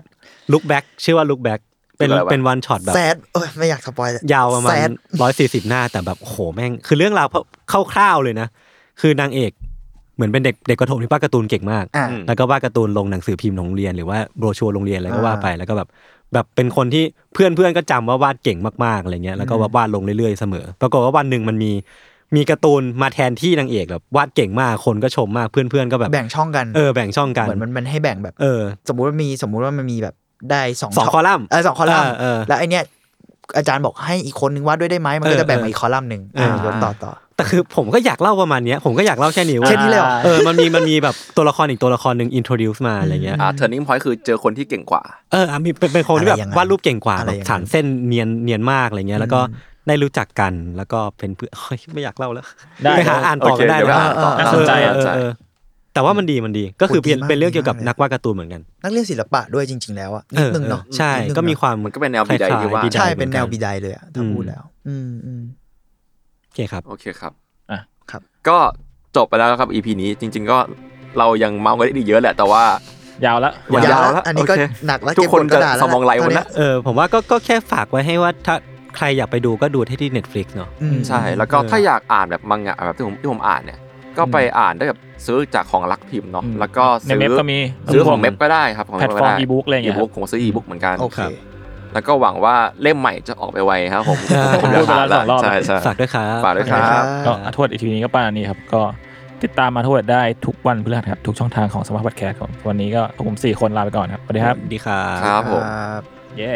[SPEAKER 5] ลุกแบ็กชื่อว่าลุกแบ็กเป็น
[SPEAKER 3] คืออะไรวะ
[SPEAKER 5] เป็นวันช็อตแบบ
[SPEAKER 4] แซดเอ้ยไม่อยากสปอยล์
[SPEAKER 5] ยาวประมา
[SPEAKER 4] แซ
[SPEAKER 5] ณ
[SPEAKER 4] ด
[SPEAKER 5] ร้อยสี่สิบหน้าแต่แบบโอ้โหแม่ง คือเรื่องราวคร่าวๆเลยนะ คือนางเอกเหมือนเป็นเด็กเด็กประถมที่วาดการ์ตูนเก่งมาก
[SPEAKER 4] อ่า
[SPEAKER 3] อืม
[SPEAKER 5] แล้วก็วาดการ์ตูนลงหนังสือพิมพ์ของโรงเรียนหรือว่าโบรชัวร์โรงเรียนอะไรก็
[SPEAKER 4] อ่า
[SPEAKER 5] ว่าไปแล้วก็แบบแบบเป็นคนที่เพื่อนเพื่อนๆก็จำว่าวาดเก่งมากๆอะไรเงี้ยแล้วก็วาดวาดลงเรื่อยๆเสมอปรากฏว่าวันหนึ่งมันมีมีการ์ตูนมาแทนที่นางเอกแบบวาดเก่งมากคนก็ชมมากเพื่อนๆก็แบบ
[SPEAKER 4] แบ่งช่องกัน
[SPEAKER 5] เออแบ่งช่องกัน
[SPEAKER 4] เหมือนมันมันให้แบ่งแบบ
[SPEAKER 5] เออ
[SPEAKER 4] สมมุติว่ามีสมมุติว่ามันมีแบบได้สอง
[SPEAKER 5] สอง
[SPEAKER 4] ช่
[SPEAKER 5] คอลัมน์
[SPEAKER 4] เออสองคอลัมน์
[SPEAKER 5] เออเออ
[SPEAKER 4] แล้วไอเนี้ยอาจารย์บอกให้อีกคนนึงวาดด้วยได้ไหมมันก็
[SPEAKER 5] เออ
[SPEAKER 4] จะแบ่ง
[SPEAKER 5] เออ
[SPEAKER 4] มาอีกคอลัมน์หนึ่ง
[SPEAKER 5] อ่า
[SPEAKER 4] โยนต่อต่อ
[SPEAKER 5] แต่คือผมก็อยากเล่าประมาณเนี้ยผมก็อยากเล่าแค่นี้ว่า
[SPEAKER 4] แค่นี้เลยเหรอ
[SPEAKER 5] เออ มันมี มันมีแบบตัวละครอีกตัวละครหนึ่ง introduce มาอะไรเงี้ย
[SPEAKER 3] อ่าเทอร์นิ่งพอยต์คือเจอคนที่เก่งกว่า
[SPEAKER 5] เอออ่ะมีเป็นเป็นคนที่แบ
[SPEAKER 4] อะ
[SPEAKER 5] บ
[SPEAKER 4] ไรยังไง
[SPEAKER 5] วาดรูปเก่งกว่า
[SPEAKER 4] อะไร
[SPEAKER 5] แบบ
[SPEAKER 4] ยังไง
[SPEAKER 5] สานเส้นเนียนเนียนมากอะไรเงี้ย แล้วก็ได้รู้จักกัน แล้วก็เป็นเพื่อน เฮ้ยไม่อยากเล่าแล้ว
[SPEAKER 2] ได้
[SPEAKER 5] ปหาอ่านต่อ
[SPEAKER 3] โอเค
[SPEAKER 5] กันได้
[SPEAKER 3] เดี๋ยวไป
[SPEAKER 5] นะ
[SPEAKER 3] อ่านต่อ
[SPEAKER 5] เอ
[SPEAKER 2] น่าสน
[SPEAKER 5] อ
[SPEAKER 2] ใจอ่ะ
[SPEAKER 5] เออเออเออแต่ว่ามันดี มันดี ก็คือเป็น
[SPEAKER 4] ดีมาก
[SPEAKER 5] เป็นเรื่องเกี่ยวกับ
[SPEAKER 4] ดีมาก
[SPEAKER 5] นักวาดการ์ตูนเหมือนกัน
[SPEAKER 4] นักเรียนศิลปะด้วยจริง ๆ แล้วอะนิดนึงเนาะ
[SPEAKER 5] ออใช่
[SPEAKER 4] ดง
[SPEAKER 5] ก็มี
[SPEAKER 4] เอะ
[SPEAKER 5] ความ
[SPEAKER 3] มันก็เป็นแนว
[SPEAKER 5] คล้ย
[SPEAKER 3] บีไดที่ว่า
[SPEAKER 5] บีได
[SPEAKER 4] ใช่
[SPEAKER 5] หมือกั
[SPEAKER 4] เป็นแนวบีไดเลยอะถ้าพูดแล้ว อืมอืม
[SPEAKER 5] โอเคครับ
[SPEAKER 3] โอเคครับ
[SPEAKER 2] อ่ะ
[SPEAKER 4] ครับ
[SPEAKER 3] ก็จบไปแล้วครับ EP นี้จริง ๆ ก็เรายังเมาส์กันได้อีกเยอะแหละแต่ว่า
[SPEAKER 2] ยาวละ
[SPEAKER 3] ยาว
[SPEAKER 4] ว
[SPEAKER 3] แล้ว
[SPEAKER 4] อันนี้ก็
[SPEAKER 3] โอเค
[SPEAKER 4] หนักแล้ว
[SPEAKER 3] ทุกคน
[SPEAKER 4] เบกดาษ
[SPEAKER 3] จะสมองไหลหมด
[SPEAKER 4] เท่า
[SPEAKER 3] แล้ว
[SPEAKER 4] เนี้ย
[SPEAKER 5] เออ ผมว่าก็ก็แค่ฝากไว้ให้ว่าถ้าใครอยากไปดูก็ดูที่ Netflix เนาะ
[SPEAKER 4] อืม
[SPEAKER 3] ใช่ แล้วก็ถ้าอยากอ่านแบบมังงะแบบที่ผมที่ผมอ่านเนี่ย ก็ไปอ่านได้แบบซื้อจากของรักพิมพ์เนาะ
[SPEAKER 5] อืม
[SPEAKER 3] แล้วก็
[SPEAKER 2] ใน
[SPEAKER 3] ซื้อ
[SPEAKER 2] เว็บก็มี
[SPEAKER 3] ซื้อของเว็บก็ได้ครับของ
[SPEAKER 2] แพล
[SPEAKER 3] เว็
[SPEAKER 2] ต
[SPEAKER 3] บ
[SPEAKER 2] ฟอร์ม
[SPEAKER 3] ก็ได้
[SPEAKER 2] อีบุ๊กอะไรอย่าง
[SPEAKER 3] อี
[SPEAKER 2] เงี้ย
[SPEAKER 3] บุ๊กผมซื้ออีบุ๊กเหมือนกัน
[SPEAKER 4] โอเค
[SPEAKER 3] แล้วก็หวังว่าเล่มใหม่จะออกไปไวครับผมผมอยากอ่าน
[SPEAKER 2] พูดไปแล้วสองรอบ
[SPEAKER 3] ใช่ใช่
[SPEAKER 5] ฝากด้วยครับ
[SPEAKER 3] ฝากด้วยครับ
[SPEAKER 2] ก็อาทวดอีทีนี้ก็ประมาณนี้ครับ ก็ติดตามมาทวดได้ทุกวันพฤหัสครับ ทุกช่องทางของสมาร์ทพอดแคสต์ครับวันนี้ก็พวกผมสี่คนลาไปก่อนครับสวัสดีครับ
[SPEAKER 5] ดีครับ
[SPEAKER 3] ครับผม
[SPEAKER 2] เย้